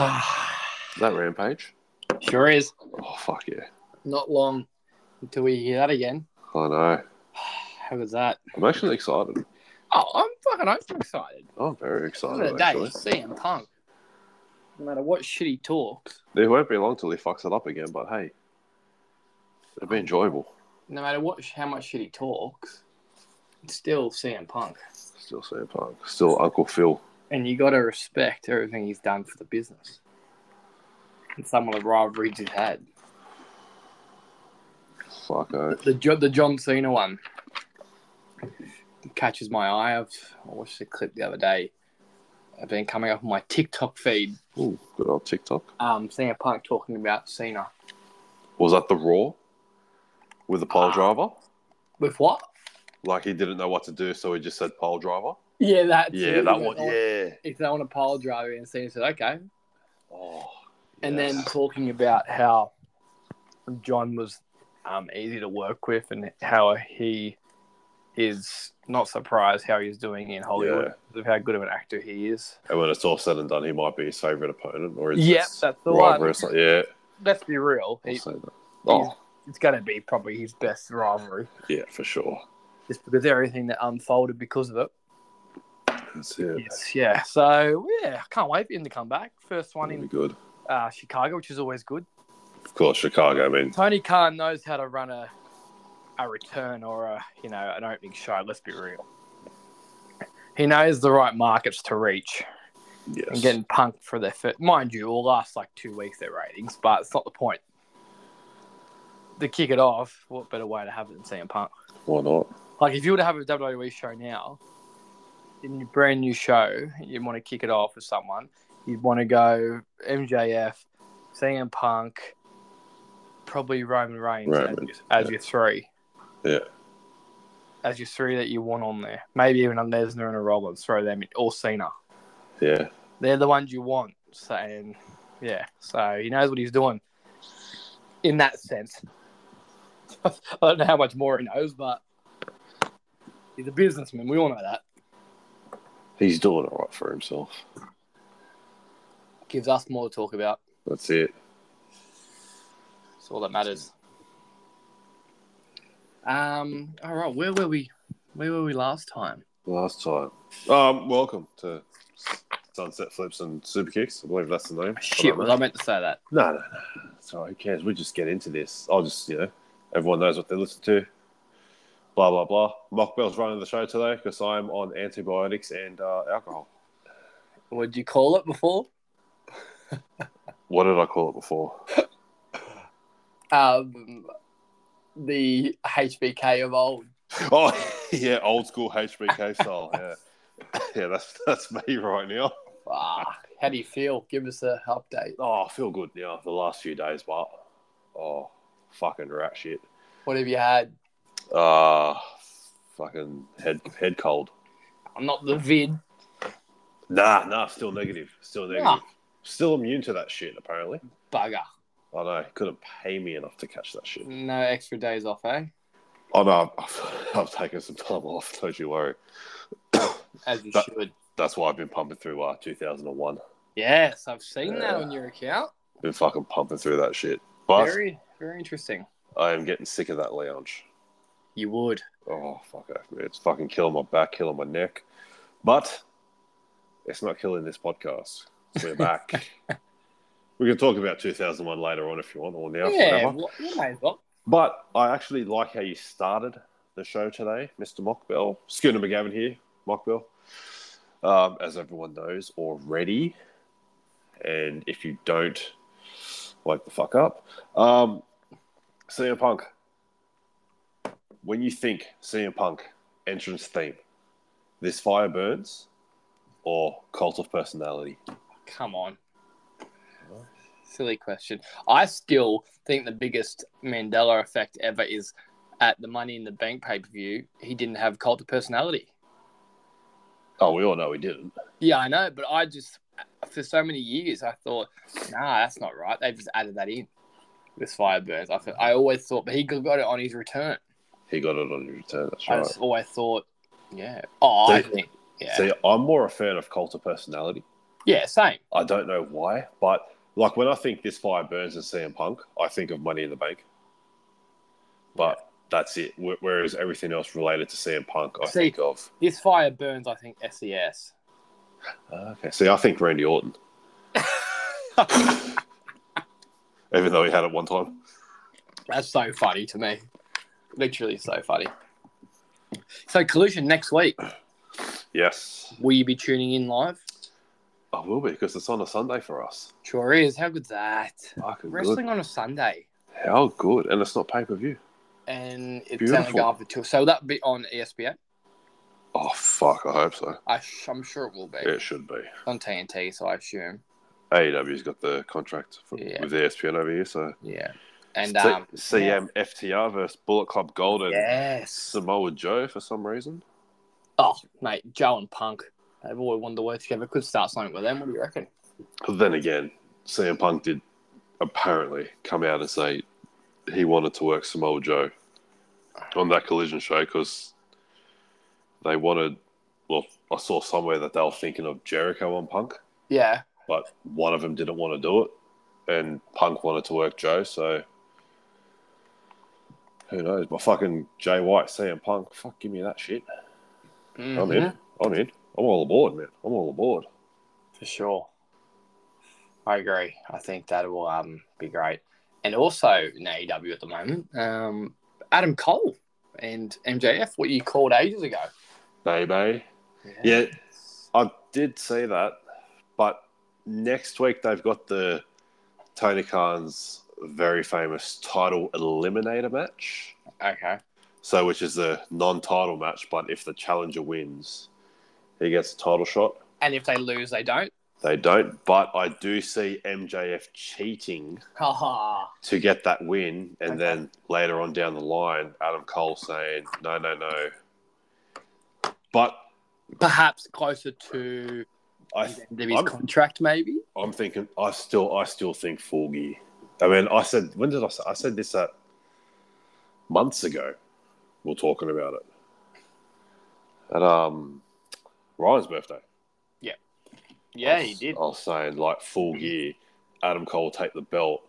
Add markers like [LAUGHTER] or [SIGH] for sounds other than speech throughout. Is that Rampage? [SIGHS] sure is. Oh, fuck yeah. Not long until we hear that again. I know. How was that? I'm actually excited. Oh, I'm fucking I'm excited. I'm very End of excited, the day, Oh, actually. CM Punk. No matter what shit he talks, It won't be long till he fucks it up again, but hey, it'll be enjoyable. no matter what how much shit he talks, it's still CM Punk. Still Sam Punk. Still Uncle Phil. And you got to respect everything he's done for the business. And some of the rivalries he's had. Fucko. The, Jo- the John Cena one catches my eye. I've, I watched a clip the other day. I've been coming up on my TikTok feed. Ooh, good old TikTok. Um, CM Punk talking about Cena. Was that the Raw with the pole Ah. driver? With what? Like he didn't know what to do, so he just said pole driver. Yeah, that. yeah, that one. Yeah. If they want to pile driver and Cena said, okay, Oh. and yes. then talking about how John was um, easy to work with and how he is not surprised how he's doing in Hollywood because of how good of an actor he is. and when it's all said and done, he might be his favorite opponent, or his Yep, that's the one. rival or something. Yeah. Let's be real. I'll He, say that. Oh, it's going to be probably his best rivalry yeah, for sure. just because everything that unfolded because of it. That's it. Yes, yeah. So, yeah, I can't wait for him to come back. First one That'll be in good. uh, Chicago, which is always good. Of course, Chicago. I mean, Tony Khan knows how to run a a return or a you know an opening show. Let's be real. He knows the right markets to reach yes. and getting punked for their fit. Mind you, it'll last like two weeks their ratings, but it's not the point. To kick it off, what better way to have it than CM Punk? Why not? Like if you were to have a WWE show now, in your brand new show, you want to kick it off with someone, you'd want to go MJF, CM Punk, probably Roman Reigns Roman, as, as yeah. your three. Yeah. As your three that you want on there. Maybe even a Lesnar and a Rollins, throw them in or Cena. Yeah. They're the ones you want. So and yeah. So he knows what he's doing. In that sense. [LAUGHS] I don't know how much more he knows, but he's a businessman. We all know that. He's doing all right for himself. Gives us more to talk about. That's it. It's all that matters. Um all right, where were we where were we last time? Last time. Um, welcome to Sunset Flips and Super Kicks. I believe that's the name. Ah, Shit, was I meant to say that? No, no, no. Sorry, who cares? We just get into this. I'll just, you know, everyone knows what they listen to. Blah, blah, blah. Mock Bell's running the show today because I'm on antibiotics and uh, alcohol. What did you call it before? What did I call it before? Um the HBK of old. [LAUGHS] Oh, yeah, old school HBK style. Yeah. [LAUGHS] Yeah, that's that's me right now. Ah, how do you feel? Give us a update. Oh, I feel good now the last few days, but oh, fucking rat shit. What have you had? Uh fucking head head cold. I'm not the vid. Nah, nah, still negative. Still negative. Ah. Still immune to that shit, apparently. Bugger. I know. Couldn't pay me enough to catch that shit. No extra days off, eh? Oh no, I've, I've taken some time off. Don't you worry. As you That- should. That's why I've been pumping through uh, 2001. Yes, I've seen that Yeah. on your account. Been fucking pumping through that shit. But Very, very interesting. I am getting sick of that lounge. You would. Oh fuck off, man. It's fucking killing my back, killing my neck. But it's not killing this podcast. We're back. we can talk about 2001 later on if you want, or now, yeah, whatever. what, you may as well. But I actually like how you started the show today, Mr. Mockbell. Schooner McGavin here, Mockbell. Um, as everyone knows already. And if you don't, wake the fuck up. Um, CM Punk. When you think CM Punk entrance theme, this fire burns or cult of personality? Come on. Silly question. I still think the biggest Mandela effect ever is at the Money in the Bank pay per view. He didn't have cult of personality. Oh, we all know he didn't. Yeah, I know, but I just for so many years I thought, nah, that's not right. They've just added that in. This fire burns. I, th- I always thought, but he got it on his return. He got it on his return. That's I right. just always thought, yeah. Oh, I See- think, yeah. See, I'm more a fan of cult of personality. Yeah, same. I don't know why, but like when I think this fire burns and CM Punk, I think of Money in the Bank. But that's it. Wh- Whereas everything else related to CM Punk, I See- think of This fire burns, I think, E SES. Ah, okay. See, I think [LAUGHS] Randy Orton, even though he had it one time. That's so funny to me. Literally so funny. So, Collision next week. Yes, Will you be tuning in live? I will be because it's on a Sunday for us. Sure is. How good's that? Fucking Wrestling good. on a Sunday. How good, and it's not pay per view. And it's only Beautiful. going for two. So that'll be on E ESPN. Oh fuck! I hope so. I sh- I'm sure it will be. It should be. On TNT, so I assume. AEW's got the contract for, Yeah. with E ESPN over here, so Yeah. And C- um, CM FTR versus Bullet Club Gold and Yes. Samoa Joe for some reason. Oh, mate, Joe and Punk. They've always wanted to work together. Could start something with them. What do you reckon? But then again, CM Punk did apparently come out and say he wanted to work Samoa Joe on that collision show because they wanted. Well, I saw somewhere that they were thinking of Jericho on Punk, Yeah. but one of them didn't want to do it, and Punk wanted to work Joe. So who knows? But fucking Jay White, CM Punk, fuck, give me that shit. I'm Mhm. in. I'm in. I'm all aboard, man. I'm all aboard. For sure. I agree. I think that will um, be great. And also in AEW at the moment, um, Adam Cole and MJF, what you called ages ago. Baby. Yeah, I did see that, but next week they've got the Tony Khan's very famous title eliminator match. Okay. So, which is a non-title match, but if the challenger wins, he gets a title shot. And if they lose, they don't. They don't, but I do see MJF cheating Haha. to get that win, and Okay. then later on down the line, Adam Cole saying no, no, no. But Perhaps closer to I WWE's I'm- contract, maybe. I'm thinking. I still, I still think Forgy. I mean, I said when did I say? I said this at months ago. We are talking about it at um Ryan's birthday. I Yeah, was- he did. Mm-hmm. I was saying like full gear, Adam Cole will take the belt,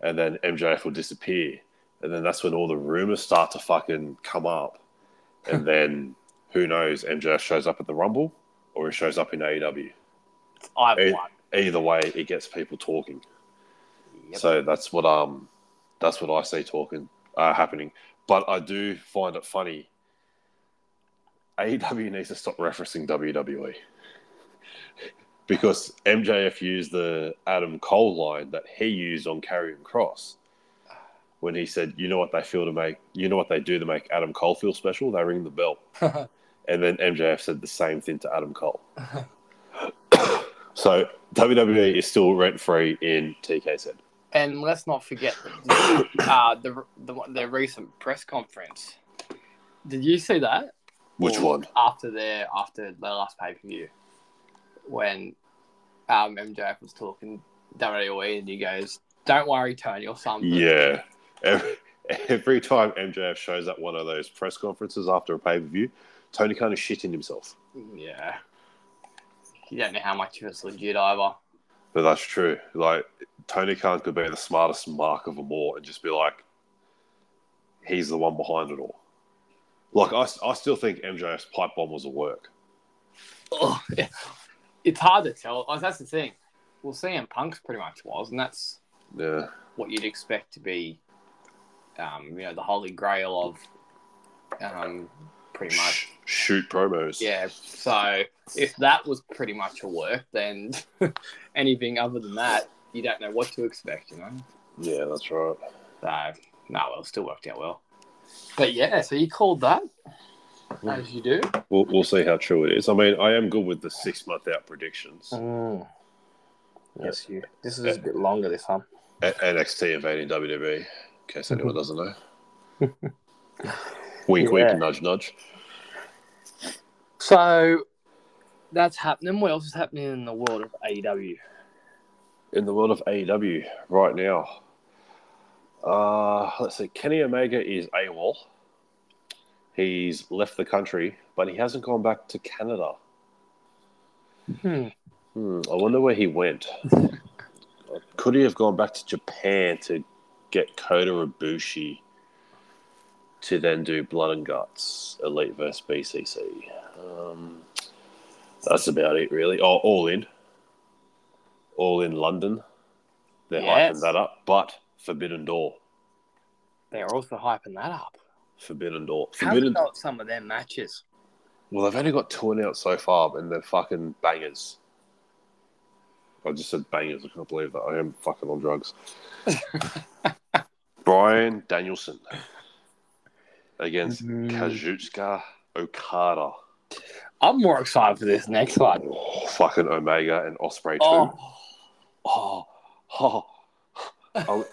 and then MJF will disappear, and then that's when all the rumors start to fucking come up, [LAUGHS] and then who knows? MJF shows up at the Rumble, or he shows up in AEW. I've Hey. won. Either way, it gets people talking. Yep. So that's what um that's what I see talking uh, happening. But I do find it funny. AEW needs to stop referencing WWE [LAUGHS] because MJF used the Adam Cole line that he used on Karrion Cross when he said, "You know what they feel to make, you know what they do to make Adam Cole feel special? They ring the bell." and then MJF said the same thing to Adam Cole. [COUGHS] so WWE is still rent free in TK's head. And let's not forget the, [COUGHS] uh, the, the their recent press conference. Did you see that? Which Or one? After their after their last pay per view, when um, MJF was talking WWE, and he goes, "Don't worry, Tony, or something." Yeah. Every, [LAUGHS] every time MJF shows up one of those press conferences after a pay per view, Tony Khan is shitting himself. yeah. You don't know how much of it's legit either. But that's true. Like, Tony Khan could be the smartest mark of them all and just be like, he's the one behind it all. Like, I, I still think MJF's pipe bomb was a work. Ugh, [LAUGHS] yeah. It's hard to tell. Oh, That's the thing. Well, CM Punk's pretty much was, and that's Yeah. what you'd expect to be, um, you know, the holy grail of um, pretty much. Sh- shoot promos. Yeah. So if that was pretty much a work, then [LAUGHS] anything other than that, you don't know what to expect, you know? Yeah, that's right. So, no, well, it still worked out well. But yeah, so you called that, as you do. We'll, we'll see how true it is. I mean, I am good with the six month out Mm-hmm. predictions. Mm. Yes, you. This is a bit longer, this one. A- NXT invading WWE, in case anyone doesn't know. wink, Yeah. wink, nudge, nudge. So that's happening. What else is happening in the world of E AEW? In the world of AEW right now, uh, let's see. Kenny Omega is AWOL. He's left the country, but he hasn't gone back to Canada. Hmm. Hmm, I wonder where he went. Could he have gone back to Japan to get Kota Ibushi to then do Blood and Guts Elite versus BCC? Um, that's about it, really. Oh, all in, all in London. They're Yes. hyping that up, but Forbidden Door, They're also hyping that up. Forbidden Door, Haven't Forbidden. got some of their matches. Well, they've only got two announced so far, and they're fucking bangers. I just said bangers. I can't believe that. I am fucking on drugs. Brian Danielson against Mhm. Kazuchika Okada, I'm more excited for this next one. Oh, fucking Omega and Osprey too. Oh, Oh, oh. [LAUGHS] oh.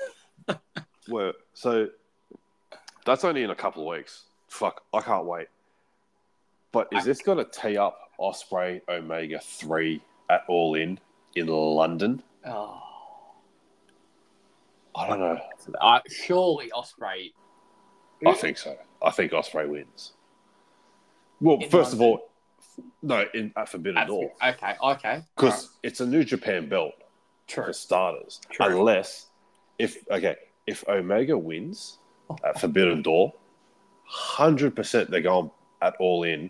Well, so that's only in a couple of weeks. Fuck, I can't wait. But is this going to tee up Osprey Omega 3 at all in in London? oh. I don't know. Uh, surely Osprey. I think so. I think Osprey wins. Well, In first of all, no, in, at Forbidden Ah. Door. Okay, okay. Because it's a New Japan belt. for True. starters. True. Unless if okay, if Omega wins at Forbidden Door, hundred percent they're going at all in,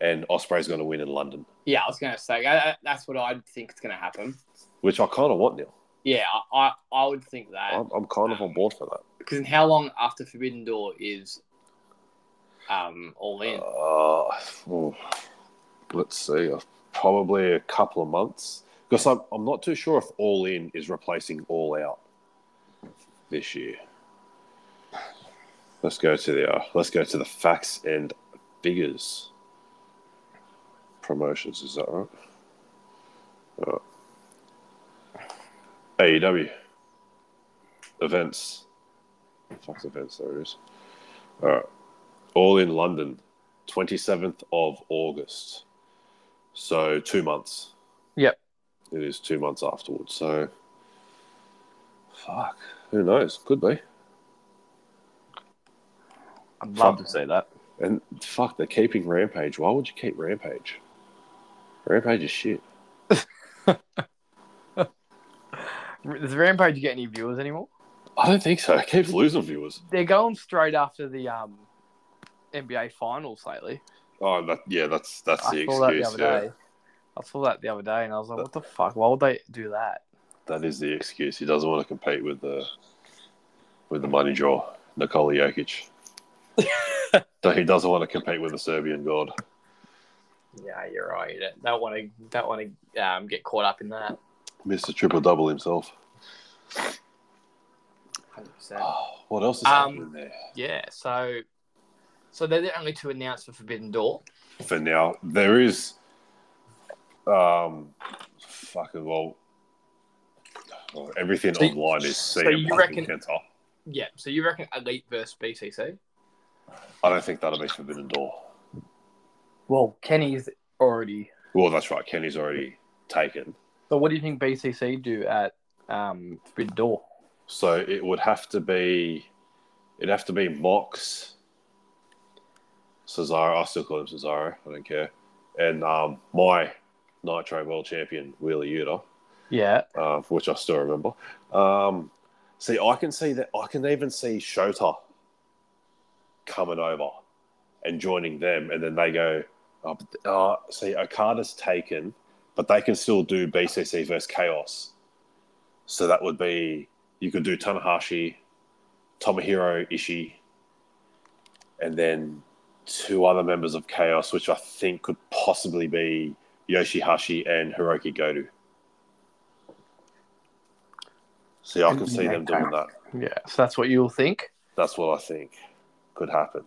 and Osprey's going to win in London, Yeah, I was going to say I, I- that's what I think is going to happen. which I kind of want now. Yeah, I, I, I would think that I'm, I'm kind of on board for that. because how long after Forbidden Door is um all in? Uh, oh, let's see, uh, probably a couple of months because I'm I'm not too sure if All In is replacing All Out this year. Let's go to the uh, let's go to the facts and figures. Promotions is that right? Uh, AEW E events. Fuck's events. There it is. All right. All in London, 27th of August. So two months. Yep. It is two months afterwards. So, fuck. Who knows? Could be. I'd love to see that. And fuck, they're keeping Rampage. Why would you keep Rampage? Rampage is shit. Does Rampage get any viewers anymore? I don't think so. [LAUGHS] It keeps losing viewers. They're going straight after the um NBA finals lately. Oh, that, yeah, that's that's the I saw excuse. that the other yeah. day. I saw that the other day, and I was like, "What the fuck? Why would they do that?" That is the excuse. He doesn't want to compete with the with the money draw, Nikola Jokic. [LAUGHS] so he doesn't want to compete with the Serbian god. Yeah, you're right. You don't- Don't want to. Don't want to um, get caught up in that. Mr. Triple Double himself. [SIGHS] 100%. what else is Um, happening there? Yeah, so so they're the only two announced for Forbidden Door. For now, there is, um, fucking well, well, everything So- online is so CM you Punk reckon- and Kenta. Yeah, so you reckon Elite versus BCC? I don't think that'll be Forbidden Door. Well, Kenny's already. Well, that's right. Kenny's already taken, So what do you think BCC do at um, Forbidden Door? so it would have to be, it'd have to be Mox, Cesaro. I still call him Cesaro. I don't care. And um, my Nitro World Champion Wheeler Yuta. Yeah, uh, which I still remember. Um, see, I can see that. I can even see Shota coming over and joining them, and then they go. Oh, but- uh, see, Okada's taken, but they can still do BCC versus Chaos. So that would be you could do Tanahashi, Tomohiro Ishii, and then two other members of Chaos, which I think could possibly be Yoshihashi and Hiroki Godu. See, I can see them doing that. yeah. So that's what you'll think. That's what I think could happen.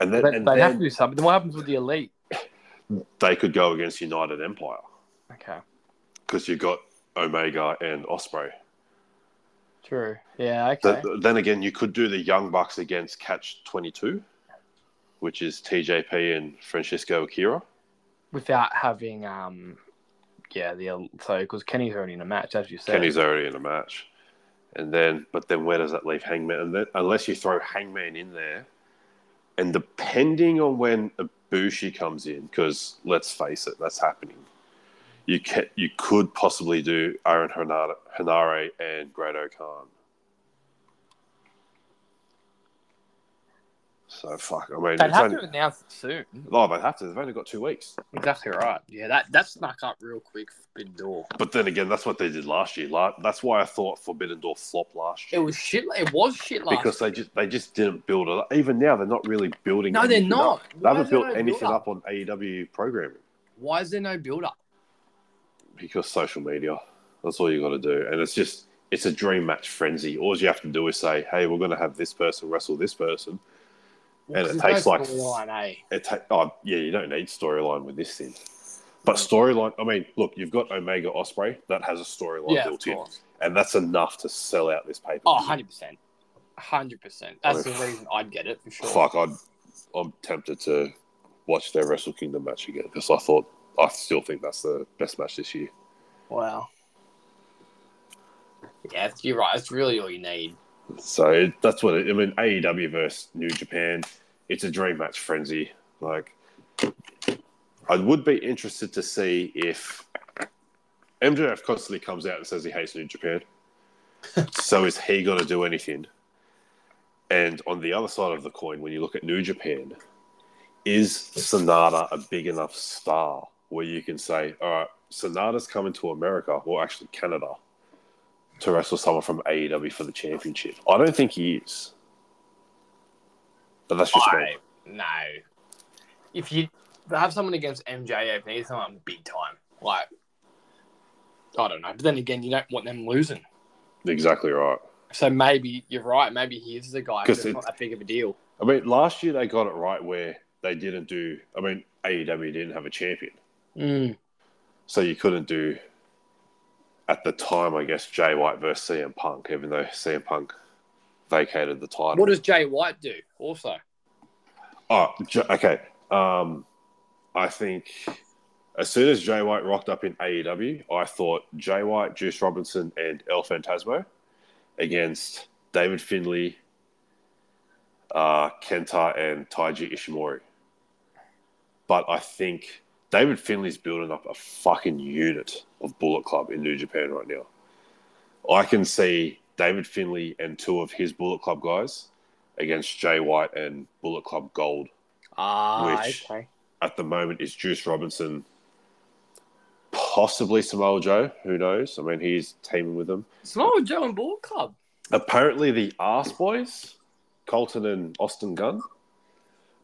And then, But and they then have to do something. Then what happens with the Elite? they could go against United Empire Okay, because you got Omega and Osprey. true. Yeah, okay. Th- then again, you could do the Young Bucks against Catch 22, which is TJP and Francisco Akira. Without having um, yeah, the El- so because Kenny's already in a match, as you said. Kenny's already in a match. And then, but then where does that leave Hangman? And then, unless you throw Hangman in there, and depending on when Bushi comes in because let's face it, that's happening. You can, you could possibly do Aaron Hanare, Hanare and Great Khan. So fuck. I mean, They'd it's have only, to announce it soon. oh, they have to. They've only got two weeks. Exactly right. Yeah, that that snuck up real quick. Forbidden Door. But then again, that's what they did last year. La- That's why I thought Forbidden Door flopped last It year was shit. It was shit last. because they just they just didn't build it. up. Even now, they're not really building. no, they're anything up. not. They Why haven't is there built no anything build-up? up on AEW programming Why is there no build up? because social media. That's all you got to do, and it's just it's a dream match frenzy. All you have to do is say, "Hey, we're going to have this person wrestle this person." And it takes like- storyline, eh? It ta- oh, yeah, you don't need storyline with this thing, but storyline. I mean, look, you've got Omega Osprey that has a storyline Yeah, of built in, course. and that's enough to sell out this paper. Oh, 100 percent, hundred percent. That's the Okay. reason I'd get it for sure. Fuck, I'd, I'm tempted to watch their Wrestle Kingdom match again because I thought I still think that's the best match this year. Wow. Yeah, it's- you're right. That's really all you need. So it, that's what it, I mean. AEW versus New Japan, it's a dream match frenzy. Like, I would be interested to see if MJF constantly comes out and says he hates New Japan. so is he going to do anything? And on the other side of the coin, when you look at New Japan, is Sonata a big enough star where you can say, all right, Sonata's coming to America, or actually Canada, to wrestle someone from AEW for the championship? I don't think he is. But that's just me. I- no. If you to have someone against MJF, need someone big time. Like, I don't know. But then again, you don't want them losing. Exactly right. So maybe you're right. Maybe he is the guy. 'Cause It's not that big of a deal. I mean, last year they got it right where they didn't do. I mean, AEW didn't have a champion, Mm. so you couldn't do. At the time, I guess Jay White versus CM Punk, even though CM Punk vacated the title. What does Jay White do? Also, Oh, J- okay. Um, I think as soon as Jay White rocked up in AEW, I thought Jay White, Juice Robinson, and El Fantasmo against David Finley, uh, Kenta, and Taiji Ishimori. But I think David Finley's building up a fucking unit of Bullet Club in New Japan right now. I can see David Finley and two of his Bullet Club guys against Jay White and Bullet Club Gold ah, Which- okay. at the moment is Juice Robinson, possibly Samoa Joe. Who knows? I mean, he's teaming with them. Samoa Joe and Ball Club. Apparently, the Arse Boys, Colton and Austin Gunn.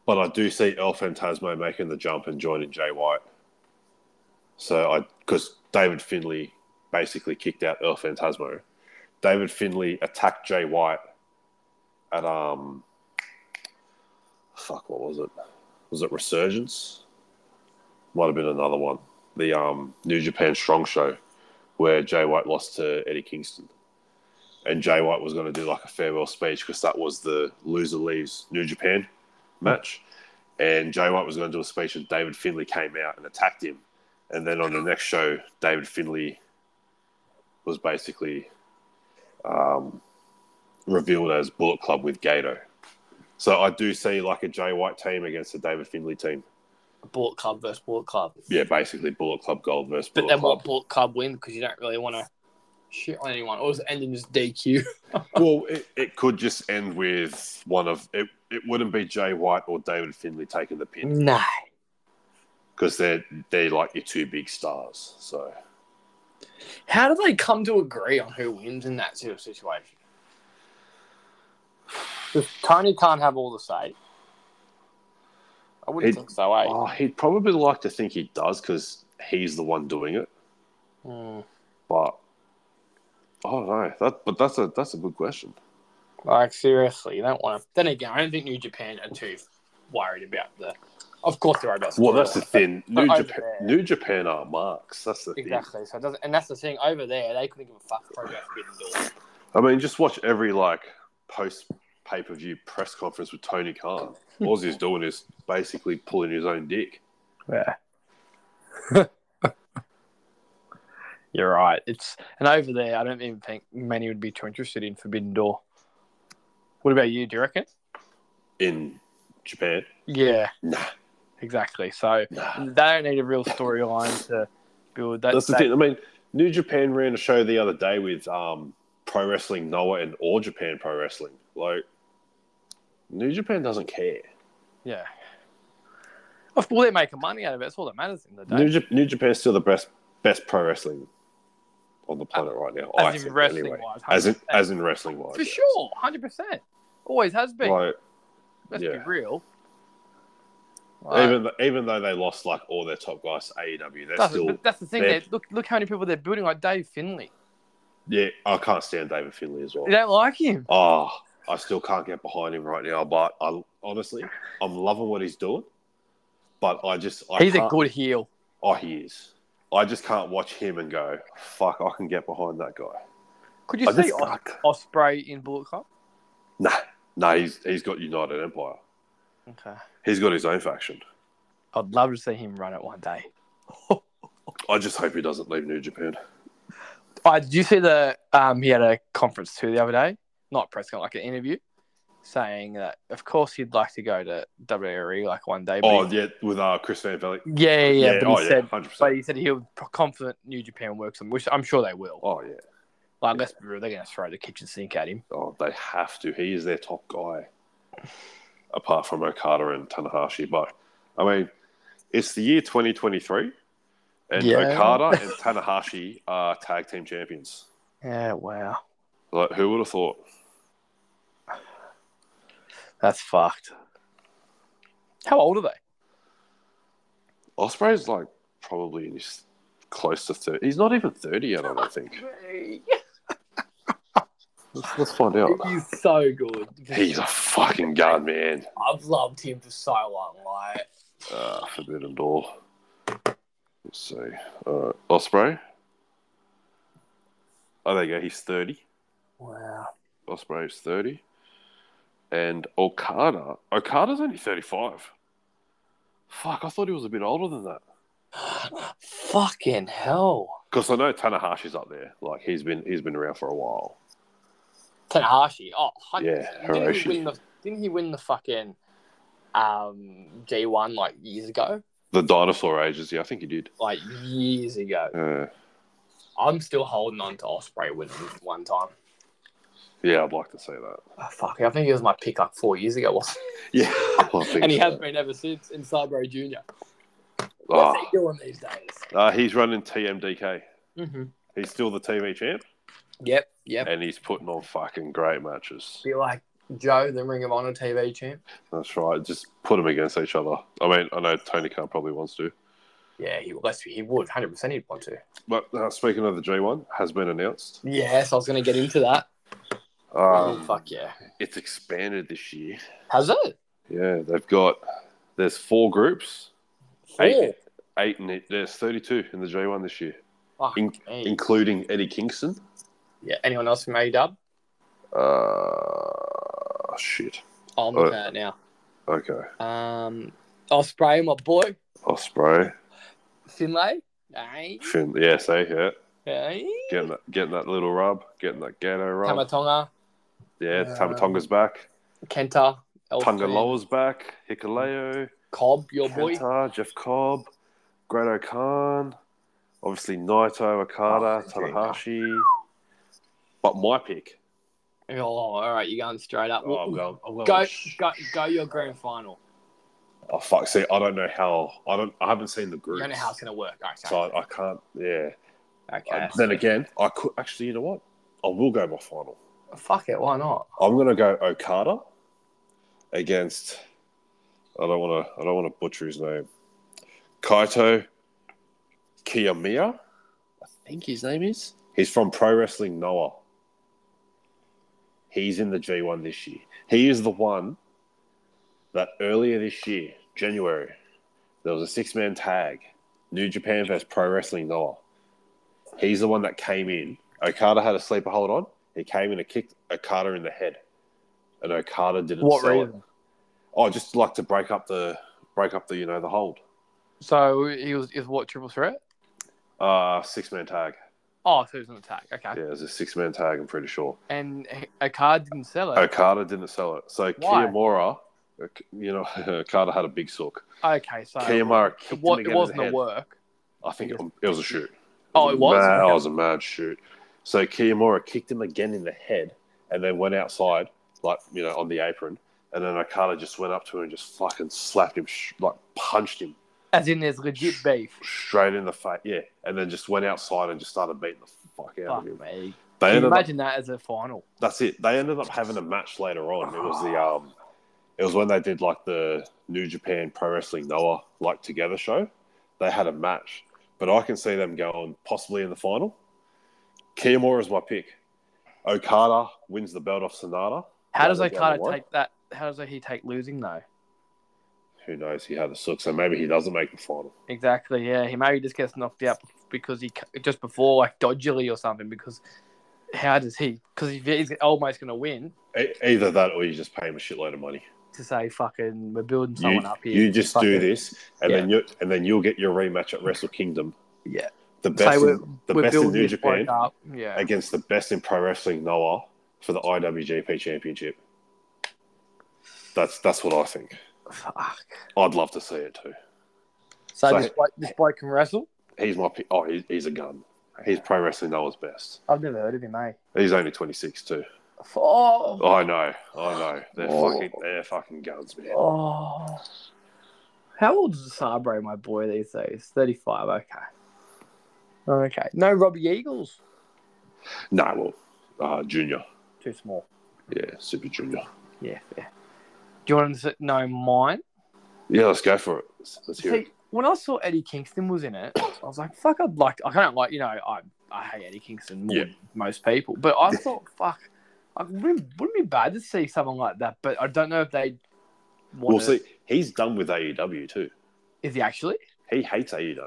But I do see El Fantasmo making the jump and joining Jay White. So I, because David Finley basically kicked out El Fantasmo. David Finley attacked Jay White at um, fuck, what was it? Was it Resurgence? Might have been another one. The um, New Japan Strong Show, where Jay White lost to Eddie Kingston and Jay White was going to do like a farewell speech because that was the loser leaves New Japan match. And Jay White was going to do a speech, and David Finley came out and attacked him. And then on the next show, David Finley was basically um, revealed as Bullet Club with Gato. So I do see like a Jay White team against a David Finley team. Bullet Club versus Bullet Club. Yeah, basically Bullet Club Gold versus But Bullet then Club. what Bullet Club win because you don't really want to shit on anyone. Or does it end in just DQ? Well, it, it could just end with one of it. It wouldn't be Jay White or David Finley taking the pin. Nah. because they're they like your two big stars. So How do they come to agree on who wins in that sort of situation? 'Cause Tony can't have all the say. I wouldn't It- think so, eh? oh, he'd probably like to think he does because he's the one doing it. Hmm. But I don't know. That but that's a that's a good question. Like seriously, you don't want to. Then again, I don't think New Japan are too worried about the. Of course, they're worried about. Well, that's the storyline, [LAUGHS] thing. New over Japan, there- New Japan are marks. That's the but- Exactly. So it doesn't, and that's the thing over there. They couldn't give a fuck progress Forbidden Door. thing. I mean, just watch every like post pay per view press conference with Tony Khan. All he's doing is basically pulling his own dick. Yeah. [LAUGHS] You're right. It's and over there, I don't even think many would be too interested in Forbidden Door. What about you? Do you reckon? In Japan, Yeah, nah, exactly. So Nah. they don't need a real storyline to build. That, That's the that- thing. I mean, New Japan ran a show the other day with um, Pro Wrestling Noah and All Japan Pro Wrestling. Like, New Japan doesn't care. Yeah. Of- Well, they're making money out of it. That's all that matters in the day. New, Jap- New Japan's still the best best pro wrestling on the planet right now. I as in think, wrestling anyway. wise, as in 100%. as in wrestling wise, for sure, hundred percent. Always has been. Like, Let's yeah. be real. Like, even th- even though they lost like all their top guys to AEW, they're that's, still but that's the thing. they're- they- Look, look how many people they're building. Like Dave Finley, yeah. I can't stand David Finlay as well. you don't like him. Oh, I still can't get behind him right now. But I honestly, I'm loving what he's doing. But I just I He's a can't- good heel. Oh, he is. I just can't watch him and go, fuck, I can get behind that guy. Could you I see just Os- can't. Osprey in Bullet Club? Nah, nah, he's, he's got United Empire. Okay, He's got his own faction. I'd love to see him run it one day. I just hope he doesn't leave New Japan. I did you see the um, he had a conference too the other day, not a press conference, like an interview, saying that of course he'd like to go to WWE like one day. But Oh, he- yeah, with uh, Chris Van Vliet. yeah, yeah, yeah, But he oh, said, 100%. but he said he was confident New Japan works on, which I'm sure they will. oh, yeah. Like let's be real, they're gonna throw the kitchen sink at him. Oh, they have to. He is their top guy, apart from Okada and Tanahashi. But, I mean, it's the year 2023, and Yeah. Okada and Tanahashi are tag team champions. Yeah, wow, Like, who would have thought? that's fucked. How old are they? Osprey's like probably in his close to 30. He's not even 30 yet, I don't think. Let's, let's find out. He's so good. He's a fucking gun, man. I've loved him for so long. Like, Uh, Forbidden Door. Let's see. Uh, Osprey. Oh, there you go. He's 30. wow. Osprey's 30. And Okada. Okada's only 35. Fuck, I thought he was a bit older than that. Fucking hell. Because I know Tanahashi's up there. Like, he's been he's been around for a while. Tanahashi. Oh, 100%. Yeah, didn't Hiroshi. he win the Didn't he win the fucking um, G1 like years ago? The Dinosaur Ages. Yeah, I think he did. Like years ago. Uh, I'm still holding on to Osprey with him one time. yeah, I'd like to say that. Oh, fuck, I think he was my pick like four years ago, wasn't Yeah. I he? [LAUGHS] think And he so. has been ever since in Sabro Jr. What's Ah. he doing these days? Uh, he's running TMDK. hmm He's still the TV champ, Yep, yep. and he's putting on fucking great matches. Be like Joe, the Ring of Honor TV champ. That's right. Just put them against each other. I mean, I know Tony Khan probably wants to. Yeah, he, let's, he would. 100% he'd want to. But uh, speaking of the G1, has been announced. Yes, I was going to get into that. oh, Um, fuck yeah. it's expanded this year. Has it? Yeah, they've got there's four groups, Four. Eight. eight and it, there's 32 in the G1 this year, Fuck In- me. including Eddie Kingston. Yeah. Anyone else from AEW? Uh, shit. Oh, I'm Oh. looking at it now. Okay, Um, Osprey, my boy. Osprey, Finlay. Hey. Finn. Yeah, say yeah. Hey. Getting that, getting that little rub, getting that ghetto rub. Tamatonga. Yeah, Um, Tamatonga's back. Kenta. Elfin, Tungaloa's back. Hikaleo. Cobb, your boy. Kenta, Jeff Cobb. Great O'Khan. Obviously, Naito, Okada, Oh, Tanahashi. But my pick. Oh, all right. You're going straight up. Oh, I'm going, I'm going go, with Sh- go, go your grand final. Oh, fuck. See, I don't know how. I don't. I haven't seen the You group. don't know how it's going to work. Okay. So I, I can't. Yeah. okay. Uh, then again, I could. Actually, you know what? I will go my final. Fuck it. Why not? I'm gonna go Okada against. I don't want to. I don't want to butcher his name. Kaito Kiyomiya. I think his name is. He's from Pro Wrestling Noah. He's in the G1 this year. He is the one that earlier this year, January, there was a six man tag, New Japan vs Pro Wrestling Noah. He's the one that came in. Okada had a sleeper hold on. He came in and kicked Okada in the head, and Okada didn't. What sell it. reason? Oh, just like to break up the break up the you know the hold. So he was is what triple threat? Uh six man tag. Oh, so it was an attack. Okay. Yeah, it was a six man tag. I'm pretty sure. And a card didn't sell it. Okada didn't sell it, so Why? Kiyomura You know, [LAUGHS] Carter had a big sook. Okay, so Kiyomaru kicked it, wa- him it again wasn't in the a head. work. I think it, it was a shoot. Oh, it was? Mad, Okay. It was a mad shoot. So Kiyomura kicked him again in the head, and then went outside, like you know, on the apron. And then Okada just went up to him and just fucking slapped him, sh- like punched him As in, there's legit beef. straight in the face. Yeah, and then just went outside and just started beating the fuck out Fuck of him. me. They Can you ended up, imagine that as a final? that's it. They ended up having a match later on. It was the um, it was when they did like the New Japan Pro Wrestling Noah like together show. They had a match, but I can see them going possibly in the final. Kiyomura is my pick. Okada wins the belt off Sonata. How Yeah, does they got Okada one. take that? How does he take losing though? Who knows? He had a sook, so maybe he doesn't make the final. Exactly. Yeah, he maybe just gets knocked out because he c- just before like dodgily or something. Because how does he? Because if he's almost going to win, E- either that, or you just pay him a shitload of money. to say fucking we're building you, someone up here. you just do Fucking- this, and then you and then you'll get your rematch at Wrestle Kingdom. Yeah. the Say best, we're- in, the we're best in building New this bloke Japan up. Yeah. against the best in pro wrestling Noah for the IWGP Championship. That's that's what I think. Fuck. I'd love to see it too. So, So- this, bloke, this bloke can wrestle. He's my pi- oh, he's, he's a gun. He's pro wrestling Noah's best. I've never heard of him, eh? He's only twenty six too. Oh. I know, I know. They're Oh. fucking they're fucking guns, man. Oh. How old is Sabre, my boy, these days? 35, okay. Okay. No Robbie Eagles. Nah, well, uh, junior, Too small. yeah, super junior. Yeah, fair. Do you want to know mine? Yeah, let's go for it. Let's, let's hear it. See, when I saw Eddie Kingston was in it, I was like, fuck, I'd like, I don't like, you know, I, I hate Eddie Kingston more Yeah. than most people, but I thought, fuck, I wouldn't, wouldn't be bad to see someone like that, but I don't know if they want Well, to. see, he's done with AEW too. Is he actually? He hates AEW.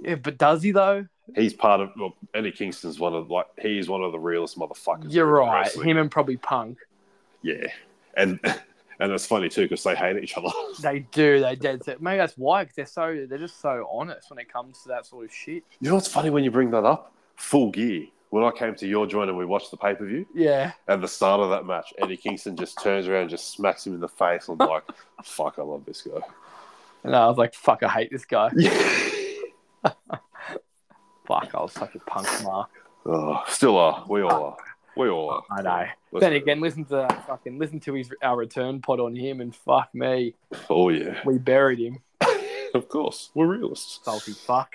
Yeah, but does he though? He's part of. Well, Eddie Kingston's one of like he's one of the realest motherfuckers. You're in right. wrestling. Him and probably Punk. Yeah, and [LAUGHS] and it's funny too because they hate each other. [LAUGHS] They do. They dead set. Maybe that's why, because they're so they're just so honest when it comes to that sort of shit. You know what's funny when you bring that up? Full gear. When I came to your joint and we watched the pay per view, Yeah. at the start of that match, Eddie Kingston just turns around and just smacks him in the face. I'm like, [LAUGHS] fuck, I love this guy. And I was like, fuck, I hate this guy. Yeah. Fuck, I was such a punk mark. [LAUGHS] Oh, still are. We all are. We all are. I know. Let's then go. again, listen to that fucking listen to his our return pod on him, and fuck me, Oh yeah. we buried him. of course, we're realists. Salty fuck.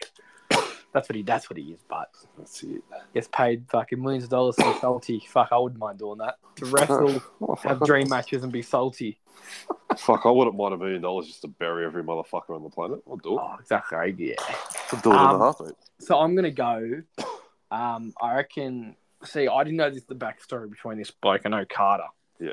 That's what he. That's what he is. But That's it. gets paid fucking millions of dollars to be salty. Fuck, I wouldn't mind doing that to [LAUGHS] wrestle, have dream matches, and be salty. Fuck, I wouldn't mind a million dollars just to bury every motherfucker on the planet. I'll do it. Oh, exactly. Yeah. I'll do it in Um, a heartbeat. So I'm gonna go. Um, I reckon. See, I didn't know this the backstory between this bloke and Okada. Yeah.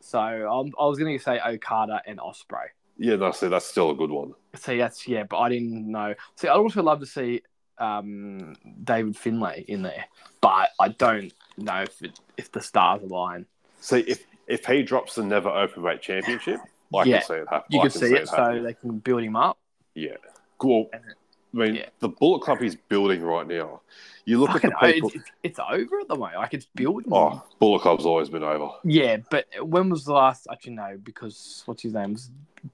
So um, I was gonna say Okada and Osprey. Yeah, no, see, that's still a good one. See, that's yeah, but I didn't know. See, I'd also love to see um, David Finlay in there, but I don't know if it, if the stars align. See, if if he drops the never open weight championship, I Yeah. can see it happen. You I can see it, so happening. they can build him up. yeah. Cool. I And mean, yeah. the Bullet Club he's building right now. You look Fucking at o- the people. it's, it's, it's over at the moment. Like it's building. Oh, Bullet Club's always been over. Yeah, but when was the last? Actually, no, because what's his name?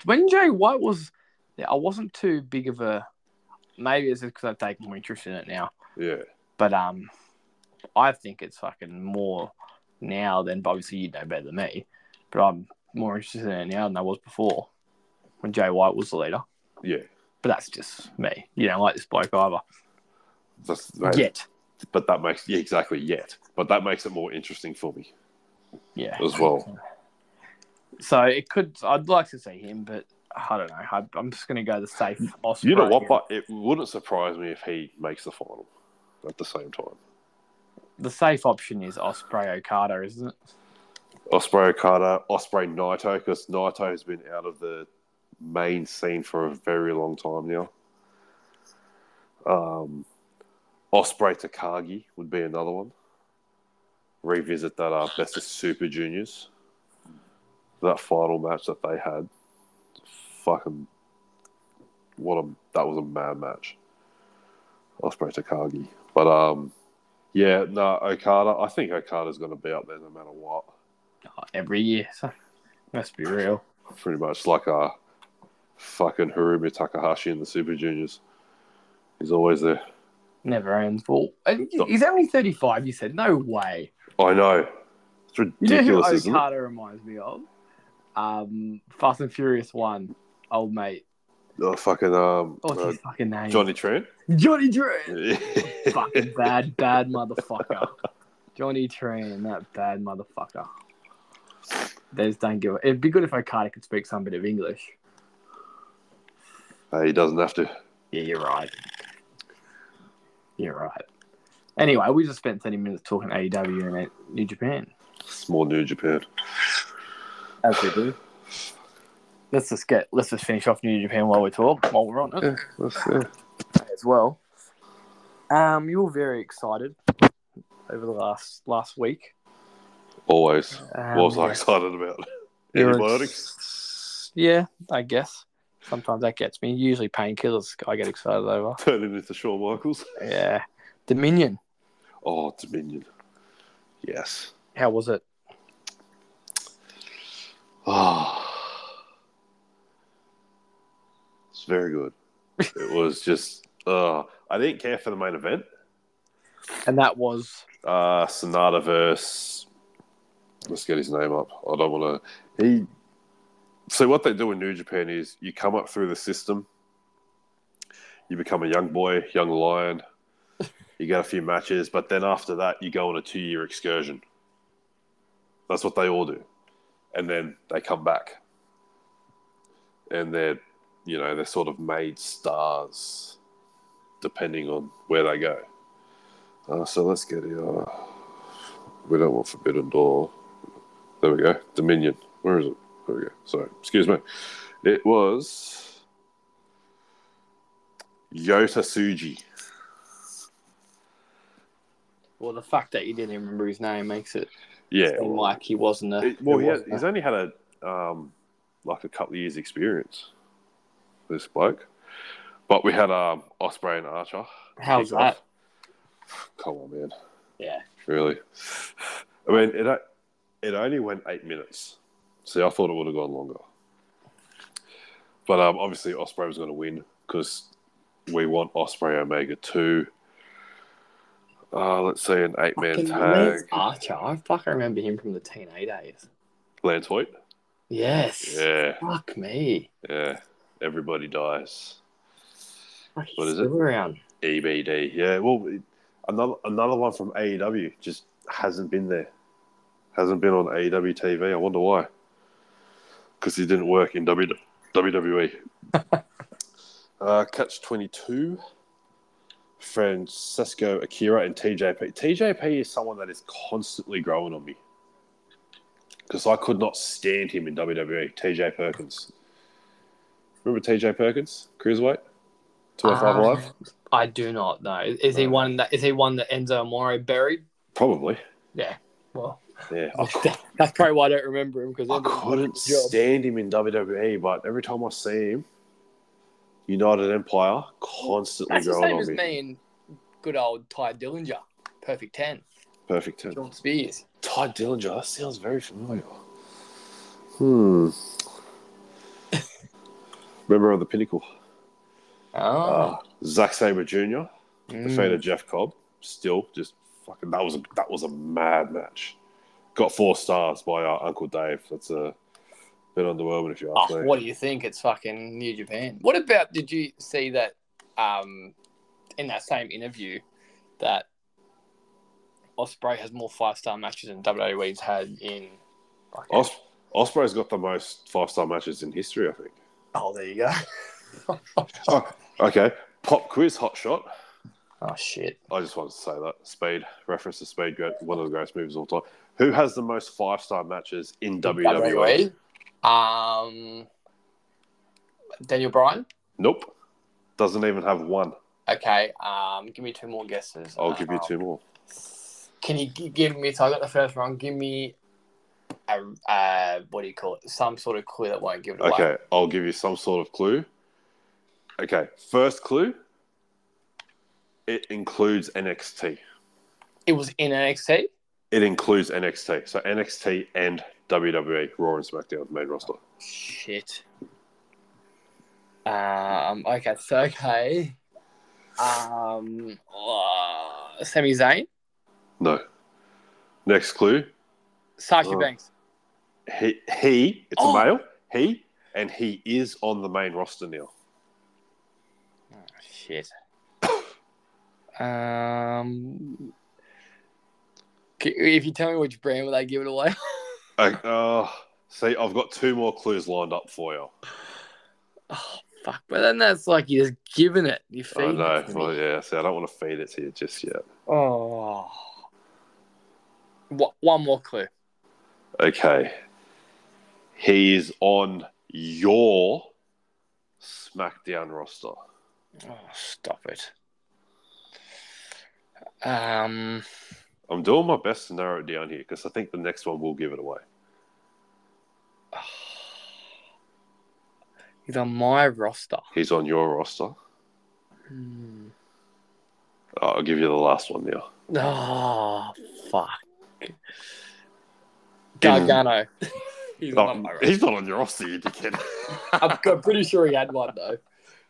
When Jay White was, yeah, I wasn't too big of a. Maybe it's because I've taken more interest in it now, Yeah. but um, I think it's fucking more now than. But obviously, you know better than me, but I'm more interested in it now than I was before when Jay White was the leader. Yeah. But that's just me. You don't like this bloke either That's, right. yet. But that makes, yeah, exactly, yet. But that makes it more interesting for me Yeah. as well. So it could. I'd like to see him, but I don't know. I, I'm just going to go the safe. Osprey You know what? here. But it wouldn't surprise me if he makes the final at the same time. the safe option is Osprey Okada, isn't it? Osprey Okada, Osprey Naito, because Naito has been out of the main scene for a very long time now. Um, Osprey Takagi would be another one. Revisit that uh, best of Super Juniors. That final match that they had, fucking what a that was a mad match. Osprey Takagi, but um, yeah, no Okada. I think Okada's going to be up there no matter what. Every year, so let's be real. pretty much like a fucking Harumi Takahashi in the Super Juniors. He's always there. Never ends. Well, and he's only 35, you said. No way. I know. It's You know who ridiculous, isn't it? Okada reminds me of? Um, Fast and Furious 1, old mate. Oh, fucking um, What's uh, his fucking name? Johnny Trent. Johnny Drew. [LAUGHS] fucking bad, bad motherfucker. Johnny Train, that bad motherfucker. They just don't give a... It'd be good if Okada could speak some bit of English. [LAUGHS] Hey, he doesn't have to. Yeah, you're right. You're right. Anyway, we just spent 30 minutes talking AEW and it- New Japan. Small New Japan. As we do. Let's just get let's just finish off New Japan while we talk while we're on it Yeah, that's, yeah. as well. Um, you were very excited over the last last week. Always. Um, What was I yeah. excited about? You're Antibiotics? ex- yeah, I guess. Sometimes that gets me. Usually painkillers I get excited over. Turning into Shawn Michaels. Yeah. Dominion. Oh, Dominion. Yes. How was it? Ah, it's very good. It was just, uh, I didn't care for the main event. And that was Uh, Sonata verse. Let's get his name up. I don't want to. He. So what they do in New Japan is you come up through the system. You become a young boy, young lion. You get a few matches, but then after that, you go on a two-year excursion. That's what they all do, and then they come back, and they're, you know, they're sort of made stars, depending on where they go. Uh, so let's get it. Uh, we don't want Forbidden Door. There we go. Dominion. Where is it? There we go. Sorry. Excuse me. It was Yota Suji. well the fact that you didn't even remember his name makes it Yeah. seem Well, like he wasn't a it- well, he had, wasn't a- he's only had a um, like a couple of years' experience. This bloke. But we had um, Osprey and Archer. how's Kick that? off. Come on, man. Yeah. Really? I mean, it o- it only went eight minutes. See, I thought it would have gone longer. But um, obviously, Osprey was going to win because we want Osprey Omega two. Uh, let's see an eight man Fucking tag. Lance Archer. I fucking remember him from the TNA days. Lance Hoyt. Yes. Yeah, Fuck me. yeah. Everybody dies. Fuck, he's What is it? still around. EBD. E Yeah. Well, it- another another one from AEW just hasn't been there. Hasn't been on E AEW TV. I wonder why. Because he didn't work in W WWE. uh, catch twenty two. Francesco Akira and TJP. TJP is someone that is constantly growing on me. Because I could not stand him in WWE. TJ Perkins. Remember TJ Perkins? Cruiserweight? 205 Uh, Live? I do not know. Is he No. one that is he one that Enzo Amore buried? Probably. Yeah. Well, Yeah. Oh, I, cou- [LAUGHS] That's probably why I don't remember him because I couldn't stand him in WWE, but every time I see him, United Empire constantly That's the growing same on as me. me and good old Ty Dillinger, perfect ten, Perfect. ten. John Spears. Ty Dillinger. That sounds very familiar. Hmm. [LAUGHS] Member of the Pinnacle. Oh, Hmm. mm. Uh, Zack Saber Jr. defeated Jeff Cobb. Still, just fucking that was a, that was a mad match. Got four stars by our Uncle Dave. That's a bit underwhelming if you ask me. Ah, what do you think? It's fucking New Japan. What about? Did you see that? Um, in that same interview, that Osprey has more five star matches than WWE's had in. fucking- Os- Osprey's got the most five star matches in history, I think. oh, there you go. Oh, okay. Pop quiz, hot shot. oh shit. I just wanted to say that. Speed, reference to Speed, great, one of the greatest movies of all time. Who has the most five star matches in E? WWE? E? WWE. Um, Daniel Bryan. Nope. Doesn't even have one. Okay. Um, give me two more guesses. I'll give you two more. Can you g- give me? So I got the first one. Give me a uh, what do you call it? Some sort of clue that won't give it away. Okay, I'll give you some sort of clue. Okay, first clue it includes NXT. It was in NXT. It includes NXT. So NXT and WWE, Raw, and SmackDown main roster. Shit. Um. Okay. So okay. Um. Uh, Sami Zayn, No. Next clue. Sasha Oh. Banks. He, he it's Oh. a male. He, and he is on the main roster now. Oh, shit. Um. c- If you tell me which brand, will I give it away? [LAUGHS] I, oh, see, I've got two more clues lined up for you. Oh, fuck. But then that's like you're just giving it. You're I feeding know. it to me. Well, yeah, so I don't want to feed it to you just yet. Oh. What, one more clue. Okay. He is on your SmackDown roster. Oh, stop it. Um. [SIGHS] I'm doing my best to narrow it down here because I think the next one will give it away. He's on my roster. He's on your roster. Hmm. Oh, I'll give you the last one now. Oh, fuck. Gargano. He's No, not on my roster. he's not on your roster, you dickhead. [LAUGHS] I'm I'm pretty sure he had one, though.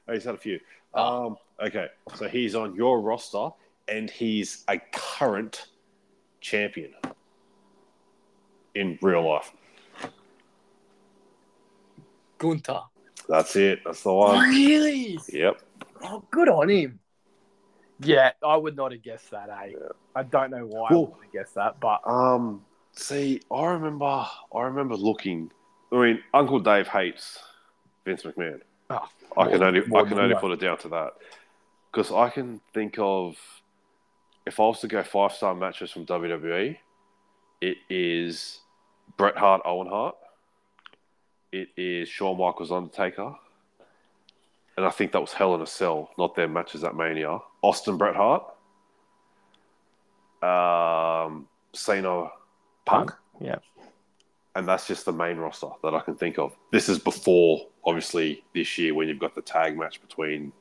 Oh, he's had a few. Oh. Um, okay, so he's on your roster and he's a current champion in real life. Gunter. That's it. That's the one. Really? yep. Oh, good on him. Yeah, I would not have guessed that, eh? I don't know why Well- I would have guessed that, but Um, see, I remember. I remember looking. I mean, Uncle Dave hates Vince McMahon. Oh, I can only more I can than only that. put it down to that because I can think of if I was to go five star matches from WWE, it is Bret Hart, Owen Hart, it is Shawn Michaels, Undertaker, and I think that was Hell in a Cell, not their matches at Mania. Austin, Bret Hart, um, Cena, Punk. yeah. And that's just the main roster that I can think of. This is before, obviously, this year when you've got the tag match between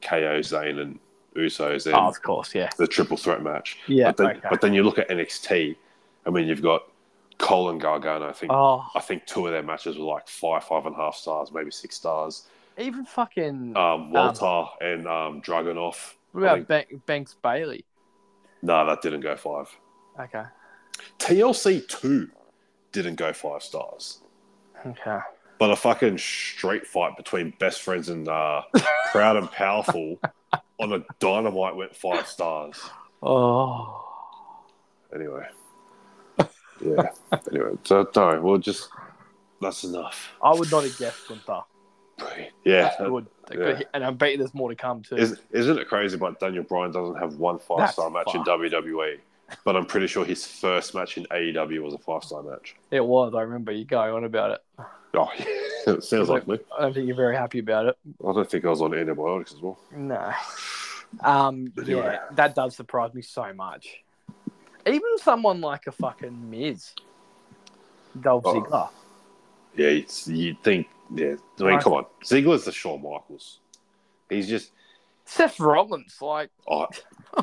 KO, Zayn, and Usos, and Oh, of course, yeah. the triple threat match. Yeah, but, then, okay. but then you look at NXT. I mean, you've got Cole and Gargano. I think Oh, I think two of their matches were like five, five and a half stars, maybe six stars. even fucking. Um, Walter and um, Dragunov. what about Ban- Banks Bailey? No, that didn't go five. Okay. TLC two didn't go five stars. Okay. But a fucking straight fight between best friends and uh, proud and powerful on a dynamite went five stars. Oh. Anyway, yeah. anyway, so don't. We'll just that's enough. I would not have guessed Gunther. Yeah. That's good. yeah. And I bet you there's more to come, too. Is, isn't it crazy? But Daniel Bryan doesn't have one five star match That's in WWE, but I'm pretty sure his first match in AEW was a five star match. It was. I remember you going on about it. Oh, it [LAUGHS] sounds like me. I don't think you're very happy about it. I don't think I was on antibiotics as well. No. Um, But yeah, anyway. that does surprise me so much. Even someone like a fucking Miz, Dolph Oh. Ziggler. Yeah, it's, you'd think. Yeah, I mean, Right. come on. Ziggler's the Shawn Michaels. He's just. Seth Rollins, like, Oh, [LAUGHS]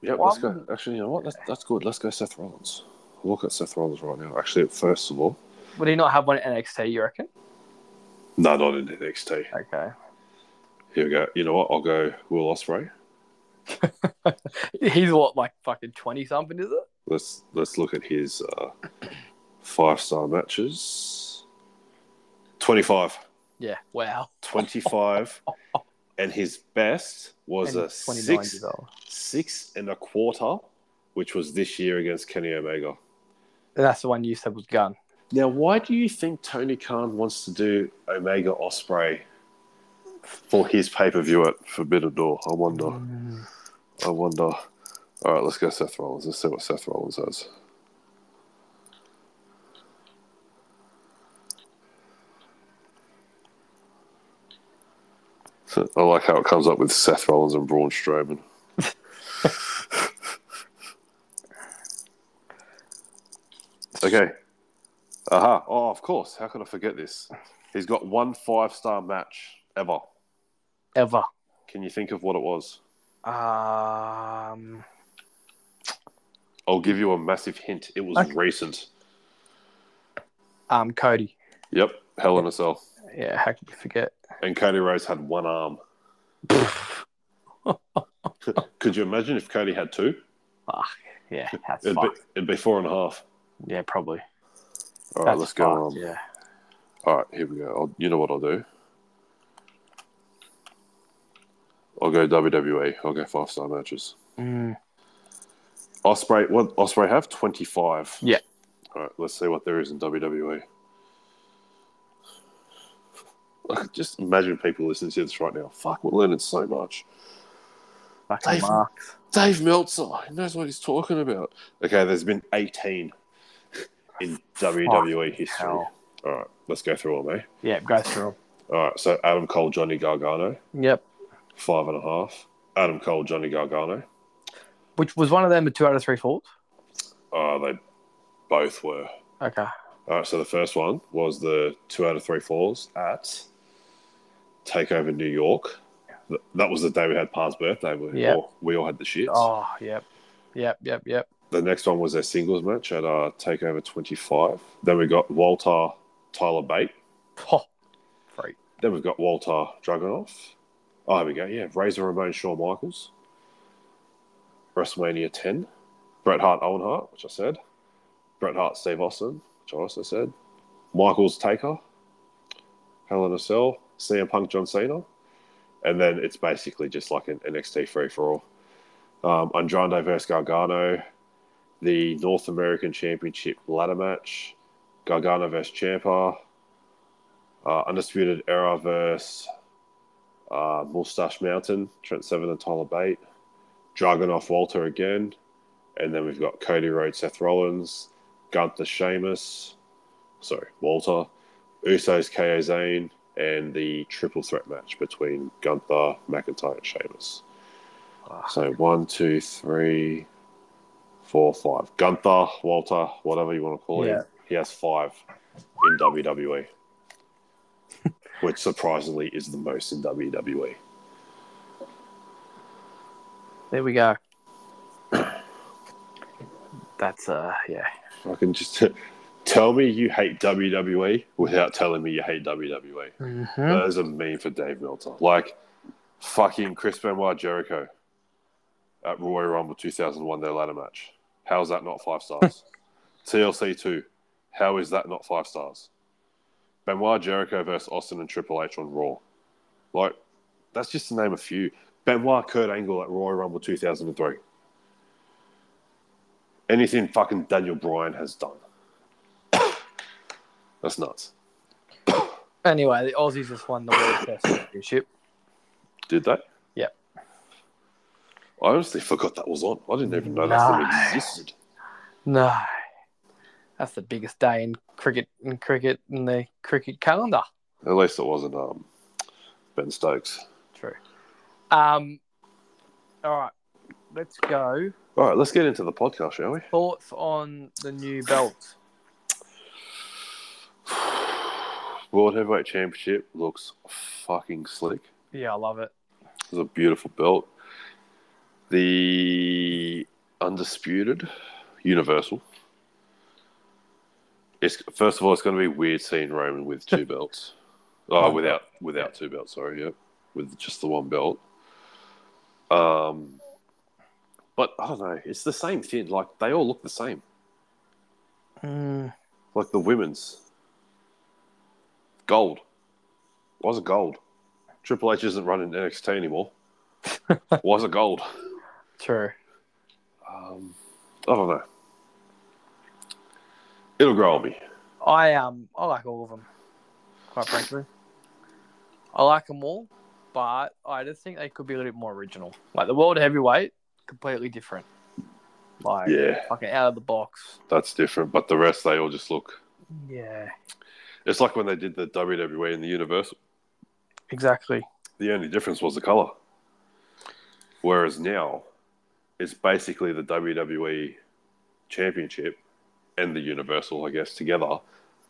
yeah, Well, let's go. Actually, you know what? That's, that's good. Let's go, Seth Rollins. Look at Seth Rollins right now. Actually, first of all, would he not have one at NXT? You reckon? no, not in NXT. Okay. Here we go. You know what? I'll go Will Osprey. He's what, like, fucking twenty something, is it? Let's let's look at his uh, five star matches. 25. Yeah. Wow. [LAUGHS] 25. and his best was And a he's 29 six, years old. six and a quarter, which was this year against Kenny Omega. That's the one you said was gun. Now, why do you think Tony Khan wants to do Omega Osprey for his pay per view at Forbidden Door? I wonder. I wonder. All right, let's go Seth Rollins. Let's see what Seth Rollins has. So, I like how it comes up with Seth Rollins and Braun Strowman. [LAUGHS] okay. Aha. Oh, of course. How could I forget this? He's got one five star match ever. Ever. Can you think of what it was? Um. I'll give you a massive hint. It was Okay. recent. um, Cody. Yep, Hell in a Cell. Yeah, how could you forget? And Cody Rhodes had one [LAUGHS] arm. Could you imagine if Cody had two? Yeah, that's It'd be, fucked. it'd be four and a half. Yeah, probably. All right, That's let's go fucked, on. Yeah. All right, here we go. I'll, you know what I'll do? I'll go WWE. I'll go five star matches. Mm, Osprey, what Osprey have? Twenty five. Yeah. All right, let's see what there is in E. WWE. I could just imagine people listening to this right now. Fuck, we're learning so much. fucking Dave- marks. Dave Meltzer he knows what he's talking about. Okay, there's been eighteen in WWE history. hell. All right, let's go through all, mate. Yeah, go through All right, so Adam Cole, Johnny Gargano. them. Yep. five and a half. Adam Cole, Johnny Gargano. Which was one of them a two out of three falls? Uh, they both were. Okay. All right, so the first one was the two out of three falls at Takeover New York. Th- That was the day we had Pa's birthday. We, Yeah. all, we all had the shits. Oh, yep. Yep, yep, yep. The next one was their singles match at uh, Takeover 25. Then we got Walter Tyler Bate. Oh, freak. Then we've got Walter Dragunov. Oh, here we go. Yeah, Razor Ramon Shawn Michaels. WrestleMania 10. Bret Hart Owen Hart, which I said. Bret Hart Steve Austin, which I also said. Michaels Taker. Hell in a Cell. CM Punk John Cena. And then it's basically just like an NXT free for all. Um, Andrade versus Gargano. The North American Championship ladder match. Gargano versus Champa uh, Undisputed Era versus uh, Mustache Mountain, Trent Seven and Tyler Bate, Dragunov Walter again, and then we've got Cody Rhodes, Seth Rollins, Gunther Sheamus, sorry, Walter, Usos, KO Zane, and the triple threat match between Gunther, McIntyre, and Sheamus. Ah. So one, two, three, four, five. Gunther, Walter, whatever you want to call Yeah. him, he has five in [LAUGHS] WWE which surprisingly is the most in E. WWE. There we go. [COUGHS] That's, uh, yeah. I can just [LAUGHS] tell me you hate WWE without telling me you hate E. WWE. Mm-hmm. That is a meme for Dave Meltzer. Like fucking Chris Benoit Jericho at Royal Rumble 2001, their ladder match. How is that not five stars? TLC 2. How is that not five stars? Benoit Jericho versus Austin and Triple H on Raw. Like, that's just to name a few. Benoit Kurt Angle at Royal Rumble 2003. Anything fucking Daniel Bryan has done. [COUGHS] that's nuts. Anyway, the Aussies just won the World Test Championship. Did they? Yep. I honestly forgot that was on. I didn't even know that Nice. thing existed. No. That's the biggest day in cricket in cricket in the cricket calendar. At least it wasn't um, Ben Stokes. True. Um all right. Let's go. All right, let's get into the podcast, shall we? [SIGHS] Thoughts on the new belts. World Heavyweight Championship looks fucking slick. Yeah, I love it. It's a beautiful belt. The Undisputed Universal. It's first of all, it's going to be weird seeing Roman with two belts. Oh, One without without two belts. Sorry, yep, with just the one belt. Um, but I don't know. It's the same thing. Like they all look the same. Mm, Like the women's gold. Why is it gold? Triple H isn't running NXT anymore. Why is it gold? true. Um, I don't know. It'll grow on me. I um I like all of them, quite frankly. I like them all, but I just think they could be a little bit more original. Like the world heavyweight, completely different. Like Yeah, fucking out of the box. that's different. But the rest, they all just look. Yeah, It's like when they did the WWE in the Universal. exactly. The only difference was the color. Whereas now, it's basically the WWE Championship and the Universal, I guess, together.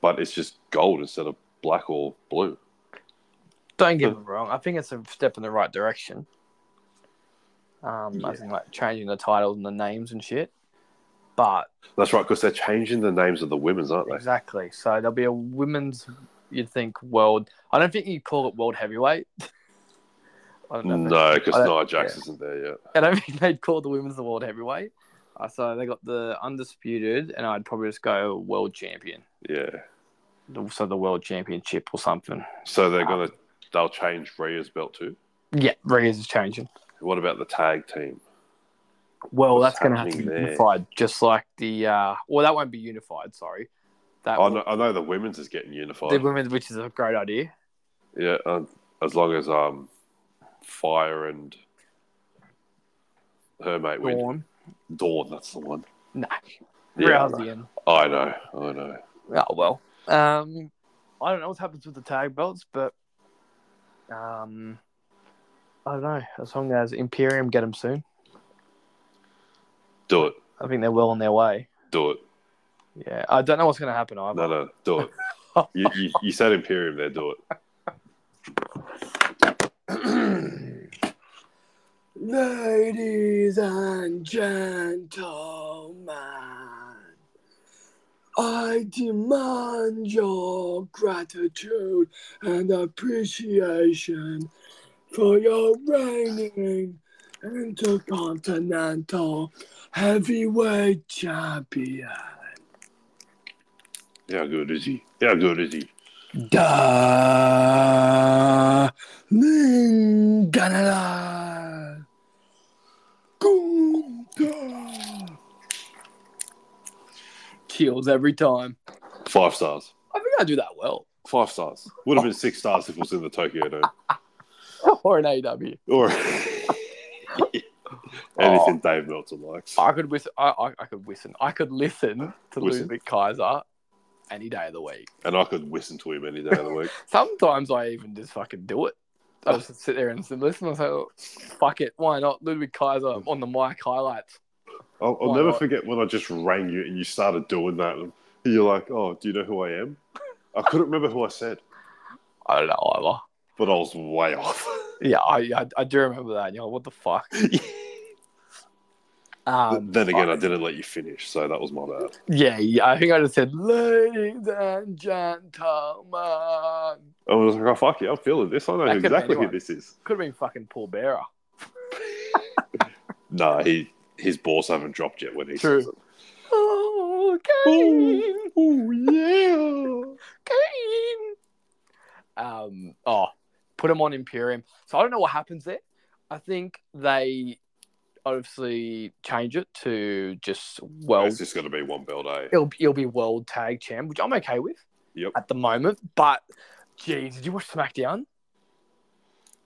But it's just gold instead of black or blue. Don't get me wrong. I think it's a step in the right direction. Um, I think like changing the titles and the names and shit. But That's right, because they're changing the names of the women's, aren't they? exactly, so there'll be a women's. You'd think world. I don't think you call it world heavyweight. [LAUGHS] I don't know. if No, because I- Nia Jax yeah. isn't there yet. I don't think they'd call the women's the world heavyweight. Uh, so they got the undisputed, and I'd probably just go world champion. Yeah. The- So the world championship or something. So they're Ah. gonna they'll change Rhea's belt too. Yeah, Rhea's is changing. What about the tag team? Well, What's that's going to have to be happening there? unified, just like the. Uh, well, that won't be unified. Sorry, that I will- know, I know the women's is getting unified. the women, which is a great idea. Yeah, um, as long as um, Fire and her mate win. Dawn. Dawn, that's the one. no, Yeah, Rousey I know, I know. and oh well. Um, I don't know what happens with the tag belts, but um, I don't know. As long as Imperium get them soon, Do it, I think they're well on their way. do it. Yeah, I don't know what's going to happen either. No, no, do it. you, you, you said Imperium there, do it. [CLEARS THROAT] Ladies and gentlemen, I demand your gratitude and appreciation for your reigning intercontinental heavyweight champion. How good is he? How good is he? Darling Ganala Gunther. Chills every time. Five stars. I think I do that well. Five stars. Would have been six stars if it was in the Tokyo Dome. Or an AW. Or [LAUGHS] anything Dave Meltzer likes. I could listen. I, I, I could listen. I could listen to Listen. Ludwig Kaiser any day of the week. And I could listen to him any day of the week. Sometimes I even just fucking do it. I just sit there and listen. I say, oh, "Fuck it, why not?" Ludwig Kaiser on the mic highlights. I'll, I'll Why never not? forget when I just rang you and you started doing that. And you're like, oh, do you know who I am? I couldn't remember who I said, I don't know either. but I was way off. [LAUGHS] Yeah, I, I, I do remember that. You know what the fuck? Um, then again, I didn't let you finish, so that was my bad. yeah, yeah, I think I just said, ladies and gentlemen. I was like, oh, fuck you, I'm feeling this. I know That could have been exactly who anyone. this is. Could have been fucking Paul Bearer. No, he, his balls haven't dropped yet when he True. says it. Oh, Oh, oh, yeah. [LAUGHS] Um, oh, put him on Imperium. So I don't know what happens there. I think they obviously change it to just Well, world. it's just going to be one belt, eh? it'll, it'll be world tag champ, which I'm okay with. Yep. at the moment. But geez, did you watch SmackDown?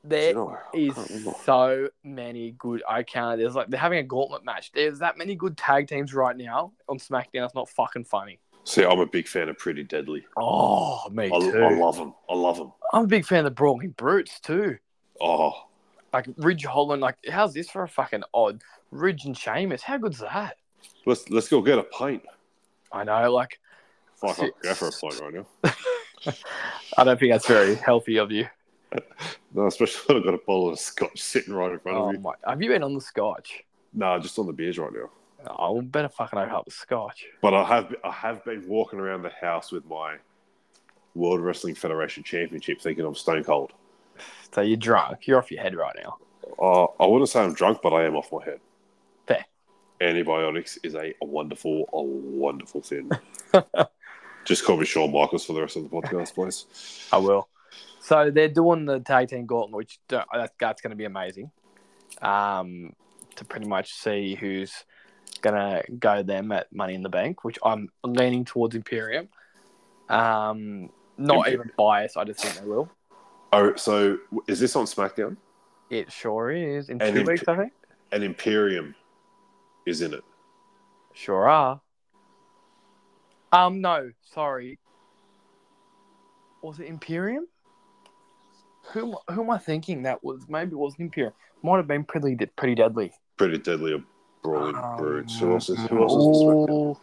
There Do you know what? I is can't remember. so many good. I counted. There's like they're having a gauntlet match. There's that many good tag teams right now on SmackDown. It's not fucking funny. See, I'm a big fan of Pretty Deadly. Oh, me I, I love him. I love him. I'm a big fan of the Brawling Brutes too. Oh, Like Ridge Holland. Like how's this for a fucking odd Ridge and Sheamus? How good's that? let's let's go get a pint. I know. Like Fuck, I'll go for a pint right now. I don't think that's very healthy of you. No, especially [LAUGHS] when I've got a bottle of scotch sitting right in front Oh of me. my! Have you been on the Scotch? Nah, just on the beers right now. Oh, better fucking open up the Scotch. But I have I have been walking around the house with my World Wrestling Federation Championship, thinking I'm stone cold. So you're drunk. You're off your head right now. Uh, I wouldn't say I'm drunk, but I am off my head. Fair. Antibiotics is a wonderful, a [LAUGHS] wonderful thing. just call me Shawn Michaels for the rest of the podcast, please. I will. So they're doing the tag team gauntlet, which don't, that's, that's going to be amazing. Um, to pretty much see who's going to go them at Money in the Bank, which I'm leaning towards Imperium. Um, not Imper- even biased. I just think they will. Oh, so is this on SmackDown? It sure is in And two Imp- weeks, I think. And Imperium is in it. Sure are. Um, no, sorry. Was it Imperium? Who am- who am I thinking that was? Maybe it wasn't Imperium. Might have been pretty De- pretty deadly. Pretty deadly of brawling brutes. Who Um, else is who else is on SmackDown? ooh,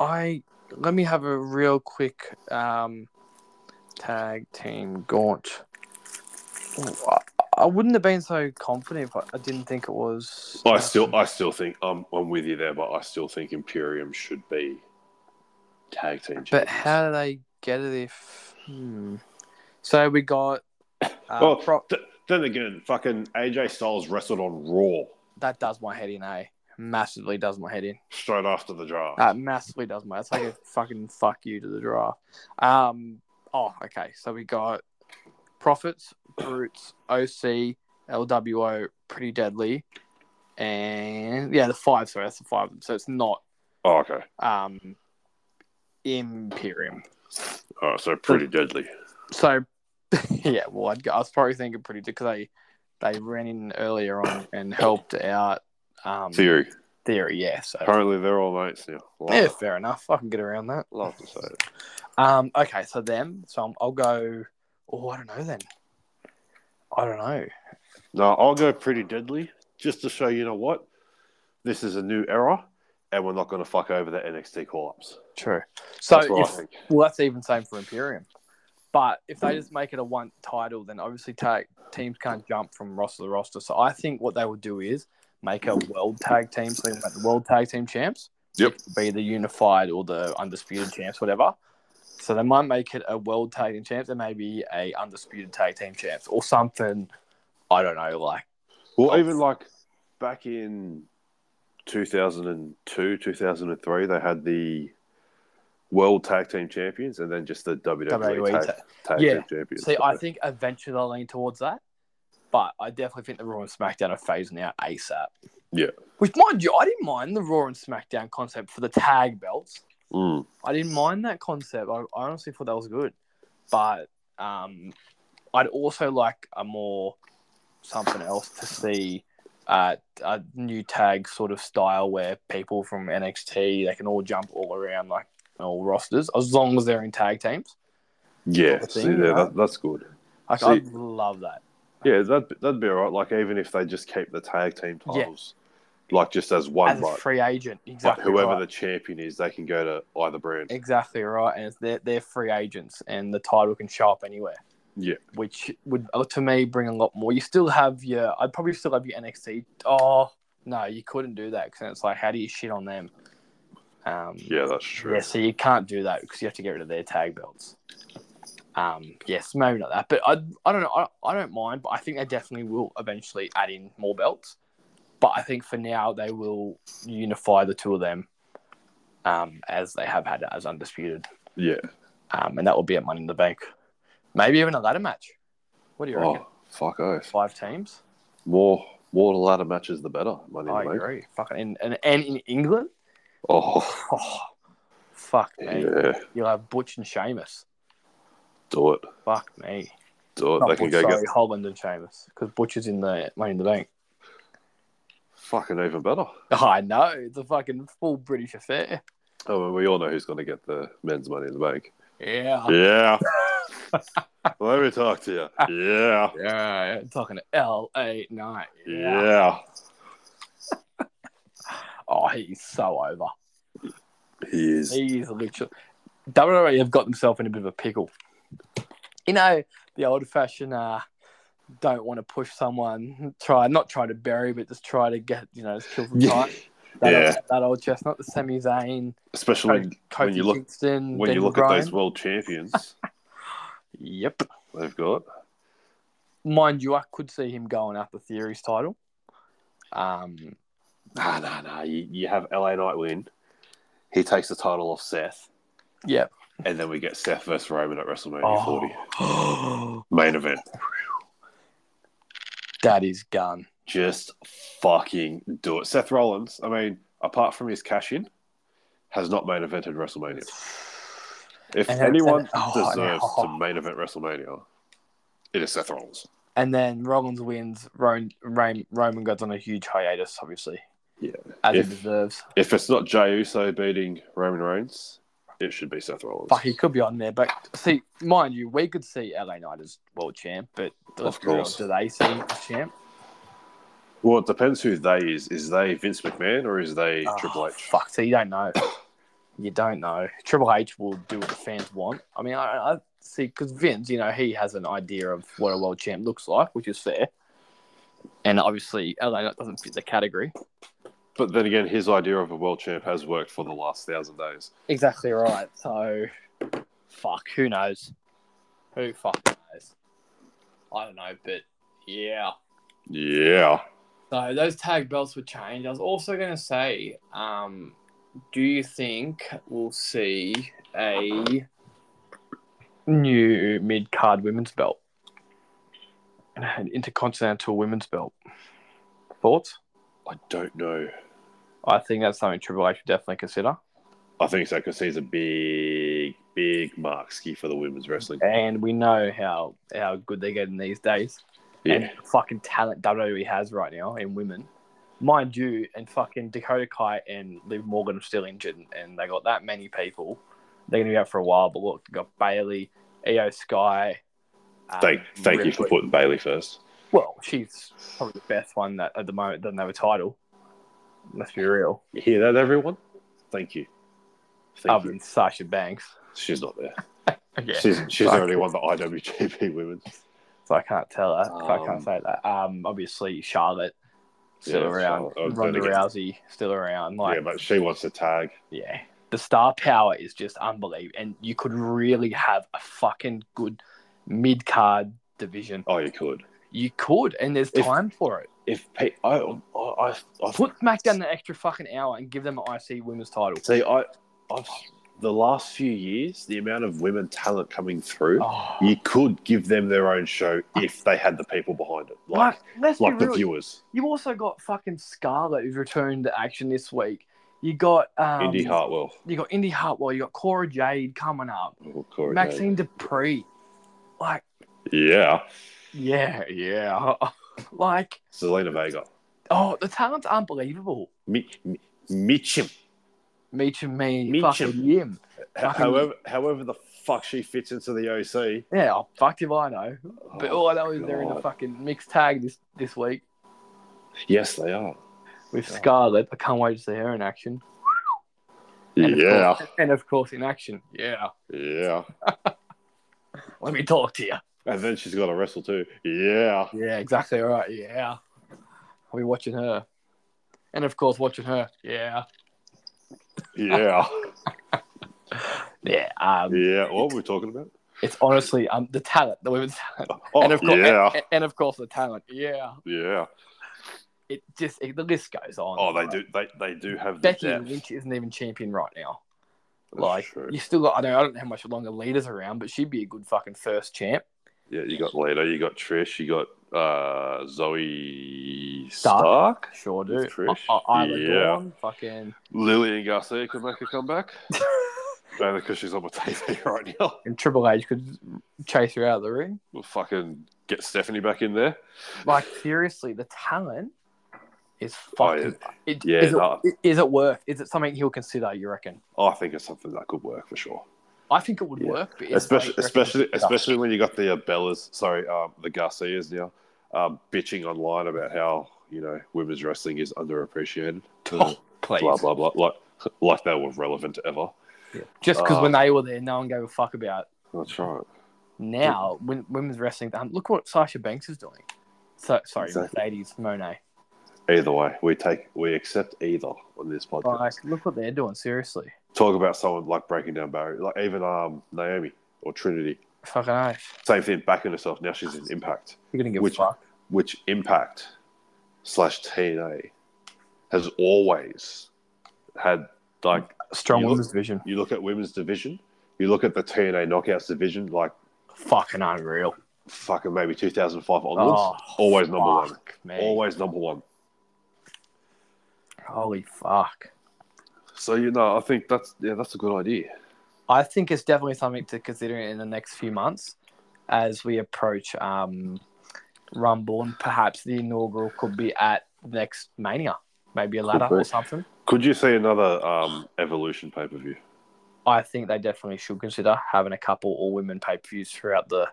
I let me have a real quick um, tag team gaunt. Ooh, I, I wouldn't have been so confident if I, I didn't think it was. I still, I still think I'm, I'm with you there, but I still think Imperium should be tag team. But champions. how do they get it if? Hmm. So we got. [COUGHS] Uh, Well, pro- th- then again, fucking AJ Styles wrestled on Raw that does my head in, eh? Massively does my head in. straight after the draft. That massively does my. It's like a fucking fuck you to the draft. Um. Oh, okay. So we got profits, brutes, OC, LWO, pretty deadly, and yeah, the five. Sorry, that's the five. So it's not oh, okay. um Imperium. All right, so pretty deadly. So [LAUGHS] yeah, well, I'd, go- I was probably thinking pretty because they they ran in earlier on and helped out um, Theory. theory. Yeah. So Apparently, they're all mates now. Love, yeah, it. fair enough. I can get around that. Love to say it. Um, okay, so them. So I'm, I'll go. Oh, I don't know then. I don't know. No, I'll go pretty deadly just to show you know what this is a new era, and we're not going to fuck over the NXT call ups. True. So That's what if- I think. well, that's even same for Imperium. But if they just make it a one title, then obviously tag teams can't jump from roster to roster. So I think what they would do is make a world tag team, so like the world tag team champs. Yep. which would Be the unified or the undisputed champs, whatever. So they might make it a world tag team champs and maybe a undisputed tag team champs or something. I don't know, like. Well, even like back in 2002, 2003, they had the World Tag Team Champions and then just the WWE, WWE Tag, E tag- tag yeah. Team Champions. See, I think eventually they'll lean towards that, but I definitely think the Raw and SmackDown are phasing out ASAP. Yeah. Which, mind you, I didn't mind the Raw and SmackDown concept for the tag belts. Mm. I didn't mind that concept. I, I honestly thought that was good, but um, I'd also like a more something else to see. Uh, a new tag sort of style where people from NXT they can all jump all around like all rosters as long as they're in tag teams. Yeah, Sort of see, thing, yeah, right? that, that's good. Like See- I love that. Yeah, that that'd be all right. Like even if they just keep the tag team Yeah. titles, like just as one, as like, a free agent. Exactly. like whoever right. the champion is, they can go to either brand. exactly right, and it's, they're they're free agents, and the title can show up anywhere. Yeah. Which would uh, to me bring a lot more. You still have your. I'd probably still have your NXT. Oh no, you couldn't do that because it's like, how do you shit on them? Um, Yeah, that's true. yeah, so you can't do that because you have to get rid of their tag belts. Um, yes, maybe not that, but I, I don't know. I, I don't mind, but I think they definitely will eventually add in more belts. But I think for now they will unify the two of them, um, as they have had it as undisputed, Yeah. um, and that will be at Money in the Bank. Maybe even a ladder match. What do you reckon? Oh, fuck off. Five teams. More more ladder matches the better. Money I to make. agree. Fucking and, and and in England. [SIGHS] Oh Oh, fuck me. yeah, You'll have Butch and Sheamus. do it, Fuck me. do it. Not they can Butch, go sorry, get Holland and Sheamus because Butch is in the Money in the Bank. Oh, fucking even better. I know it's a fucking full British affair. Oh, well, we all know who's going to get the men's money in the bank. Yeah, [LAUGHS] Yeah. Let me talk to you. Yeah. yeah. Talking to L A Knight. Yeah. Oh, he's so over. He is. He's literally WWE have got themselves in a bit of a pickle. You know the old-fashioned uh, don't want to push someone. Try not try to bury, but just try to get you know just kill [LAUGHS] some time. That, Yeah. old, that old chestnut, the Sami Zayn, Especially Cody, when, when you look Kingston, when you Daniel look at Bryan. those world champions Yep. they've got. Mind you, I could see him going after Theory's title. Um, [LAUGHS] Nah, nah, nah. You, you have LA Knight win. He takes the title off Seth, yep. and then we get Seth versus Roman at WrestleMania 40 Oh. main event. [GASPS] that is gun. just fucking do it. Seth Rollins, I mean, apart from his cash in, has not main evented WrestleMania. If And- anyone and- oh, deserves no. to main event WrestleMania, it is Seth Rollins. And then Rollins wins. Roman, Roman goes on a huge hiatus, obviously. Yeah. As If- he deserves. If it's not Jey Uso beating Roman Reigns, it should be Seth Rollins. Fuck, he could be on there. But see, mind you, we could see LA Knight as world champ, but Of do- course. do they see him as champ? Well, it depends who they is. Is they Vince McMahon or is they Oh, Triple H? Fuck, so you don't know. you don't know. Triple H will do what the fans want. I mean, I, I see because Vince, you know, he has an idea of what a world champ looks like, which is fair. and obviously LA Knight doesn't fit the category. But then again, his idea of a world champ has worked for the last thousand days. Exactly right. So, fuck, who knows? Who fucking knows? I don't know, but yeah. Yeah. So those tag belts would change. I was also going to say, um, do you think we'll see a new mid card women's belt? An intercontinental women's belt. Thoughts? I don't know. I think that's something Triple H should definitely consider. I think so because he's a big, big mark ski for the women's wrestling. And we know how, how good they're getting these days. and Yeah. fucking talent WWE has right now in women. Mind you, and fucking Dakota Kai and Liv Morgan are still injured, and they got that many people. They're going to be out for a while, but look, they got Bailey, EO Sky. um, Thank, thank you for Ripley. putting Bailey first. Well, she's probably the best one that at the moment doesn't have a title. Let's be real. You hear that, everyone? Thank you. Thank Other you. than Sasha Banks. She's not there. Yeah. She's she's Fuck. already won the IWGP Women's. So I can't tell that. so I Um, can't say that. Um, obviously Charlotte still Yeah, around. Charlotte. I was Ronda gonna get- Rousey still around. Like, yeah, but she wants to tag. yeah, the star power is just unbelievable, and you could really have a fucking good mid card division. Oh, you could. You could, and there's If- time for it. If Pe- I, I, I, I Put SmackDown the extra fucking hour and give them an IC Women's title. see. I, I've the last few years, the amount of women talent coming through, Oh, you could give them their own show if they had the people behind it, like like, let's like be the real. viewers. you also got fucking Scarlett who's returned to action this week. You got um, Indy Hartwell, You got Indy Hartwell. You got Cora Jade coming up. oh, Corey Maxine Dupree. Like, Jade. yeah, yeah, yeah. [LAUGHS] like, Selena Vega, oh, the talent's unbelievable. Mi- Mi- Mitchum. Meacham me, Meacham. fucking Yim. Fucking- However, however the fuck she fits into the OC. Yeah, oh, fucked if I know. But all I know is they're in a God. fucking mixed tag this, this week Yes, they are. with God. Scarlett. I can't wait to see her in action. And Of course, and of course, in action. Yeah. yeah. Let me talk to you. And then she's got to wrestle too. Yeah. Yeah, exactly right. Yeah. I'll be watching her. And of course, watching her. Yeah. Yeah. Yeah. Um, yeah. What were we talking about? It's honestly um, the talent, the women's talent. [LAUGHS] Oh, and of course, yeah. and, and of course, the talent. Yeah, yeah. it just it, the list goes on. Oh, they do. They, they do have the Becky depth. Lynch isn't even champion right now. That's like true. you still got. I know I don't know how much longer leaders around, but she'd be a good fucking first champ. Yeah, you got Lita, you got Trish, you got uh, Zoe Stark. Stark, Sure do. With Trish. I, I, Isla Yeah. Dawn, [LAUGHS] fucking Lily and Garcia could make a comeback, and because she's on my [LAUGHS] TV right now, and Triple H could chase her out of the ring. we'll fucking get Stephanie back in there. Like seriously, the talent is Oh, yeah. fucking. it- Yeah, is, it, no. is it worth? Is it something he'll consider? You reckon? I think it's something that could work for sure, I think it would Yeah. work, but is it especially something you reckon especially he'll consider? especially when you got the uh, Bellas, sorry, um, the Garcias now um, bitching online about how you know women's wrestling is underappreciated. [LAUGHS] Oh, please. blah blah blah, like like they were relevant ever. Just because Uh, when they were there, no one gave a fuck about. it. That's right. Now, when, women's wrestling, um, look what Sasha Banks is doing. So, sorry, Exactly. ladies, Monet. Either way, we take we accept either on this podcast. Like, look what they're doing. Seriously, Talk about someone like breaking down barriers, like even um Naomi or Trinity. fucking oath. Same thing, backing herself. Now she's in Impact, You're gonna give Which- a fuck. which Impact slash TNA has always had like Strong you women's division. you look at women's division, you look at the TNA Knockouts division, like Fucking unreal. fucking maybe 2005 Oh, onwards, Oh, always number one, fuck me. always number one. Holy fuck! So you know, I think that's yeah, that's a good idea. I think it's definitely something to consider in the next few months as we approach um, Rumble, and perhaps the inaugural could be at next Mania, maybe a ladder be. or something. Could you see another um, Evolution pay per view? I think they definitely should consider having a couple all women pay per views throughout the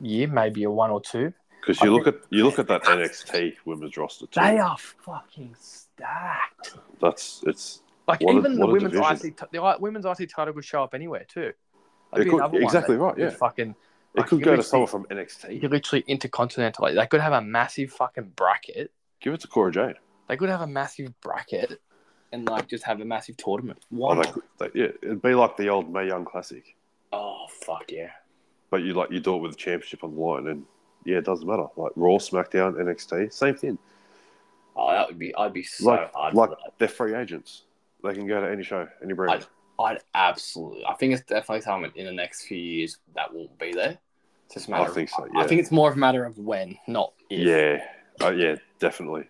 year, maybe a one or two. Because I you look at you look at that NXT women's roster too. They are fucking stacked. That's it's Like What a- even the what a women's division. IC, t- the I- women's IC title could show up anywhere too. it That'd be could- another one exactly that right. could Yeah, Fucking It Like, could you go to literally- someone from You're NXT. literally intercontinental. Like, they could have a massive fucking bracket. Give it to Cora Jade. They could have a massive bracket and like just have a massive tournament. Or One. like, like, yeah, it'd be like the old May Young Classic, oh fuck yeah. but you like you do it with the championship on the line, and yeah, it doesn't matter. Like Raw, SmackDown, NXT, same thing. Oh, that would be. I'd be so Like, hard. like for that. they're free agents. They can go to any show, any brand. I'd absolutely. I think it's definitely something in the next few years that won't be there. It's just a matter. I think of, so, yeah. I think it's more of a matter of when, not if. yeah, oh yeah, definitely.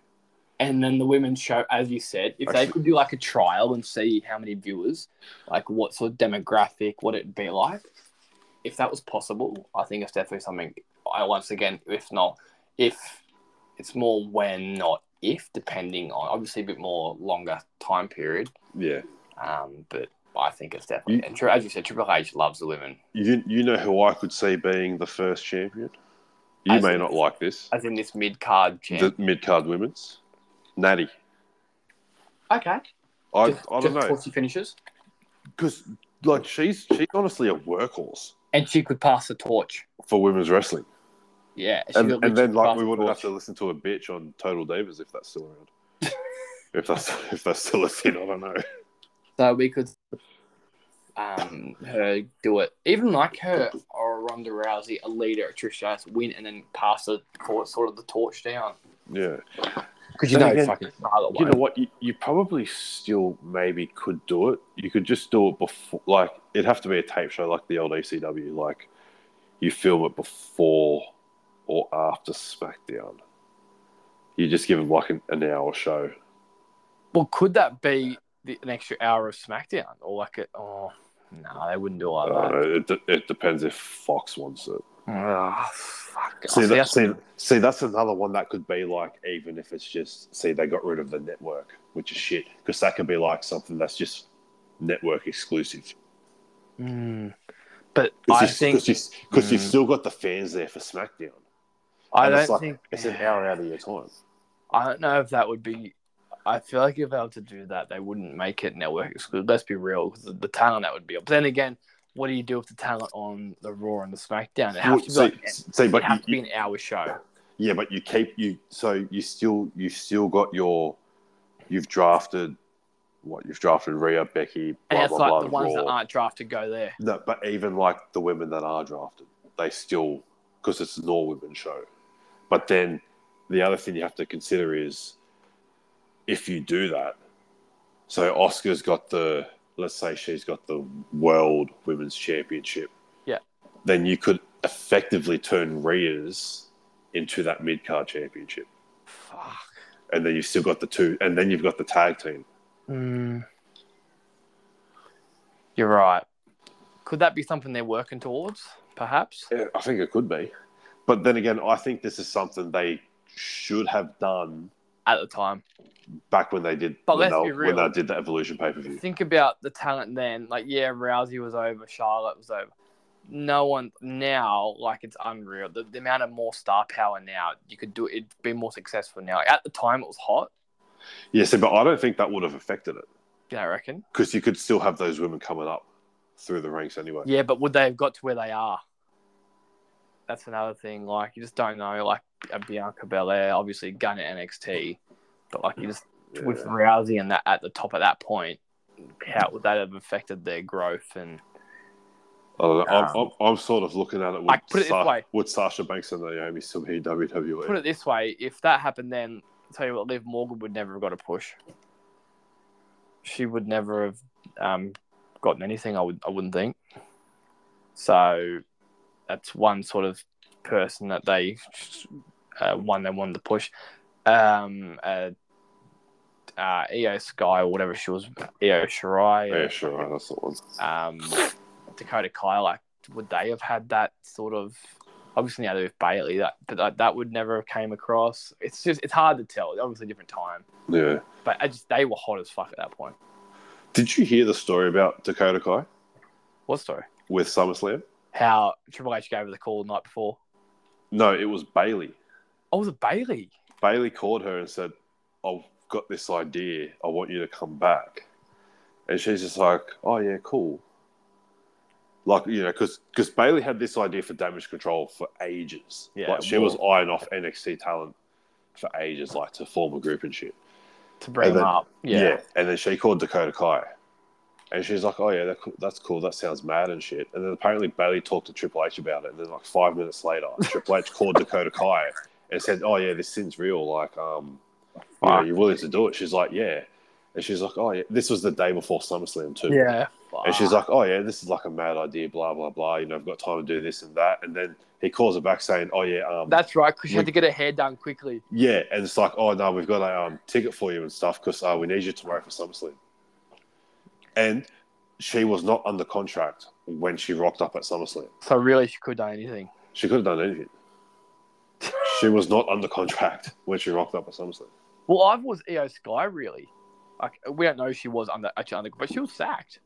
And then the women's show, as you said, if they Actually- could do like a trial and see how many viewers, like what sort of demographic, what it'd be like, if that was possible, I think it's definitely something. I once again, if not, if it's more when, not if, depending on obviously a bit more longer time period. Yeah, Um, but I think it's definitely You- and true. As you said, Triple H loves the women, you you know who I could see being the first champion. You As may in- not like this. as in this mid card The champ. mid card women's, Natty. okay, I, just, I don't just know She finishes, because like she's she's honestly a workhorse and she could pass the torch. for women's wrestling. Yeah, she and, could and then literally like pass we the wouldn't have torch. to listen to a bitch on Total Divas if that's still around. [LAUGHS] if that's if that's still a thing, I don't know. So we could um her do it. Even like her or Ronda Rousey, a leader, Trish Stratus win and then pass the tor- sort of the torch down. Yeah, Because you know fucking Charlotte you won't. know what? You, you probably still maybe could do it. You could just do it before, like it'd have to be a tape show like the old ECW. Like you film it before or after SmackDown. You just give them like an, an hour show. Well, could that be the, an extra hour of SmackDown or like a oh no, they wouldn't do it I like that. don't know. Uh, It, de- it depends if Fox wants it. Oh, fuck. See, Oh, that, that's- see, see, that's another one that could be like, even if it's just, see, they got rid of the network, which is shit, because that could be like something that's just network exclusive. Mm. but Because I you, think cause you, 'cause you've Mm. still got the fans there for SmackDown. I and don't it's like- think It's an hour out of your time. I don't know if that would be. I feel like if they were to do that, they wouldn't make it network exclusive. Let's be real, 'cause the, the talent that would be. But then again, what do you do with the talent on the Raw and the SmackDown? It Well, has to be, see, like, it see, but has to you, be an hour show. yeah, but you keep you. So you still you still got your. You've drafted, what you've drafted Rhea, Becky, blah And it's blah like blah. the ones that Raw. aren't drafted go there. No, but even like the women that are drafted, they still because it's an all women show. But then the other thing you have to consider is if you do that, so Oscar's got the let's say she's got the world women's championship. Yeah. Then you could effectively turn Rhea's into that mid card championship. Fuck. And then you've still got the two and then you've got the tag team. Mm. You're right. Could that be something they're working towards? Perhaps. Yeah, I think it could be. But then again, I think this is something they should have done At the time. back when they did But when, let's they, be real. when they did the Evolution pay per view. think about the talent then. Like, yeah, Rousey was over, Charlotte was over. No one now, like, it's unreal. The, the amount of more star power now, you could do it, it'd be more successful now. At the time, it was hot, Yeah, see, but I don't think that would have affected it you know, I reckon. because you could still have those women coming up through the ranks anyway. Yeah, but would they have got to where they are? That's another thing. Like, you just don't know. Like, a Bianca Belair, obviously, gun at NXT, but like, you just, Yeah. with Rousey and that at the top at that point, how would that have affected their growth and I don't know. I'm, Um, I'm, I'm sort of looking at it. With Like, put it this Sa- way. would Sasha Banks and Naomi still be in WWE? put it this way: if that happened, then I'll tell you what, Liv Morgan would never have got a push. She would never have um, gotten anything. I would, I wouldn't think. So that's one sort of person that they uh, one they wanted to push. Um, uh, uh, Io Sky or whatever she was, Io Shirai, yeah, sure, right, that's the one. um, Dakota Kai, like, would they have had that sort of? Obviously, now they're with Bailey, that but that, that would never have came across. It's just it's hard to tell. Obviously, a different time, Yeah. but I just they were hot as fuck at that point. Did you hear the story about Dakota Kai What story? with SummerSlam? How Triple H gave her the call the night before. No, it was Bailey. Oh, was it Bailey? Bailey called her and said, I've got this idea. I want you to come back. And she's just like, Oh, yeah, cool. Like you know, because Bailey had this idea for damage control for ages. Yeah, like she well- was eyeing off NXT talent for ages, like to form a group and shit. to bring And them then- up. Yeah. and then she called Dakota Kai, and she's like, "Oh yeah, that, cool- that's cool. That sounds mad and shit." And then apparently Bailey talked to Triple H about it, and then like five [LAUGHS] minutes later, Triple H called Dakota Kai and said, "Oh yeah, this thing's real. Like, um, you know, Fuck. you're willing to do it?" She's like, "Yeah," and she's like, "Oh yeah." This was the day before SummerSlam too. Yeah. And she's like, "Oh yeah, this is like a mad idea, blah blah blah. You know, I've got time to do this and that." And then he calls her back saying, "Oh yeah, um, That's right, because she had to get her hair done quickly. yeah." And it's like, "Oh no, we've got a um, ticket for you and stuff because uh, we need you tomorrow for SummerSlam." And she was not under contract when she rocked up at SummerSlam. So really, she could do anything. She could have done [LAUGHS] anything. she was not under contract when she rocked up at SummerSlam. Well, I was EO Sky really. Like we don't know if she was under actually under, but she was sacked.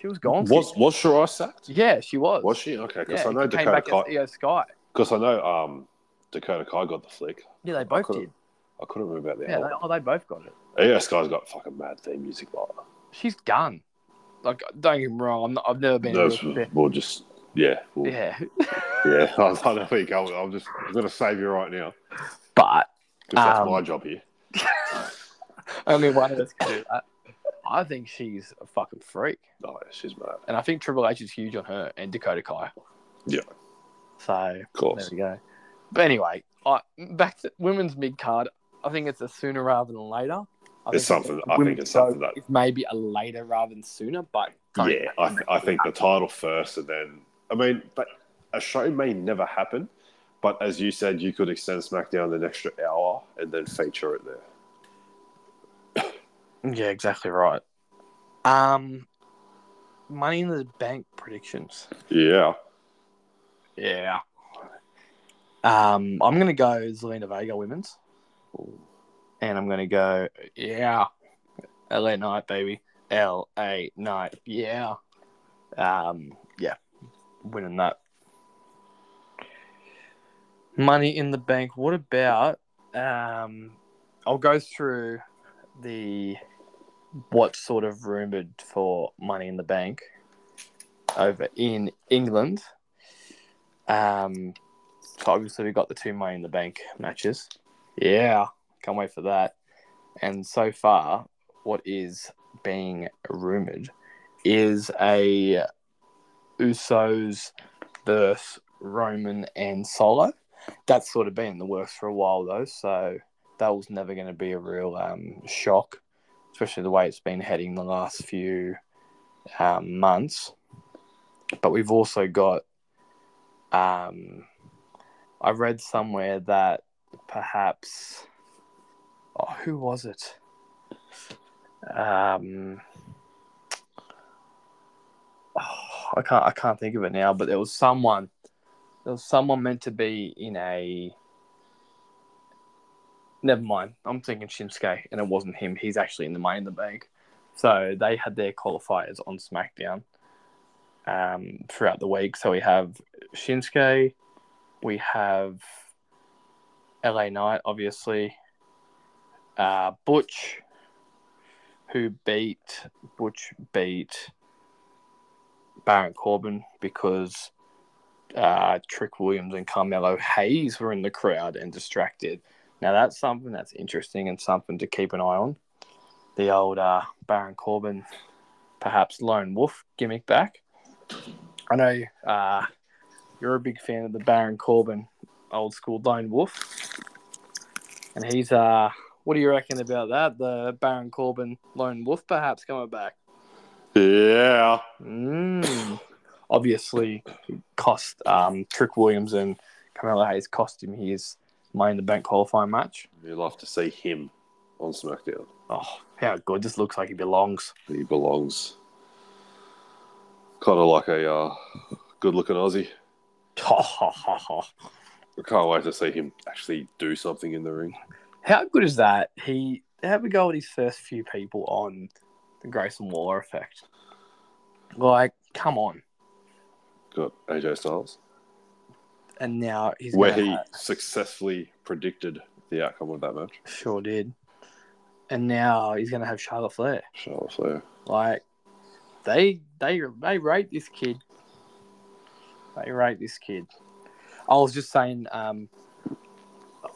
She was gone. Was was Shirai sacked? yeah, she was. Was she okay? Because Yeah, I know she came Dakota back as Kai. EO Sky. Because I know um, Dakota Kai got the flick. Yeah, they both Cool. did. I couldn't remember about the Yeah, other they, oh, they both got it. Yeah, Sky's got fucking mad theme music, but She's done. Like, don't get me wrong. I'm not, I've never been. a Those- real- we'll just yeah, we'll- yeah. yeah, [LAUGHS] I, I know where you're going. I'm just I'm gonna save you right now but because that's Um, my job here. only one of us can do that. I think she's a fucking freak, No, Oh, she's mad. and I think Triple H is huge on her and Dakota Kai. Yeah. So Of There course. we go. But anyway, I, back to women's mid card. I think it's a sooner rather than later. I It's think something- I women's think it's something vote that- is maybe a later rather than sooner, but don't- Yeah, I, th- I think the title first, and then I mean, but a show may never happen. But as you said, you could extend SmackDown an extra hour and then feature it there. yeah, exactly right. Um, Money in the Bank predictions. Yeah, Yeah. Um, I'm gonna go Zelina Vega women's, and I'm gonna go yeah, LA Knight baby, LA Knight yeah, um yeah, winning that. Money in the bank. What about um? I'll go through the what's sort of rumored for Money in the Bank over in England. Um, so obviously we got the two Money in the Bank matches. Yeah, can't wait for that. And so far, what is being rumored is a Usos versus Roman and Solo. That's sort of been in the works for a while though, so that was never going to be a real um, shock, especially the way it's been heading the last few um, months. But we've also got um, I read somewhere that perhaps, oh, who was it? Um, oh, I can't, I can't think of it now. But there was someone, there was someone meant to be in a. Never mind. I'm thinking Shinsuke, and it wasn't him. He's actually in the Money in the Bank. So they had their qualifiers on SmackDown um, throughout the week. So we have Shinsuke. We have LA Knight, obviously. Uh, Butch, who beat Butch beat Baron Corbin because uh, Trick Williams and Carmelo Hayes were in the crowd and distracted. Now that's something that's interesting and something to keep an eye on. The old uh, Baron Corbin, perhaps lone wolf gimmick back. I know uh, you're a big fan of the Baron Corbin, old school lone wolf. And he's uh what do you reckon about that? The Baron Corbin lone wolf perhaps coming back. yeah. Mm. Obviously cost um Trick Williams and Carmelo Hayes cost him his Money in the Bank qualifying match. You love to see him on SmackDown. Oh, how good. This looks like he belongs. [LAUGHS] He belongs. Kind of like a uh, good-looking Aussie. I can't wait to see him actually do something in the ring. How good is that? He had a go at his first few people on the Grayson Waller effect. Like, come on. Got AJ Styles, And now he's where gonna he have- successfully predicted the outcome of that match. sure did. And now he's gonna have Charlotte Flair. Charlotte Flair. Like they they they rate this kid. They rate this kid. I was just saying. Um,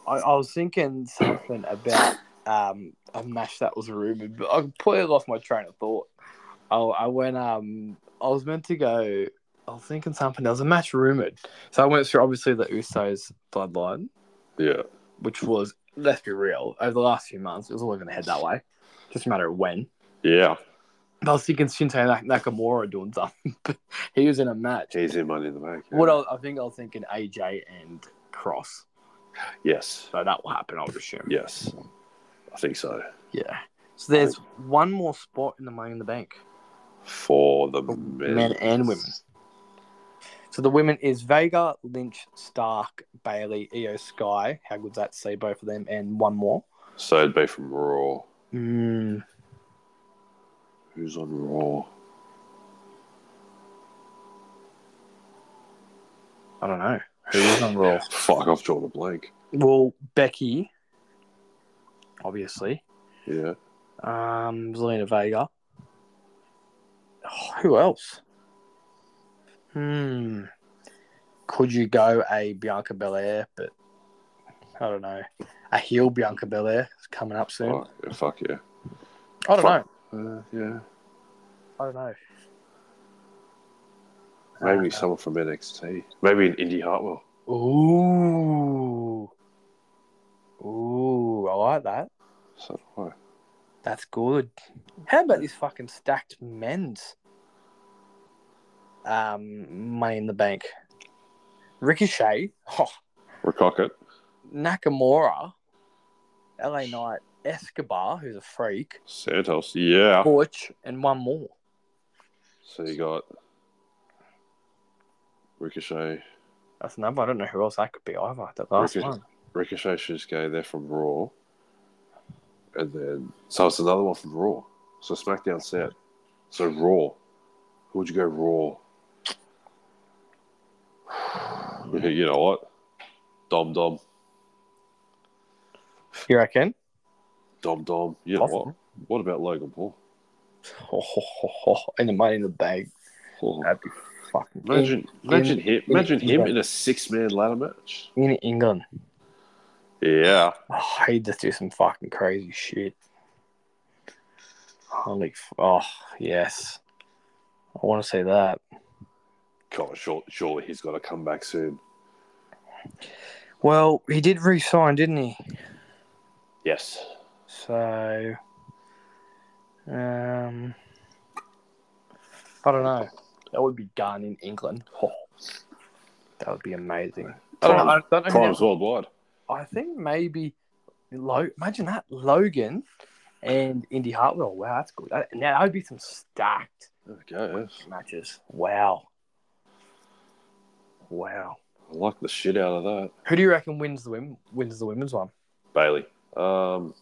I, I was thinking something about um, a match that was rumored, but I completely lost my train of thought. I, I went. Um, I was meant to go. I was thinking something. There was a match rumored, so I went through obviously the Usos bloodline, Yeah. which was let's be real. Over the last few months, it was always going to head that way. Just a matter of when. Yeah. I was thinking Shinto Nak- Nakamura doing something, [LAUGHS] but he was in a match. He's in Money in the Bank. yeah. What I, I think I was thinking AJ and Cross, Yes. so that will happen. I would assume. Yes. I think so. Yeah. So there's one more spot in the Money in the Bank, For the men, men and women. So the women is Vega, Lynch, Stark, Bailey, Io Sky. How good's that to see both of them and one more? So it'd be from Raw. Mm, Who's on Raw? I don't know. Who is on Raw? Fuck, I've drawn a blank. Well, Becky, obviously. Yeah. Um, Zelina Vega. Oh, who else? Hmm. Could you go a Bianca Belair? But I don't know. A heel Bianca Belair is coming up soon. Fuck, yeah, fuck yeah. I don't fuck. Uh, yeah. know. I don't know. Maybe Uh, someone from NXT. Maybe an Indy Hartwell. Ooh. Ooh, I like that. So, why? That's good. How about this fucking stacked men's um money in the bank? Ricochet. Oh, Recocket. Nakamura, LA Knight, Escobar, who's a freak, Santos. Oh. Yeah. Butch, and one more. So you got Ricochet. That's another. I don't know who else that could be either. That last Ricochet. one. Ricochet Shinsuke, they're from Raw. And then, so it's another one from Raw. So SmackDown set. So Raw. Who would you go Raw? [SIGHS] you know what? Dom Dom. You reckon? Dom Dom. You know what? What about Logan Paul? Oh, And the money in the bank. That'd be fucking Imagine, imagine him, in- imagine him in- in a six-man ladder match. in, in England. Yeah, Oh, he'd just do some fucking crazy shit. Holy, f- oh yes, I want to see that. God, surely, surely he's got to come back soon. Well, he did re-sign, didn't he? Yes, So, um, I don't know. That would be done in England. Oh, [LAUGHS] that would be amazing. I, don't know, I, don't know who Crimes worldwide. that- I think maybe, Lo- imagine that Logan and Indy Hartwell. Wow, that's good. That, now that would be some stacked Okay, yes. matches. Wow, wow. I like the shit out of that. Who do you reckon wins the women? Wins the women's one? Bailey. [LAUGHS] Um,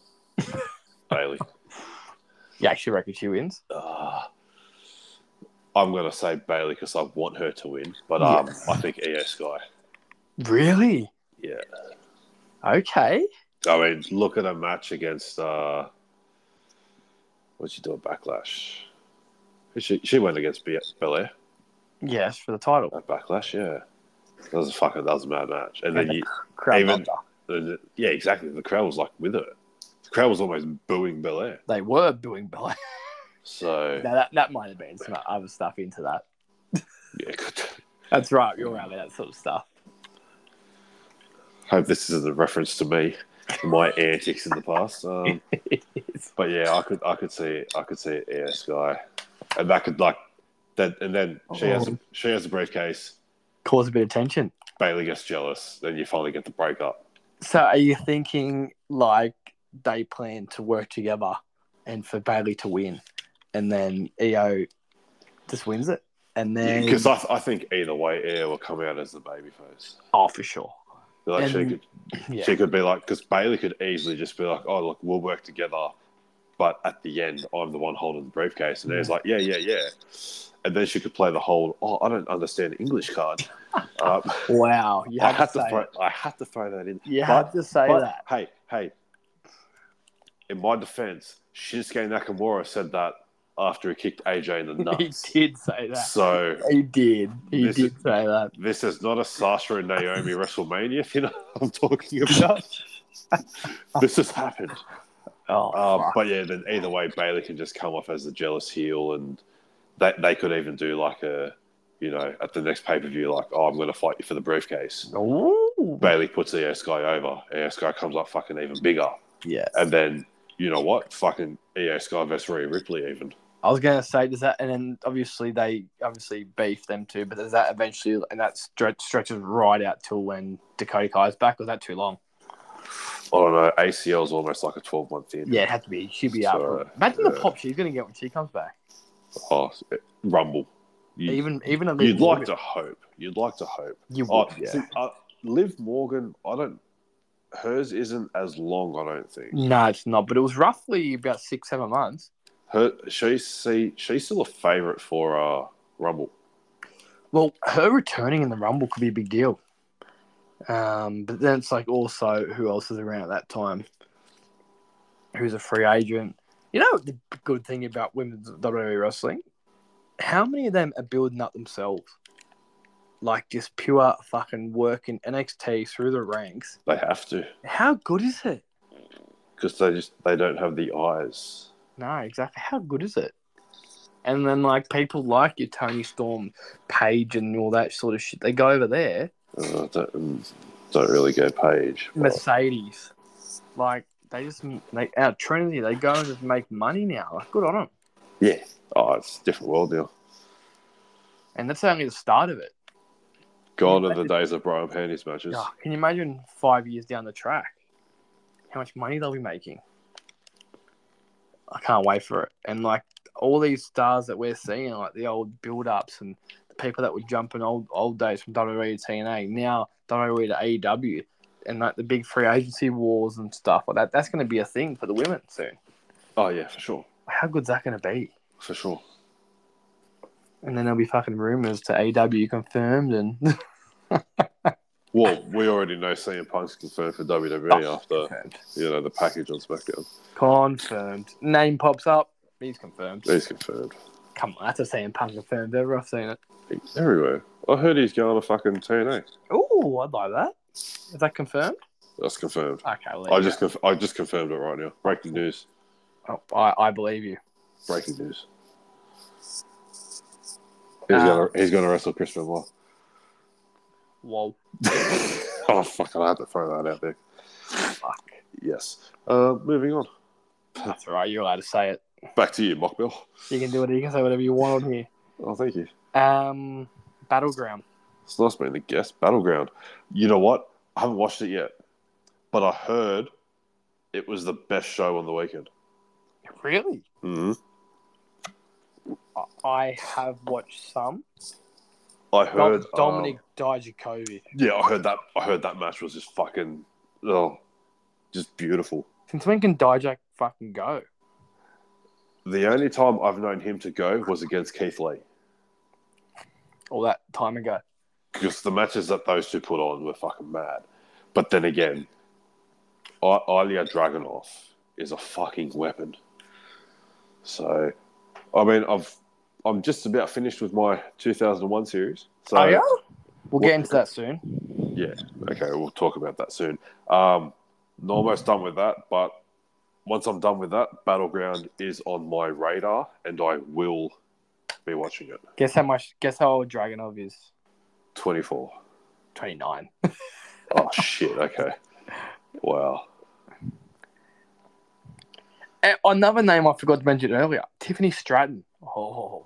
Bailey. You actually reckon she wins? Ah. I'm gonna say Bailey because I want her to win, but um, Yes. I think EO Sky. Really? Yeah, Okay. I mean, look at a match against. uh What'd she do at Backlash? She she went against Be- Belair. Yes, for the title. At Backlash, yeah. That was a fucking that was a mad match. And And then you, Crowd Even- loved her. the- yeah, exactly. The crowd was like with her. The crowd was almost booing Belair. they were booing Belair. So [LAUGHS] now that, that might have been some other stuff into that. yeah, [LAUGHS] good. That's right, you're right with that sort of stuff. hope this isn't a reference to me, my [LAUGHS] antics in the past. Um, but yeah, I could I could see I could see yeah, Sky, and that could like that, and then she has a, she has a briefcase. Cause a bit of tension. Bailey gets jealous. Then you finally get the breakup. So are you thinking like they plan to work together and for Bailey to win and then EO just wins it? And then Because I, I think either way, Air will come out as the baby face. Oh for sure. Like she And- could Yeah. She could be like, because Bailey could easily just be like, oh, look, we'll work together. But at the end, I'm the one holding the briefcase. And Mm. there's like, yeah, yeah, yeah. And then she could play the whole, oh, I don't understand English card. [LAUGHS] Um, Wow. You I, had, had to, to say, throw, I had to throw that in. you But- had to say but, that. Hey, hey, in my defense, Shinsuke Nakamura said that after he kicked AJ in the [LAUGHS] he nuts. did say that. so He did. He This did is- say that. this is not a Sasha [LAUGHS] and Naomi WrestleMania thing I'm talking about. this has happened. Oh, Um, fuck. but yeah, then either way, Bailey can just come off as a jealous heel, and they they could even do like a, you know, at the next pay per view, like, oh, I'm going to fight you for the briefcase. Ooh. Bailey puts the ES guy over. ES guy comes up fucking even bigger, Yes. and then you know what? Fucking ES guy versus Rhea Ripley even. I was gonna say, does that, and then obviously they obviously beef them too, but does that eventually, and that stre- stretches right out till when Dakota Kai's back? Was that too long? I don't know. ACL is almost like a 12 month thing. Yeah, it had to be. She'd be out. for it. So, Imagine the yeah. pop she's gonna get when she comes back. Oh, Rumble. You, Even even a little you'd like to hope. You'd like to hope. You would, Oh, yeah. see, uh, Liv Morgan, I don't. Hers isn't as long, I don't think. No, it's not. But it was roughly about six, seven months. Her, she's see, she's still a favorite for uh, Rumble. Well, her returning in the Rumble could be a big deal. Um, but then it's like also who else is around at that time? Who's a free agent? You know the good thing about women's WWE wrestling? How many of them are building up themselves? Like just pure fucking work in NXT through the ranks. They have to How good is it? because they just they don't have the eyes. No, exactly. How good is it? And then like people like your Tony Storm, Page, and all that sort of shit. They go over there. Uh, don't, mm, don't really go page. Mercedes, like they just they out of Trinity. They go and just make money now. Like good on them. Yeah. Oh, it's a different world now. And that's only the start of it. Gone are the days of Brian Pandy's matches. Oh, can you imagine five years down the track, how much money they'll be making? I can't wait for it. And like all these stars that we're seeing, like the old build-ups and the people that were jumping old old days from E WWE to TNA, now E WWE to AEW, and like the big free agency wars and stuff like that. That's going to be a thing for the women soon. Oh yeah, for sure, How good's that going to be? for sure. And then there'll be fucking rumors to AW confirmed, and [LAUGHS] Well, we already know CM Punk's confirmed for WWE after you know the package on SmackDown. confirmed. Name pops up. He's confirmed. He's confirmed Come on, that's a CM Punk confirmed ever. I've seen it. He's everywhere. I heard he's going to fucking TNA. Ooh, I'd like that. Is that confirmed? That's confirmed. Okay, well, there I you just conf- I just confirmed it right now. Breaking news. go. Oh, I, I believe you. Breaking news. He's Uh, gonna he's gonna wrestle Chris Benoit. [LAUGHS] Whoa, oh fuck! I had to throw that out there. fuck. Yes. Uh, moving on. That's all right. You're allowed to say it. Back to you, Mock Bill. You can do it. You can say whatever you want on here. Oh, thank you. Um, battleground. It's nice being the guest. Battleground. You know what? I haven't watched it yet, but I heard it was the best show on the weekend. Really? hmm I- I have watched some. I Dom- heard Dominic um, Dijakovic. yeah, I heard that. I heard that match was just fucking oh, just beautiful. Since when can Dijak fucking go? The only time I've known him to go was against Keith Lee All that time ago. because the matches that those two put on were fucking mad. But then again, I- Ilya Dragunov is a fucking weapon. So, I mean, I've I'm just about finished with my 2001 series. So Oh, yeah? We'll What- get into that soon. Yeah. Okay, we'll talk about that soon. Um, I'm almost done with that, but once I'm done with that, Battleground is on my radar, and I will be watching it. Guess how much? Guess how old Dragonov is? 24. Twenty nine. Oh shit! Okay. Wow. Another name I forgot to mention earlier: Tiffany Stratton. Oh,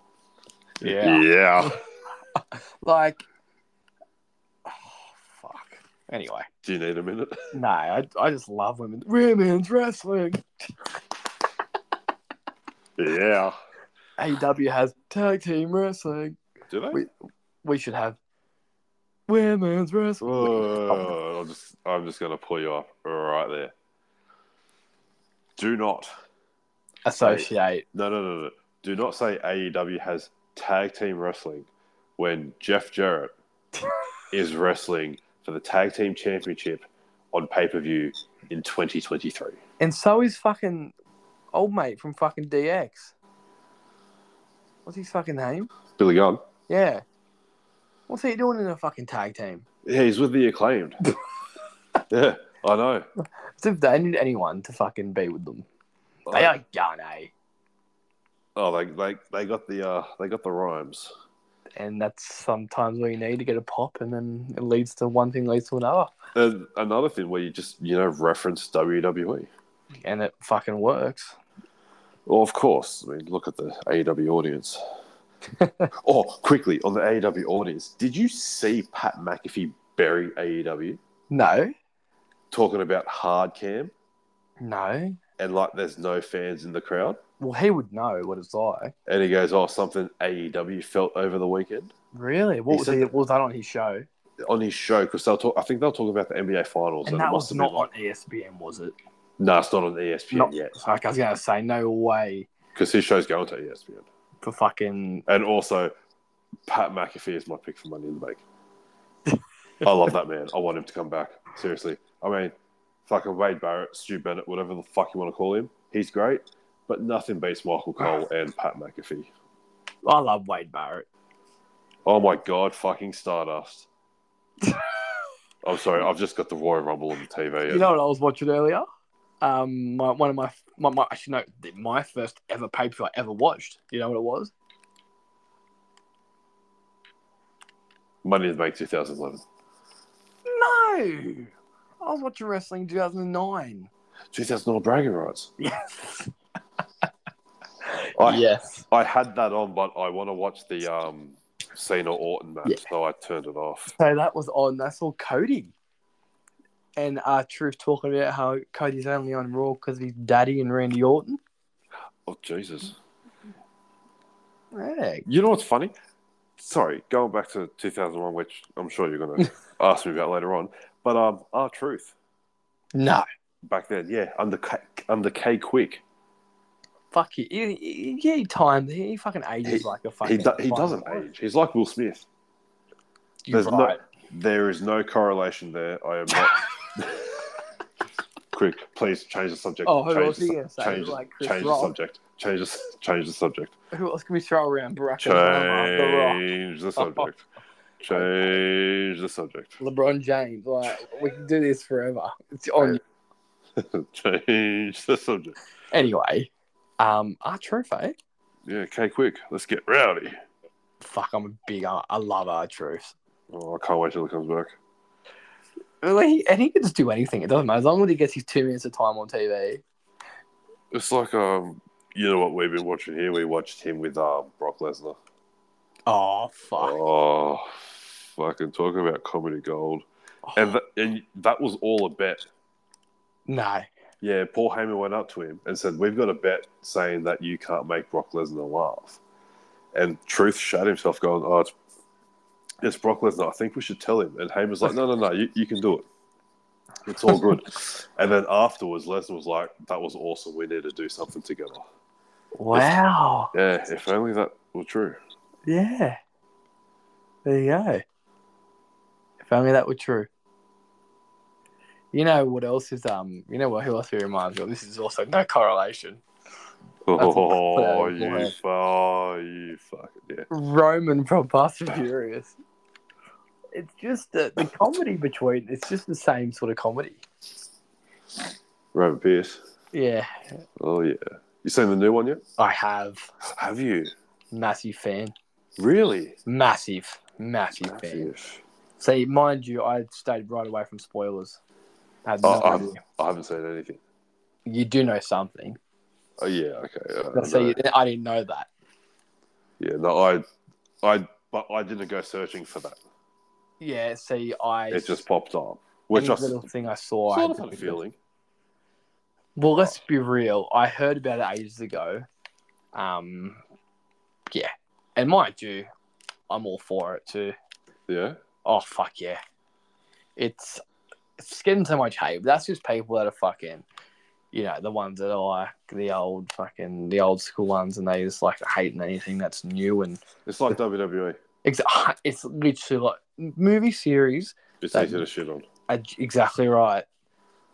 Yeah. Yeah. like, [SIGHS] oh, fuck. Anyway, Do you need a minute? [LAUGHS] no, I, I just love women women's wrestling. Yeah. AEW E has tag team wrestling. Do they? We- We should have women's wrestling. Whoa, Oh, I'll just, I'm just going to pull you up right there. Do not. Associate. No, no, no, no. Do not say AEW has tag team wrestling when Jeff [LAUGHS] Jarrett is wrestling for the tag team championship on pay per view in 2023. And so is fucking old mate from fucking DX. What's his fucking name? Billy Gunn. Yeah. What's he doing in a fucking tag team? Yeah, he's with the [LAUGHS] acclaimed. yeah, I know. As if they need anyone to fucking be with them. They are gone, eh? oh, they, they they got the uh they got the rhymes. And that's sometimes what you need to get a pop, and then it leads to one thing leads to another, And another thing where you just you know reference WWE. and it fucking works. Well, of course. I mean, look at the AEW audience. oh, quickly on the AEW audience, did you see Pat McAfee bury AEW No, talking about hard cam no. and like there's no fans in the crowd? Well, he would know what it's like. And he goes, "Oh, something AEW felt over the weekend Really? What He was, said he, that- what was that on his show? on his show because they'll talk. I think they'll talk about the NBA finals. And it that was must have not been like- on E ESPN, was it? No, it's not on E ESPN Not- yet Like I was gonna say, no way because his show's going to E ESPN. for fucking. And also, Pat McAfee is my pick for Money in the Bank. I love that man. I want him to come back. Seriously. I mean, fucking Wade Barrett, Stu Bennett, whatever the fuck you want to call him. He's great, but nothing beats Michael [LAUGHS] Cole and Pat McAfee. I love Wade Barrett. Oh my God, [LAUGHS] fucking Stardust. I'm sorry. I've just got the Royal Rumble on the TV. You know what I was watching earlier? Um, my, one of my, my, my actually no, the- my first ever pay per view I ever watched. You know what it was? Money in the Bank 2011. No, I was watching wrestling in 2009. 2009 bragging rights. [LAUGHS] Yes. I, yes. I had that on, but I want to watch the um, Cena Orton match, so I turned it off. So that was on. That's all Cody. And uh, Truth talking about how Cody's only on Raw because of his daddy and Randy Orton. Oh, Jesus. Yeah. You know what's funny? Sorry, going back to 2001, which I'm sure [LAUGHS] you're going to ask me about later on. But um, our truth No. back then, yeah, under K, under K Quick, Fuck you. He, he, he- he timed. He, he fucking ages He- like a fucking. he do, he doesn't age. He's like Will Smith. You're There's no- right. There is no correlation there. I am not. [LAUGHS] Quick, please change the subject. Oh, who change else the are you su- gonna say? Change, Like Chris change the Rock? subject. Change the, s- change the subject. Who else can we throw around? Barack Obama, The Rock, Change [LAUGHS] the subject. Change the subject. [LAUGHS] LeBron James. Like we can do this forever. It's on. Change the subject. Anyway, um, our truth, eh? Yeah, K Quick, let's get rowdy. Fuck, I'm a big. uh, I I love our truth. Oh, I can't wait till it comes back. Like, he- and he can just do anything. It doesn't matter as long as he gets his two minutes of time on TV. It's like um, you know what we've been watching here. We watched him with um Brock Lesnar. Oh fuck! Oh, fucking talk about comedy gold. Oh, And that, and that was all a bet. no, Yeah, Paul Heyman went up to him and said, "We've got a bet saying that you can't make Brock Lesnar laugh." And Truth shut himself, going, "Oh, it's, it's Brock Lesnar. I think we should tell him." And Heyman's like, "No, no, no. You, you can do it. It's all [LAUGHS] good." and then afterwards, Lesnar was like, "That was awesome. We need to do something together." wow, Yeah, if only that were true. yeah. There you go. If only that were true. You know what else is um? You know what? Who else he reminds me of? This is also no correlation. Oh, [LAUGHS] that's you, boy. fu- oh, you fucking yeah. Roman from Fast and Furious. It's just the, the comedy between. It's just the same sort of comedy. Roman Pierce. Yeah, Oh yeah. You seen the new one yet? I have Have you massive fan, really? massive, massive fan. See, mind you, I stayed right away from spoilers. I had no Oh, I'm- idea. I haven't seen anything. You do know something. Oh yeah, okay. Uh, So no. you, I didn't know that. Yeah, no, I, I, but I didn't go searching for that. Yeah. See, I It just popped up, any which I s- little thing I saw. I sort of had had a to- feeling. Well, let's be real. I heard about it ages ago. Um, yeah, and mind you, I'm all for it too. Yeah, Oh fuck yeah, it's it's getting so much hate. But that's just people that are fucking, you know, the ones that are like the old fucking the old school ones, and they just like hating anything that's new and it's like E. WWE. it's, [LAUGHS] it's literally like movie series. It's That- easy to shit on. are Exactly right.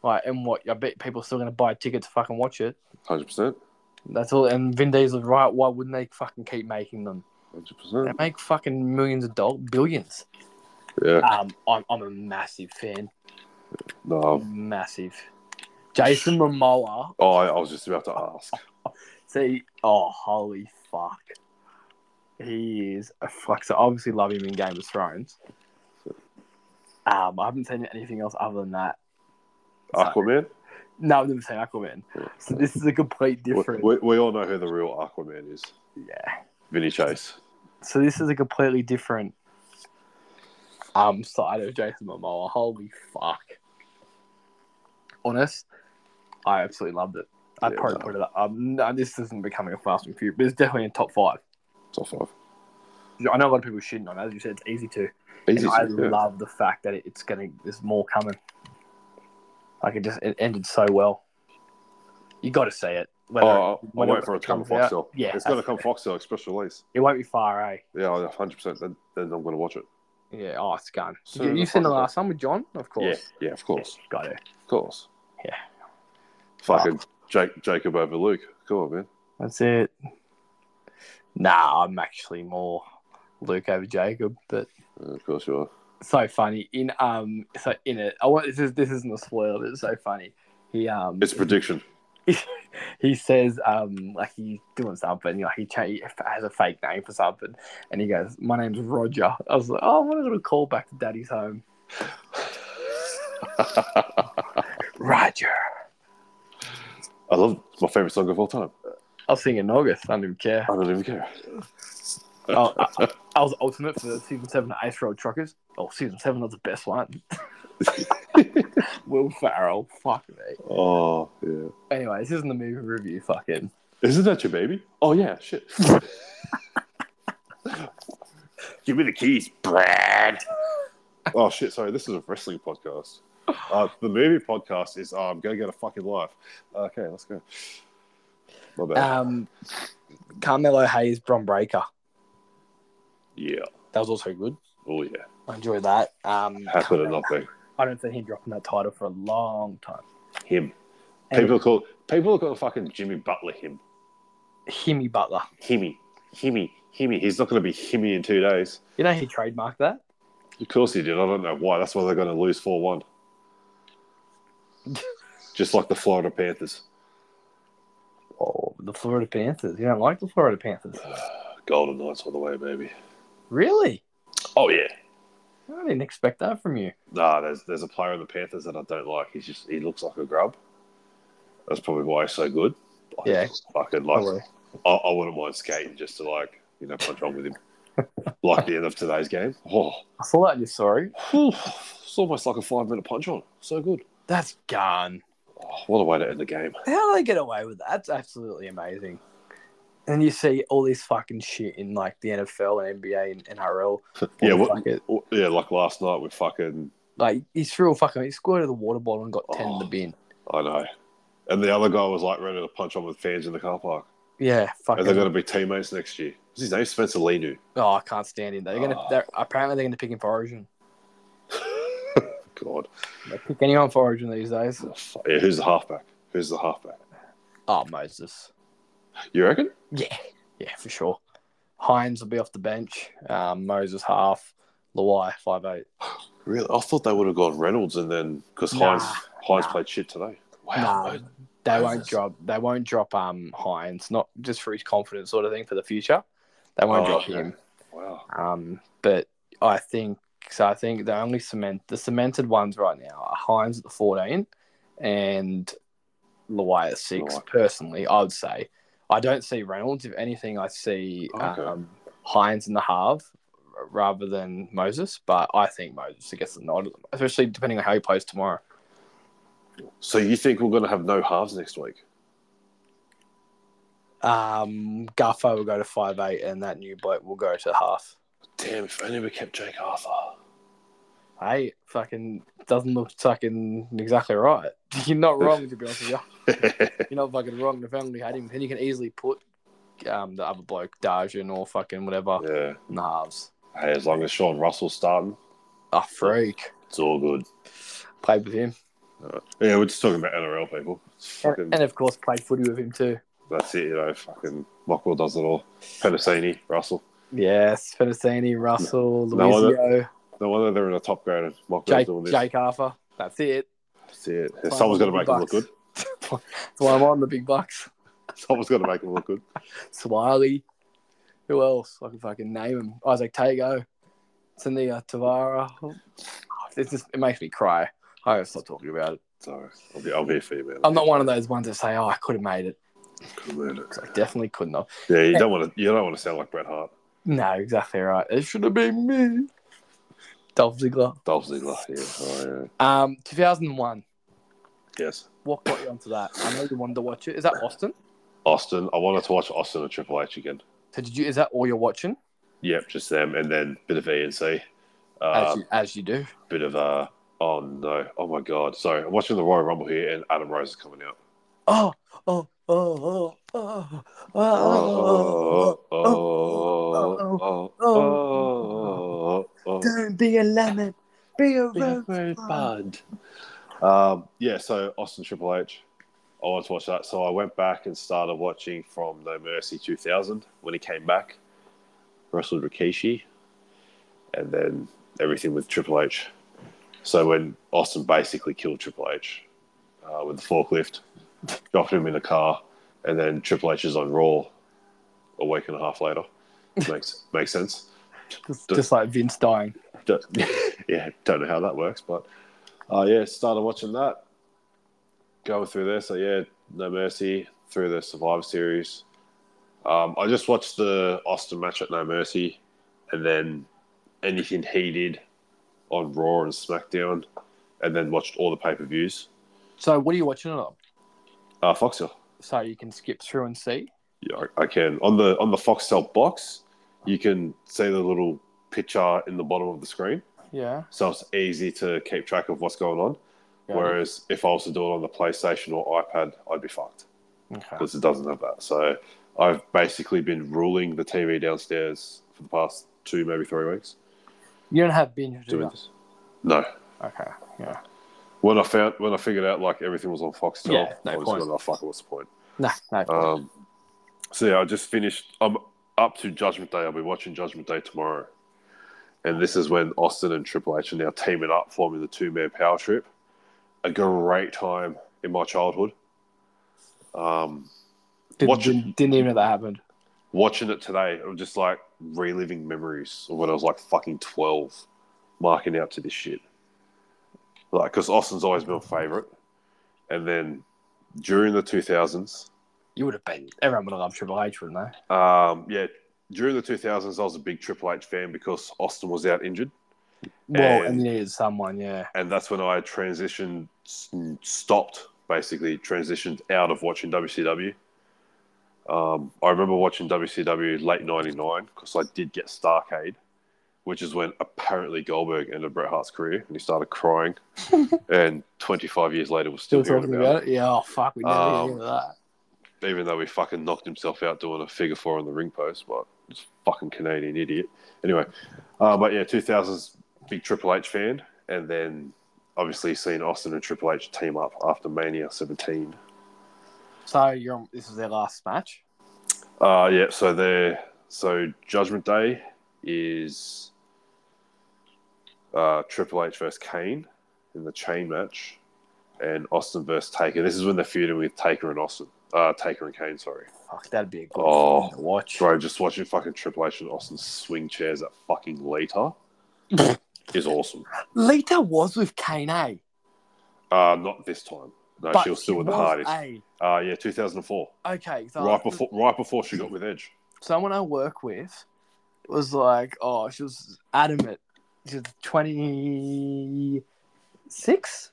Like, and what I bet people are still going to buy tickets to fucking watch it. Hundred percent. That's all. And Vin Diesel's right. Why wouldn't they fucking keep making them? Hundred They percent. make fucking millions of dollars, billions. Yeah. Um, I'm, I'm a massive fan. Oh. No. Massive. Jason Momoa. Oh, I, I was just about to ask. See, oh holy fuck, he is a fuck. So obviously, love him in Game of Thrones. Um, I haven't seen anything else other than that. Aquaman. No, I've never seen Aquaman. So this is a complete We, different. we, we all know who the real Aquaman is. Yeah. Vinny Chase. So this is a completely different um side of Jason Momoa. Holy fuck! Honest, I absolutely loved it. I Yeah, probably no. put it up. Um, no, this isn't becoming a fast and few, but it's definitely in top five. Top five. I know a lot of people shitting on. it. As you said, it's easy to. Easy. And I to- yeah. love the fact that it, it's gonna. There's more coming. Like it just it ended so well. You got to see it. Whether, Oh, I- I'm whether waiting for it to come comes out- Foxtel. Yeah, it's going that's to come it. Foxtel express release. It won't be far, eh? Yeah, 100. percent Then, then I'm going to watch it. Yeah. Oh, it's gone. So you, the have seen the fucking- last one with John, of course. Yeah, yeah, of course, Got it. of course. Yeah. Fucking Jake, Jacob over Luke. Come on, man. That's it. Nah, I'm actually more Luke over Jacob, but Uh, of course you are. so funny in um so in it. I want this is this isn't a spoiler, but it's so funny. He um It's a prediction. [LAUGHS] [LAUGHS] he says um like he's doing something, you know, he, cha- he has a fake name for something, and he goes, "My name's Roger." I was like, "Oh, what a little callback to Daddy's home, Roger." I love it's my favorite song of all time. I'll sing it in August. I don't even care. I don't even care. Oh, I, I- I was ultimate for season seven of Ice Road Truckers. Oh, season seven was the best one. Will Farrell, fuck me. Oh yeah. Anyway, this isn't the movie review. Fucking Isn't that your baby? Oh yeah. Shit. [LAUGHS] Give me the keys, Brad. Oh shit! Sorry, this is a wrestling podcast. Uh, the movie podcast is um, go get a fucking life. Okay, let's go. My bad. um, Carmelo Hayes, Bron Breaker. yeah. That was also good. Oh yeah. I enjoyed that. Um, How could it not be I don't think he dropped that title for a long time. him? And People call people call fucking Jimmy Butler him. Himmy Butler. Himmy, himmy, himmy. He's not going to be himmy in two days. You know he trademarked that. Of course he did. I don't know why. That's why they're going to lose 4 [LAUGHS] 1. Just like the Florida Panthers. [SIGHS] Oh, the Florida Panthers. You don't like the Florida Panthers, Golden Knights all the way, baby. really? Oh, yeah. I didn't expect that from you. Nah, there's, there's a player in the Panthers that I don't like. He's just, he looks like a grub. That's probably why he's so good. I Yeah. just Fucking Oh, like, well. I, I wouldn't mind skating just to, like, you know, punch on [LAUGHS] with him. like the end of today's game. Oh, I saw that in your story. whew, it's almost like a five minute punch on. So good. That's gone. Oh, what a way to end the game. How do they get away with that? That's absolutely amazing. And you see all this fucking shit in like the NFL and NBA and NRL. Yeah, Or what- fuck it. Oh, Yeah, like last night with fucking Like he threw a fucking he squirted the water bottle and got ten in the Oh. bin. I know. And the other guy was like ready to punch on with fans in the car park. Yeah, fucking. And they're going to be teammates next year. What's his name? Spencer Lenu. Oh, I can't stand him. They're gonna. Oh. They're, apparently, they're gonna pick him for Origin. [LAUGHS] God. They pick anyone for Origin these days. Yeah, who's the halfback? Who's the halfback? Oh, Moses. You reckon? Yeah, yeah, for sure. Hines will be off the bench. Um, Moses half. Lawai five eight. Really? I thought they would have gone Reynolds and then because Nah, Hines, Hines nah. played shit today. No, Wow. they Moses. won't drop. They won't drop um Hines, not just for his confidence sort of thing for the future. They won't Oh, drop okay. him. Wow. Um, but I think so. I think the only cement, the cemented ones right now are Hines at the fourteen, and Lawai at six. Lawai. Personally, I would say I don't see Reynolds. If anything, I see Okay. um, Hines in the half rather than Moses. But I think Moses gets the nod, especially depending on how he plays tomorrow. So you think we're going to have no halves next week? Um, Garfo will go to five eight, and that new bloke will go to half. Damn, if only we kept Jake Arthur. Hey, fucking doesn't look fucking exactly right. [LAUGHS] You're not wrong, to be honest with [LAUGHS] you. You're not fucking wrong. If only had him, then you can easily put um, the other bloke, Darjan or fucking whatever, [LAUGHS] yeah. in the halves. Hey, as long as Sean Russell's starting, A freak. it's all good. Played with him. Yeah, we're just talking about NRL people. It's And, fucking and of course, played footy with him too. That's it, you know. Fucking Mockwell does it all. Penasini, Russell. Yes, Fennessini, Russell, No other- Luizio, No wonder they're in the top grade. and Mockwell's Jake, doing this. Jake Arthur. That's it. [LAUGHS] That's it. Someone's got to make him look good. That's why I'm on the big bucks. Someone's got to make him look good. Swiley. Who else? I can fucking name him. Isaac Tago. Tania Tavara. It's just, it makes me cry. I gotta stop talking about it. So I'll be, I'll be for you, man. I'm not one of those ones that say, oh, I could have made it. Could've learned it. 'Cause I definitely could not. Yeah, you don't want to. You don't want to sound like Bret Hart, No, exactly right. It should have been me. Dolph Ziggler. [LAUGHS] Dolph Ziggler. Yeah. Oh, yeah. Um, 2001. Yes, What got you onto that? I know you wanted to watch it. Is that Austin? Austin. I wanted to watch Austin and Triple H again. So did you? Is that all you're watching? Yep, just them, and then bit of ANC. As, Um, you, as you do. bit of uh oh no, oh my god. Sorry, I'm watching the Royal Rumble here, and Adam Rose is coming out. Oh, oh, oh, oh, oh, oh, Oh, oh, oh, oh, oh, oh, oh. Don't be a lemon, be a Bud. Um, yeah, so Austin Triple H. I wanted to watch that, so I went back and started watching from No Mercy 2000 when he came back, wrestled Rikishi, and then everything with Triple H. So when Austin basically killed Triple H uh, with the forklift, [LAUGHS] dropped him in a car, and then Triple H is on Raw a week and a half later. makes [LAUGHS] makes sense. Just, just like Vince dying. Don't- [LAUGHS] yeah, don't know how that works, but uh, yeah, started watching that. Going through there, so yeah, No Mercy through the Survivor Series. Um, I just watched the Austin match at No Mercy, and then anything he did on Raw and SmackDown, and then watched all the pay per views. So what are you watching it on? Uh, Foxtel, So you can skip through and see. yeah, I, I can on the on the Foxtel box, you can see the little picture in the bottom of the screen, Yeah. so it's easy to keep track of what's going on. Whereas if I was to do it on the PlayStation or iPad, I'd be fucked Okay. because it doesn't have that. So I've basically been ruling the TV downstairs for the past two, maybe three weeks You don't have binge do doing you? this. No, Okay. Yeah. when I found when I figured out like everything was on Foxtel, Yeah, no I was point. going, "Oh fuck, what's the point?" No. No. Um, so yeah, I just finished. I'm up to Judgment Day. I'll be watching Judgment Day tomorrow, and this is when Austin and Triple H are now teaming up, forming the two man power trip. A great time in my childhood. Um, Did, watch it. didn't, didn't even know that happened. watching it today, I'm just like reliving memories of when I was like fucking 12, marking out to this shit. Like, because Austin's always been my favorite. And then during the 2000s, You would have been. Everyone would have loved Triple H, wouldn't they? um, yeah, during the 2000s, I was a big Triple H fan because Austin was out injured. Well, And- and you needed someone. Yeah. And that's when I transitioned, s- stopped basically, transitioned out of watching WCW. Um, I remember watching WCW late 99 because I did get Starcade, which is when apparently Goldberg ended Bret Hart's career and he started [LAUGHS] crying. and 25 years later, we're still, Still hearing talking about, about it. Yeah. Oh fuck. We never Um, even heard of that. it, even though he fucking knocked himself out doing a figure four on the ring post. But it's fucking Canadian idiot. Anyway, uh, but yeah, 2000s, big Triple H fan. And then obviously seeing Austin and Triple H team up after Mania 17. So you're on, this is their last match. Uh, yeah, so there. So Judgment Day is uh, Triple H versus Kane in the chain match, and Austin versus Taker. This is when they're feuding with Taker and Austin. Uh, Taker and Kane, sorry. Fuck, that'd be a good Oh, one to watch. Bro, just watching fucking Triple H and Austin swing chairs at [LAUGHS] fucking Lita is awesome. Lita was with Kane, eh? Uh, not this time. No, she was still with the was Hardys. Uh, yeah, 2004. a- okay, so right before, right before she got with Edge. someone I work with was like, oh, she was adamant. She was twenty six,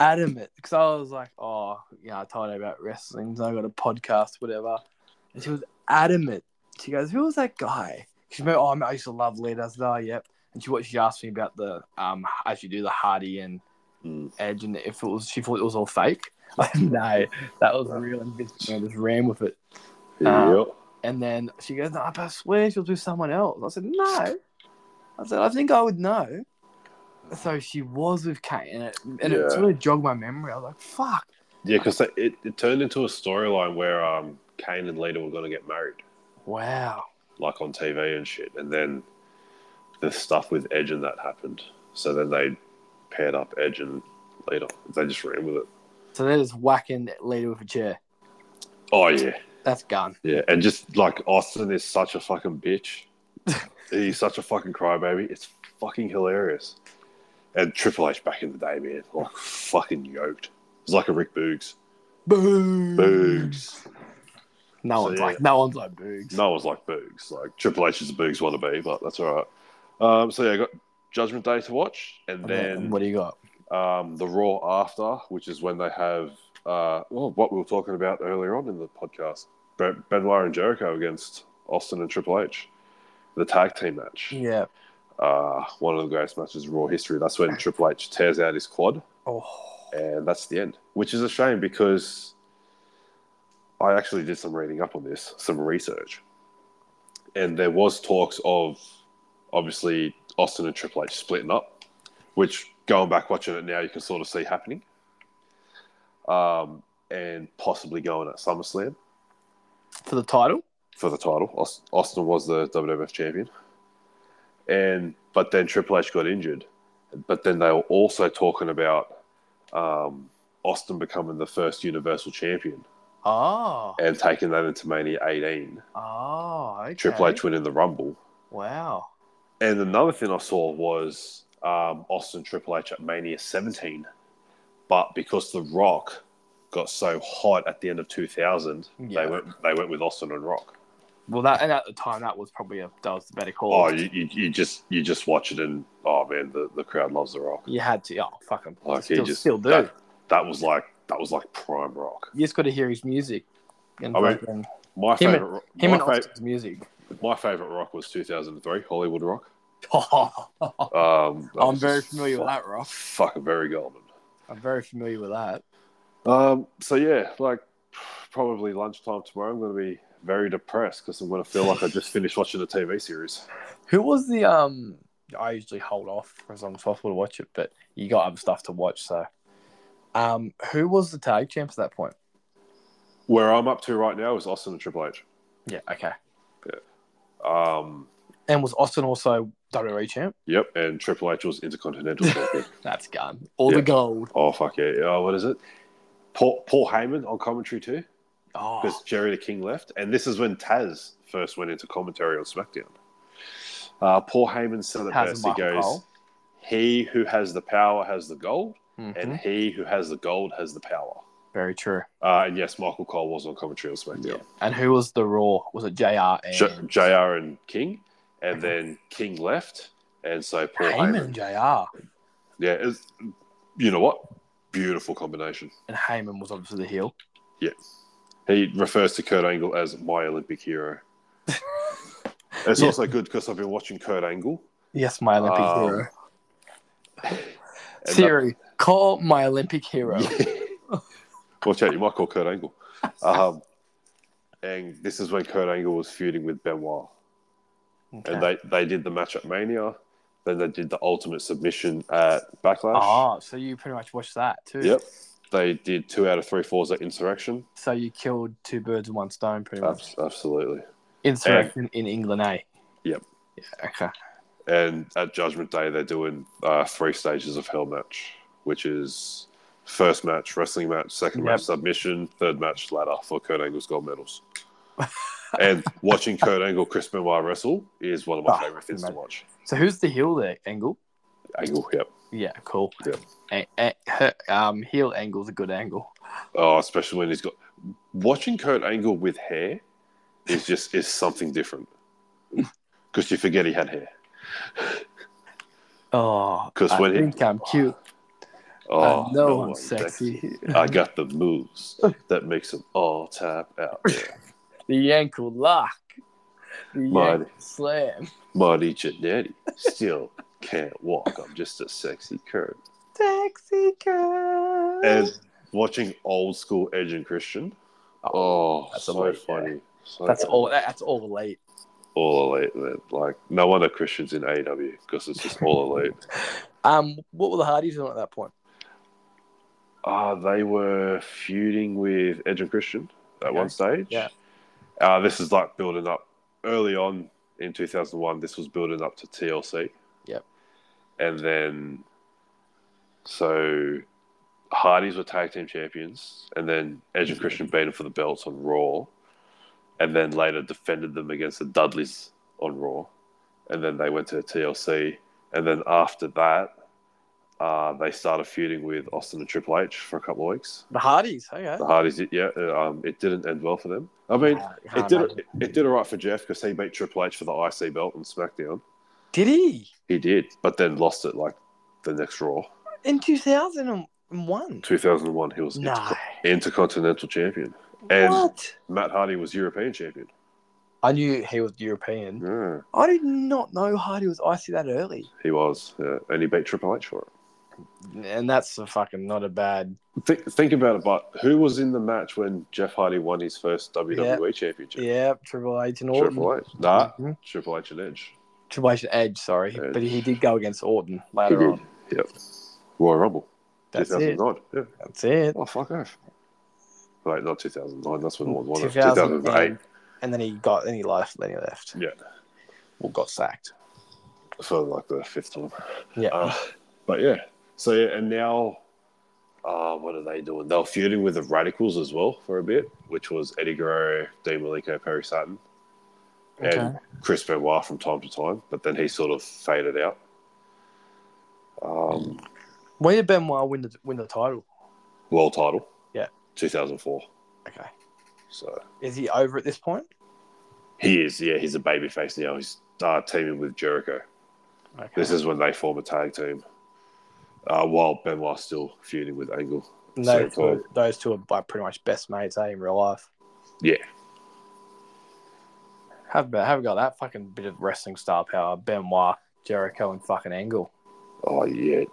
adamant because I was like, oh, yeah, I told her about wrestling. So I got a podcast, whatever, and she was adamant. She goes, who was that guy? She went, oh, I used to love Lita. I said, oh, yep. And she what she asked me about the um as you do the Hardy and Mm. Edge and if it was she thought it was all fake. [LAUGHS] Like, no, that was real and Vince McMahon just ran with it. Uh, Yep. And then she goes, no, but I swear she was with someone else. I said, No. I said, I think I would know. So she was with Kate and it and it Yeah. really jogged my memory. I was like, fuck. Yeah, because it, it turned into a storyline where um, Kane and Lita were going to get married, Wow. like on TV and shit. And then the stuff with Edge and that happened. So then they paired up Edge and Lita. They just ran with it. So they're just whacking Lita with a chair. Oh yeah, That's gone. yeah. And just like Austin is such a fucking bitch. He's such a fucking crybaby. It's fucking hilarious. And Triple H back in the day, man, like fucking yoked. It's like a Rick Boogs. Boo. Boogs. No So, one's yeah. like no one's like boogs. No one's like Boogs. Like Triple H is a Boogs wannabe, but that's all right. Um, so yeah, I got Judgment Day to watch, and And then then what do you got? um, the Raw after, which is when they have uh, well, what we were talking about earlier on in the podcast: Bre- Benoit and Jericho against Austin and Triple H, the tag team match. Yeah. Uh, one of the greatest matches in Raw history. That's when Triple H tears out his quad, Oh. and that's the end. Which is a shame because I actually did some reading up on this, some research, and there was talks of obviously Austin and Triple H splitting up, which going back watching it now you can sort of see happening, um, and possibly going at SummerSlam For the title? for the title. Aus- Austin was the WWF champion, and but then Triple H got injured. But then they were also talking about um, Austin becoming the first Universal Champion Oh. and taking that into Mania 18. Oh. Okay. Triple H winning the Rumble. Wow. And another thing I saw was um, Austin Triple H at Mania 17, but because The Rock got so hot at the end of 2000, Yeah. they went they went with Austin and Rock. Well, that and at the time that was probably a that was the better call. Oh, you, you, you just you just watch it and oh man, the, the crowd loves the Rock. You had to. Oh, fucking. Like he still, just still do. That, that was like that was like prime Rock. You just got to hear his music. And I mean, fucking- My Him and- favorite Ro- him my, and fa- Austin's [LAUGHS] music. my favorite Rock was 2003 Hollywood Rock. I'm Um, that was very just familiar fu- with that, Ross. Fucking very golden. I'm very familiar with that. Um, so yeah, like probably lunchtime tomorrow, I'm going to be very depressed because I'm going to feel like I just finished watching a TV series. Who was the um? I usually hold off for as long as possible to watch it, but you got other stuff to watch, so. Um, who was the tag champs at that point? Where I'm up to right now is Austin and Triple H. Yeah, okay. Um, And was Austin also WWE champ? yep, and Triple H was Intercontinental Champion. That's gone. All Yeah. the gold. Oh fuck yeah! Oh, what is it? Paul, Paul Heyman on commentary too, Oh, because Jerry the King left, and this is when Taz first went into commentary on SmackDown. Uh, Paul Heyman said it has best. He Michael goes, Cole. "He who has the power has the gold, Mhm. and he who has the gold has the power." Very true. Uh, and yes, Michael Cole was on commentary on SmackDown. And who was the Raw? Was it JR and J- Jr. and King, and Okay. then King left, and so Paul Heyman Heyman. and JR? Yeah, it's, you know what? Beautiful combination. And Heyman was obviously the heel. He refers to Kurt Angle as my [LAUGHS] Olympic hero. It's Yeah. also good because I've been watching Kurt Angle. Yes, my Olympic Um, hero. that- [LAUGHS] Siri, call my Olympic hero. Watch out, you might call Kurt Angle. Um, and this is when Kurt Angle was feuding with Benoit. Okay. And they, they did the match at Mania. Then they did the ultimate submission at Backlash. Oh, so you pretty much watched that too. Yep. They did two out of three falls at Insurrection. So you killed two birds with one stone, pretty much. Abs- absolutely. Insurrection in England, eh? Yep. Yeah, okay. And at Judgment Day, they're doing uh, three stages of Hell match, which is first match, wrestling match, second Yep. match, submission, third match, ladder for Kurt Angle's gold medals. [LAUGHS] and watching Kurt Angle, Chris Benoit wrestle is one of my Oh, favorite things to imagine. watch. So who's the heel there? Angle. Angle, yep. Yeah, cool. Yep. A- a- her- um, heel angle's a good angle. Oh, especially when he's got watching Kurt Angle with hair is just is something different because you forget he had hair. Oh, 'Cause I when he- think I'm cute. Oh, I know no I'm one's sexy. I got the moves that makes them all tap [LAUGHS] out. [LAUGHS] the ankle lock. The Mine. ankle slam. Marty Jannetty still can't walk. I'm just a sexy curve. Sexy girl. And watching old school Edge and Christian. Oh, that's so elite, yeah. funny. So that's funny. all. That's all elite. all elite. Man. Like no wonder Christian's in AEW because it's just all elite. Um, what were the Hardys doing at that point? Ah, they were feuding with Edge and Christian at Okay. one stage. Yeah. Uh, this is like building up early on in 2001. This was building up to TLC. Yep. And then, so Hardys were tag team champions, and then Edge Mm-hmm. and Christian beat them for the belts on Raw, and then later defended them against the Dudleys on Raw, and then they went to TLC, and then after that, uh, they started feuding with Austin and Triple H for a couple of weeks. The Hardys, okay. The Hardys, yeah, um, it didn't end well for them. I mean, it did it, did all right for Jeff because he beat Triple H for the IC belt on SmackDown. Did he? He did, but then lost it like the next Raw, In 2001? 2001. He was No. interco- intercontinental champion. And What? Matt Hardy was European champion. I knew he was European. Yeah, I did not know Hardy was icy that early. he was, yeah, and he beat Triple H for it. And that's a fucking not a bad. Think, think about it, but who was in the match when Jeff Hardy won his first WWE championship? Yeah, Triple H and Orton. Triple H, nah, Mhm. Triple H and Edge. Triple H and Edge, sorry. Edge. But he did go against Orton later on. Yep. Royal Rumble. That's it. 2009. Yeah. That's it. Oh, fuck off. Wait, not 2009. That's when it was won. 2000, 2008. And then he got, then he left, then he left. Yeah. Well, got sacked. For like the fifth time. Yeah. Uh, but yeah. So, yeah, and now, uh, what are they doing? They're feuding with the Radicals as well for a bit, which was Eddie Guerrero, Dean Malenko, Perry Saturn, and Okay. Chris Benoit from time to time. But then he sort of faded out. Um, When did Benoit win the, win the title? world title. Yeah. 2004. Okay. So. Is he over at this point? He is, yeah. He's a babyface now. He's uh, teaming with Jericho. Okay. This is when they form a tag team, uh, while Benoit's still feuding with Angle. And so those, two are, those two are like pretty much best mates, eh, in real life. Yeah. Have a- have a go at that fucking bit of wrestling star power, Benoit, Jericho, and fucking Angle. Oh yeah,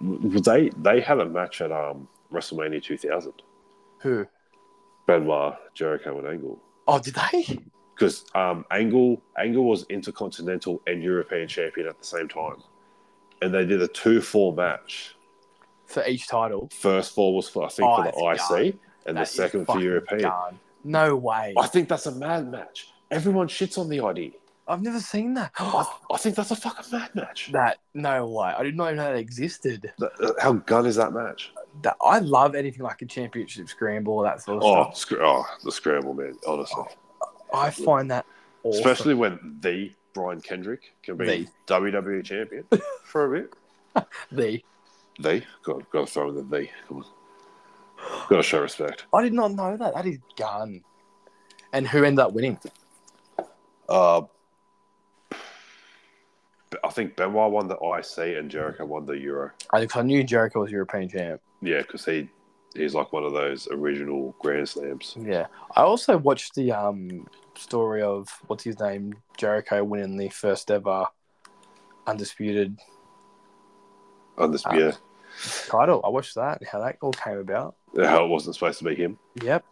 they they had a match at um, WrestleMania 2000. Who? Benoit, Jericho, and Angle. Oh, did they? [LAUGHS] Because um, Angle Angle was Intercontinental and European champion at the same time, and they did a two four match. For each title. First four was for I think Oh, for the that's IC, That and the is second for fucking European. done. No way. I think that's a mad match. Everyone shits on the idea. I've never seen that. [GASPS] I, I think that's a fucking mad match. that no way. I did not even know that existed. That- uh, How gun is that match? That I love anything like a championship scramble, that sort of Oh, stuff. scr- oh, the scramble, man. Honestly, I find that awesome. especially when the Brian Kendrick can be The. WWE [LAUGHS] champion for a bit. the The God, gotta throw in the the. Come on, gotta show respect. I did not know that. That is gun. And who ended up winning? Uh, I think Benoit won the IC and Jericho won the Euro. I, 'cause I knew Jericho was European champ. Yeah, because he he's like one of those original Grand Slams. Yeah. I also watched the um story of what's his name Jericho winning the first ever undisputed Undisputed. title. I watched that and how that all came about. How it wasn't supposed to be him. Yep,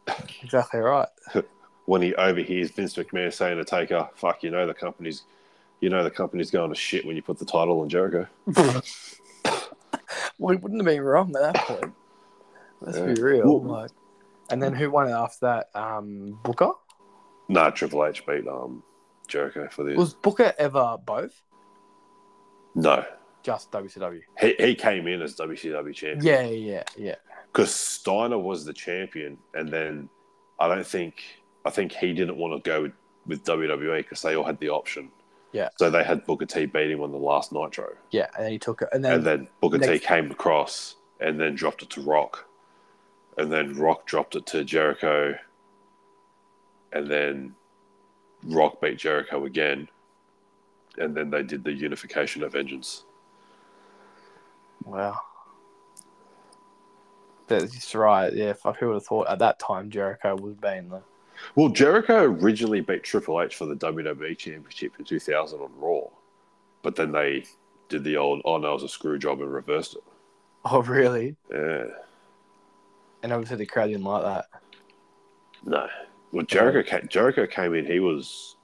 exactly right. [LAUGHS] when he overhears Vince McMahon saying to Taker, "Fuck, you know the company's, you know the company's going to shit when you put the title on Jericho." Well, it wouldn't have been wrong at that point. Let's be Yeah. real. Well- like, and then who won it after that? Um, Booker Nah, Triple H beat um Jericho for the was Booker ever both? no. Just WCW. He, he came in as WCW champion Yeah, yeah, yeah. because Steiner was the champion, and then I don't think I think he didn't want to go with, with WWE because they all had the option. Yeah. So they had Booker T beat him on the last Nitro, Yeah, and then he took it. And then, and then Booker T next- came across and then dropped it to Rock, and then Rock dropped it to Jericho, and then Rock beat Jericho again, and then they did the unification of vengeance. wow. That's just right. Yeah, fuck, who would have thought at that time Jericho would have been the. [LAUGHS] Well, Jericho originally beat Triple H for the WWE Championship in 2000 on Raw, but then they did the old oh no, it was a screw job and reversed it. Oh, really? Yeah, And obviously the crowd didn't like that. no. Well, Jericho ca- Jericho came in. He was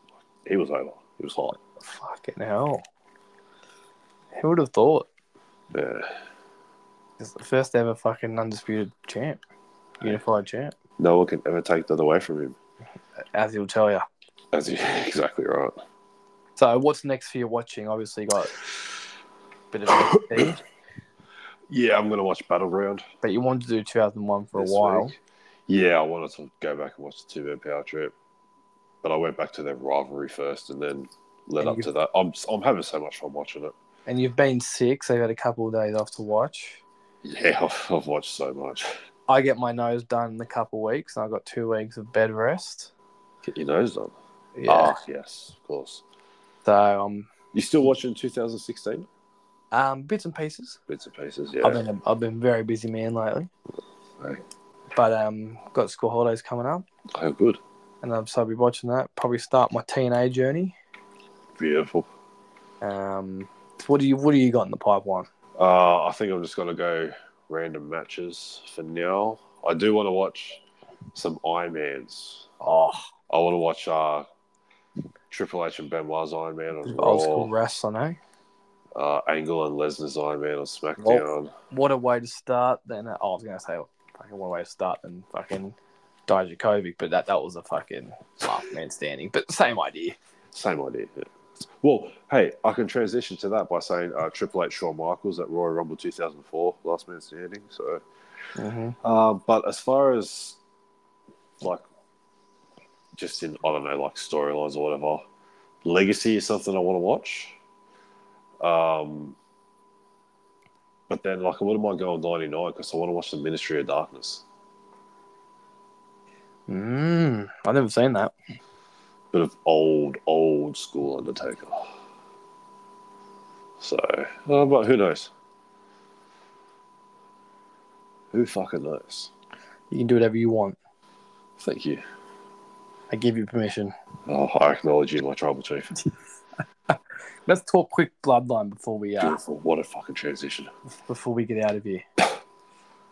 he was over. He was hot. Fucking hell. Who would have thought? Yeah. It's the first ever fucking undisputed champ, unified champ, No one can ever take that away from him. as he'll tell you. That's [LAUGHS] exactly right. So what's next for you watching? Obviously, you got a bit [COUGHS] of, NXT, Yeah, I'm gonna watch Battle Round but you wanted to do 2001 for a this while. week. Yeah, I wanted to go back and watch the two man power trip, but I went back to their rivalry first, and then led And up you- to that. I'm I'm having so much fun watching it. and you've been sick, so you've had a couple of days off to watch. Yeah, [LAUGHS] I've, I've watched so much. I get my nose done in a couple of weeks, and I've got two weeks of bed rest. Get your nose done. Yeah. Ah, yes, of course. So um, You still watching 2016 um, bits and pieces. bits and pieces? Yeah. I've been a, I've been a very busy man lately, Right. but um, got school holidays coming up, Oh, good. and I'll so I'll be watching that. Probably start my TNA journey. Beautiful. Um, what do you what do you got in the pipeline? Uh, I think I'm just gonna go random matches for now. I do want to watch some Iron Man's. Oh, I want to watch uh, Triple H and Benoit's Iron Man on old school Raw, rest, I know. uh, Angle and Lesnar's Iron Man on SmackDown. What a way to start then. Oh, I was gonna say fucking what a way to start than fucking Dijakovic, but that that was a fucking last man standing. But same idea. Same idea. yeah. Well, hey, I can transition to that by saying uh, Triple H, Shawn Michaels at Royal Rumble 2004, Last Man Standing. So, Mm-hmm. um, but as far as like just in I don't know like storylines or whatever, Legacy is something I want to watch. Um, but then like I wouldn't mind going ninety nine because I want to watch the Ministry of Darkness. Mm, I've never seen that. bit of old, old school Undertaker. So, uh, but who knows? Who fucking knows? You can do whatever you want. Thank you. I give you permission. Oh, I acknowledge you, my tribal chief. Let's talk quick bloodline before we uh Beautiful. What a fucking transition. before we get out of here.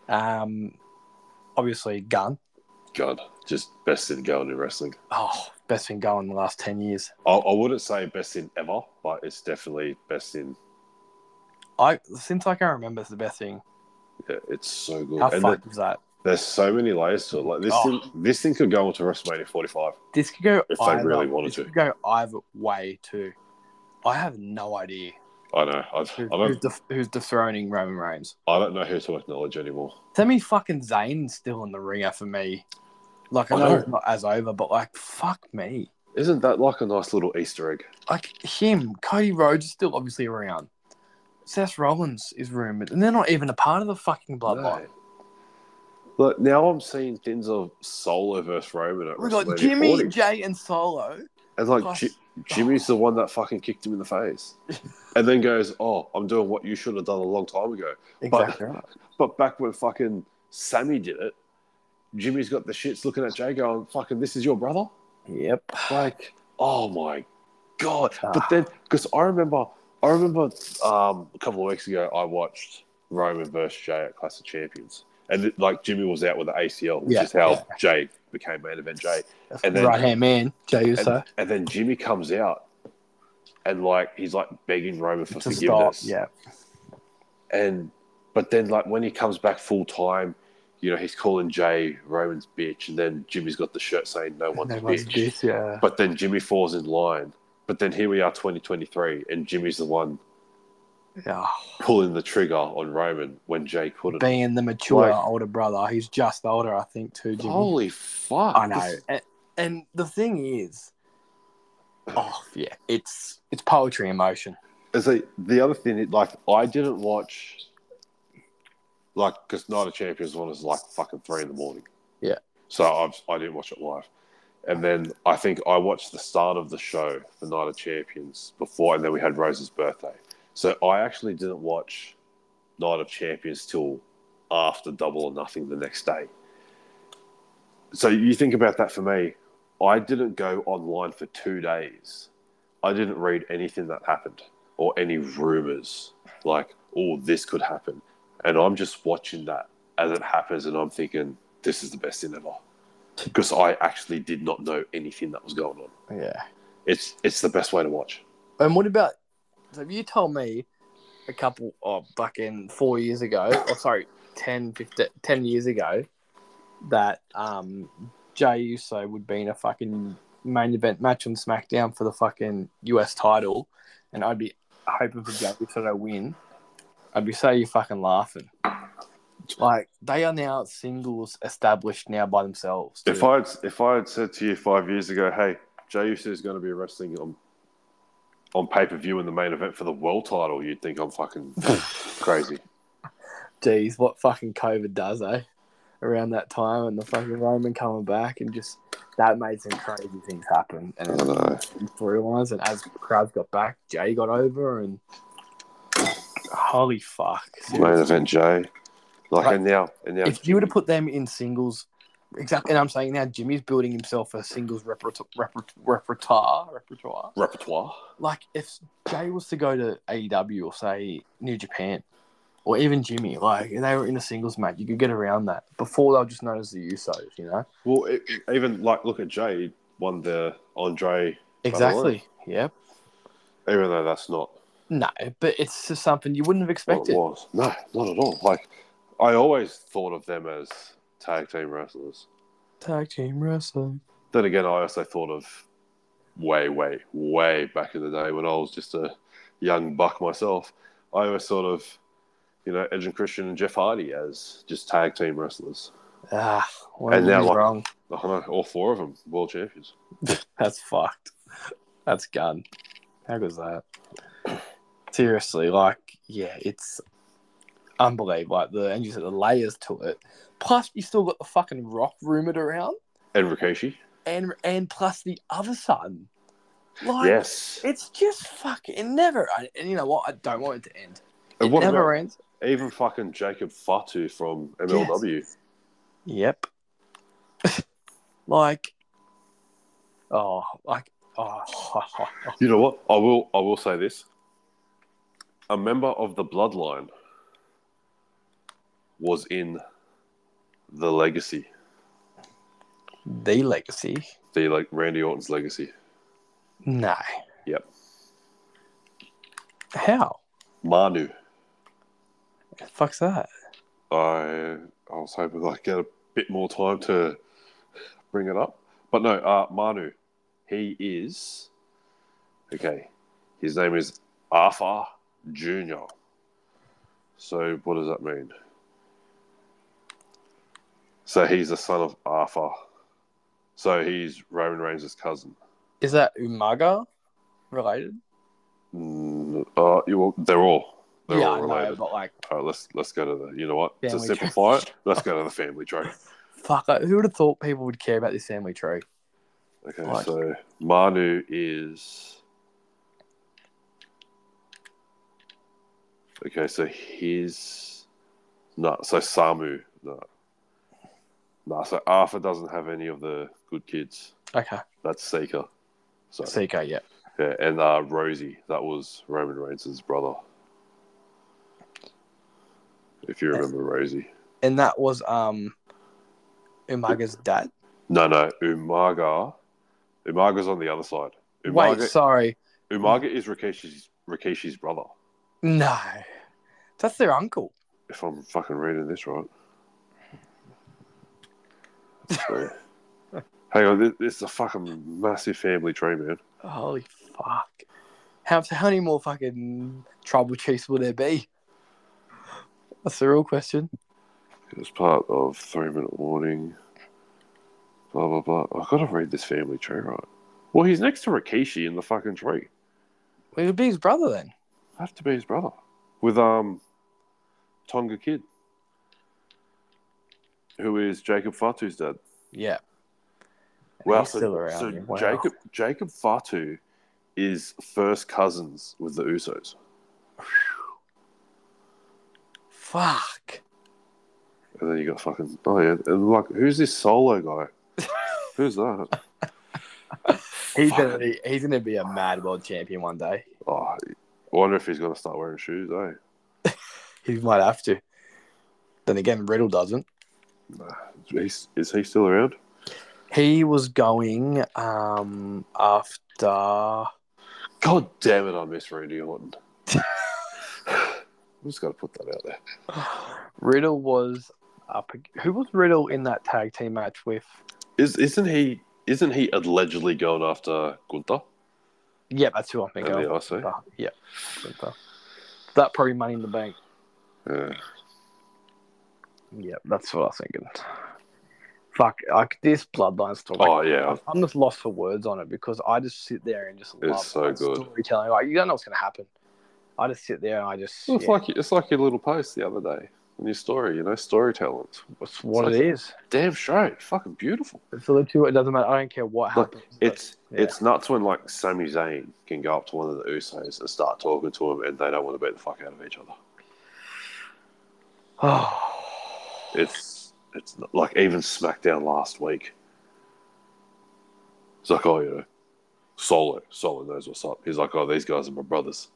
Um, obviously gun. God, just best thing going in wrestling. Oh, best thing going in the last ten years. I, I wouldn't say best in ever, but it's definitely best in. I since I can remember, it's the best thing. Yeah, it's so good. How and fucked the- is that? there's so many layers to it. Like this, Oh. thing, this thing could go on to WrestleMania 45. This could go If they either. really wanted this to. could go either way too. I have no idea I know. I, I who, don't. who's, def- who's dethroning Roman Reigns. I don't know who to acknowledge anymore. Send me fucking Zayn still in the ringer for me. Like I I know know. it's not as over, but like fuck me. Isn't that like a nice little Easter egg? Like him, Cody Rhodes is still obviously around. Seth Rollins is rumored, and they're not even a part of the fucking bloodline. Look, now I'm seeing things of Solo versus Roman at We've got WrestleMania Oh Jimmy, 40. Jay, and Solo. and like Gosh. Ji- Oh. Jimmy's the one that fucking kicked him in the face, and then goes, "Oh, I'm doing what you should have done a long time ago." Exactly. right. But back when fucking Sammy did it, Jimmy's got the shits looking at Jay going, "Fucking, this is your brother." Yep. Like, oh my god! Ah. But then, because I remember, I remember um, a couple of weeks ago, I watched Roman versus Jay at Clash of Champions, and it- like Jimmy was out with the ACL, which Yeah, is how yeah. Jay became main event Jay, and then Right hand man, Jay and, Uso. and then Jimmy comes out, and like he's like begging Roman for To stop. forgiveness, Yeah. and but then like when he comes back full time. You know, he's calling Jay Roman's bitch, and then Jimmy's got the shirt saying no one's, No one's bitch. this, yeah. But then Jimmy falls in line. But then here we are, 2023, and Jimmy's the one yeah. pulling the trigger on Roman when Jay couldn't. being the mature Like- older brother. He's just older, I think, too, Jimmy. Holy fuck! I know. This- And, and the thing is, oh yeah, it's it's poetry in motion. It's like the other thing, it- like I didn't watch, like because Night of Champions one is like fucking three in the morning. Yeah. So I've, I didn't watch it live, and then I think I watched the start of the show for Night of Champions before, and then we had Rose's birthday. So I actually didn't watch Night of Champions till after Double or Nothing the next day. So you think about that for me, I didn't go online for two days. I didn't read anything that happened or any rumors like, oh, this could happen. And I'm just watching that as it happens and I'm thinking, this is the best thing ever. Because I actually did not know anything that was going on. Yeah. It's it's the best way to watch. And what about? So if you told me a couple of fucking four years ago, or sorry, 10, 15, 10 years ago, that um Jay Uso would be in a fucking main event match on SmackDown for the fucking US title, and I'd be hoping for Gabby so they win, I'd be so you fucking laughing. Like they are now singles established now by themselves. If too. I had, if I had said to you five years ago, hey, Jey Uso is going to be wrestling on on pay per view in the main event for the world title, you'd think I'm fucking crazy. Jeez, what fucking COVID does, eh? Around that time and the fucking Roman coming back and just that made some crazy things happen and it know. storylines and as crowds got back, Jay got over and holy fuck. Main event, Jay. Like, Like- and now, and now, If you were to put them in singles, exactly, and I'm saying now Jimmy's building himself a singles repertoire, repertoire, repertoire. repertoire. Like if Jay was to go to AEW or say New Japan, or even Jimmy, like if they were in a singles match, you could get around that. Before they were just known as the Usos, you know. Well, it, it- even like look at Jay he won the Andre, Exactly. Yep. even though that's not No, but it's just something you wouldn't have what it expected. was. No, not at all. Like, I always thought of them as tag team wrestlers. Tag team wrestling. Then again, I also thought of way, way, way back in the day when I was just a young buck myself. I always sort of, you know, Edge and Christian and Jeff Hardy as just tag team wrestlers. Ah, one And of they're them's like- wrong. I don't know, all four of them world champions. That's fucked. That's gun. How good's that? Seriously, like, yeah, it's unbelievable. Like the and you said the layers to it. Plus, you still got the fucking rock rumored around, And Rikishi. and and plus the other son. Like, Yes. it's just fucking never. And you know what? I don't want it to end. It And what never about ends. even fucking Jacob Fatu from MLW? Yep. [LAUGHS] like, oh, like, oh, [LAUGHS] You know what? I will. I will say this. A member of the bloodline was in the legacy, the legacy. the like Randy Orton's legacy. No. Yep. How? Manu. The fuck's that? I I was hoping I'd get a bit more time to bring it up, but no. Uh, Manu. He is okay. His name is Arthur Junior. So what does that mean? So he's the son of Arthur. So he's Roman Reigns' cousin. Is that Umaga related? Mm, uh, you will, they're all they're all I know, related. but like, All right, let's let's go to the. You know what? to Family tree. simplify it, let's go to the family tree. fuck, like, who would have thought people would care about this family tree? Okay, Like- so Manu is. Okay, so his. No, so Samu. No. No, so Arthur doesn't have any of the good kids. Okay. That's Seeker. So, CK, yeah. yeah, and uh, Rosie. That was Roman Reigns' brother. If you remember Rosie. And that was um Umaga's dad. No, no, Umaga. Umaga's on the other side. Umaga, Wait, sorry. Umaga is Rikishi's, Rikishi's brother. No. That's their uncle. if I'm fucking reading this right. So- Hang on, this, this is a fucking massive family tree, man. Holy fuck. How, how many more fucking tribal chiefs will there be? That's the real question. It was part of three minute warning. Blah blah blah. I've got to read this family tree right. Well, he's next to Rikishi in the fucking tree. Well, it would be his brother then. I have to be his brother with um Tonga Kid, who is Jacob Fatu's dad. Yeah. And Wow, he's so, still around. so yeah. Wow. Jacob Jacob Fatu is first cousins with the Usos. Fuck. And then you got fucking oh yeah, and like who's this solo guy? [LAUGHS] who's that? He's Fuck. gonna be he's gonna be a mad world champion one day. Oh, I wonder if he's gonna start wearing shoes, eh? He might have to. Then again, Riddle doesn't. He's, is he still around? He was going um after God damn it, I miss [LAUGHS] Randy Orton. I'm just gonna put that out there. Riddle was up. ag- Who was Riddle in that tag team match with? Is isn't he isn't he allegedly going after Gunther? Yeah, that's who I think Yeah, of. I see. Oh, yeah. Gunther. That probably money in the bank. Yeah. Yeah, that's what I was thinking. Fuck, like this bloodlines story. Oh yeah, I'm- I'm just lost for words on it because I just sit there and just love so that good. storytelling. Like you don't know what's gonna happen. I just sit there and I just It's yeah, like it's like your little post the other day in your story. You know, storytelling. it's what it's it is. Damn straight, fucking beautiful. It's literally it doesn't matter. I don't care what Look, happens. but- It's yeah. it's nuts when like Sami Zayn can go up to one of the Usos and start talking to him, and they don't want to beat the fuck out of each other. It's it's not- like even SmackDown last week. It's like oh you know, Solo Solo knows what's up. He's like oh these guys are my brothers.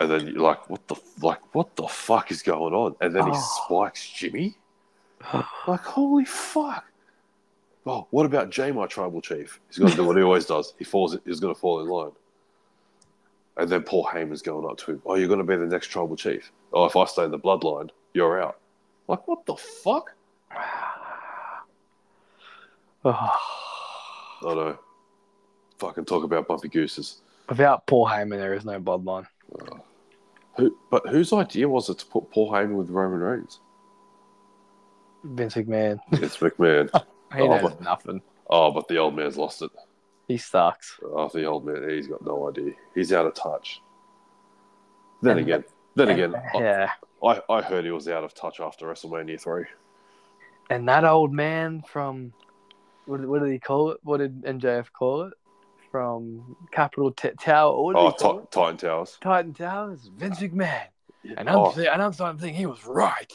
And then you're like, what the like, what the fuck is going on? And then he Oh. spikes Jimmy. Like, holy fuck. Oh, what about Jay, my tribal chief? He's going to do what he always does. He falls. He's going to fall in line. And then Paul Heyman's going up to him. Oh, you're going to be the next tribal chief. Oh, if I stay in the bloodline, you're out. Like, what the fuck? Oh. I know. Fucking talk about bumpy gooses. [SIGHS] Without Paul Heyman, there is no bloodline. Who, but whose idea was it to put Paul Heyman with Roman Reigns? Vince McMahon, [LAUGHS] It's McMahon. he Oh, knows but- nothing. oh, but the old man's lost it. He sucks. Oh, the old man, he's got no idea. He's out of touch. Then And- again, then again, yeah. I, I heard he was out of touch after WrestleMania 3. And that old man from what, did- what did he call it? What did NJF call it? From Capital T- Tower. What did Oh, he call Ti- it? Titan Towers. Titan Towers. Vince McMahon. And I'm Oh, thi- and I'm starting to think he was right.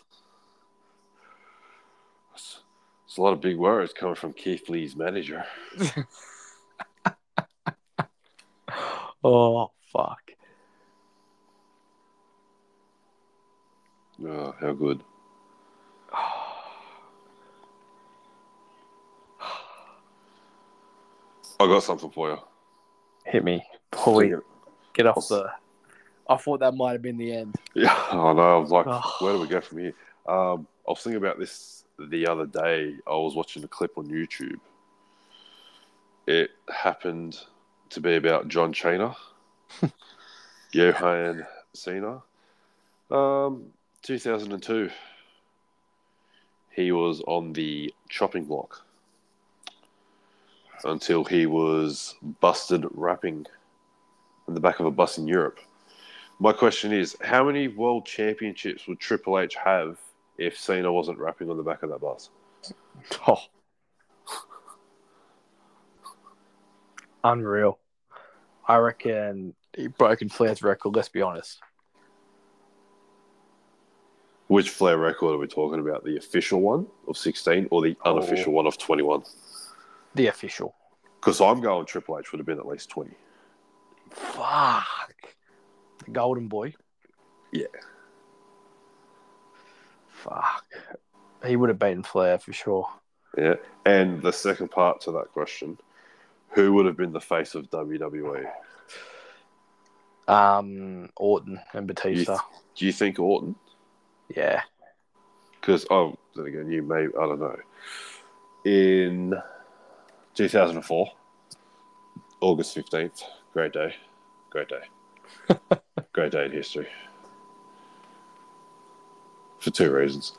it's, it's a lot of big words coming from Keith Lee's manager. [GASPS] Oh [SIGHS] fuck. Oh, how good. I got something for you. Hit me. Please get off the. I thought that might have been the end. [LAUGHS] Yeah, I know. I was like, Oh. where do we go from here? Um, I was thinking about this the other day. I was watching a clip on YouTube. It happened to be about John Cena, Johan Cena. Um, 2002. He was on the chopping block until he was busted rapping in the back of a bus in Europe. My question is, how many world championships would Triple H have if Cena wasn't rapping on the back of that bus? Oh. Unreal. I reckon he broken Flair's record. Let's be honest. Which Flair record are we talking about? The official one of 16 or the unofficial one of 21? The official. Because I'm going Triple H would have been at least 20. Fuck. The Golden Boy. Yeah. Fuck. He would have beaten Flair for sure. And the second part to that question, who would have been the face of E? WWE? Um, Orton and Batista. Do you think Orton? Yeah. Because, oh, then again, you may, I don't know. In 2004, August 15th, great day, great day, great day in history. For two reasons.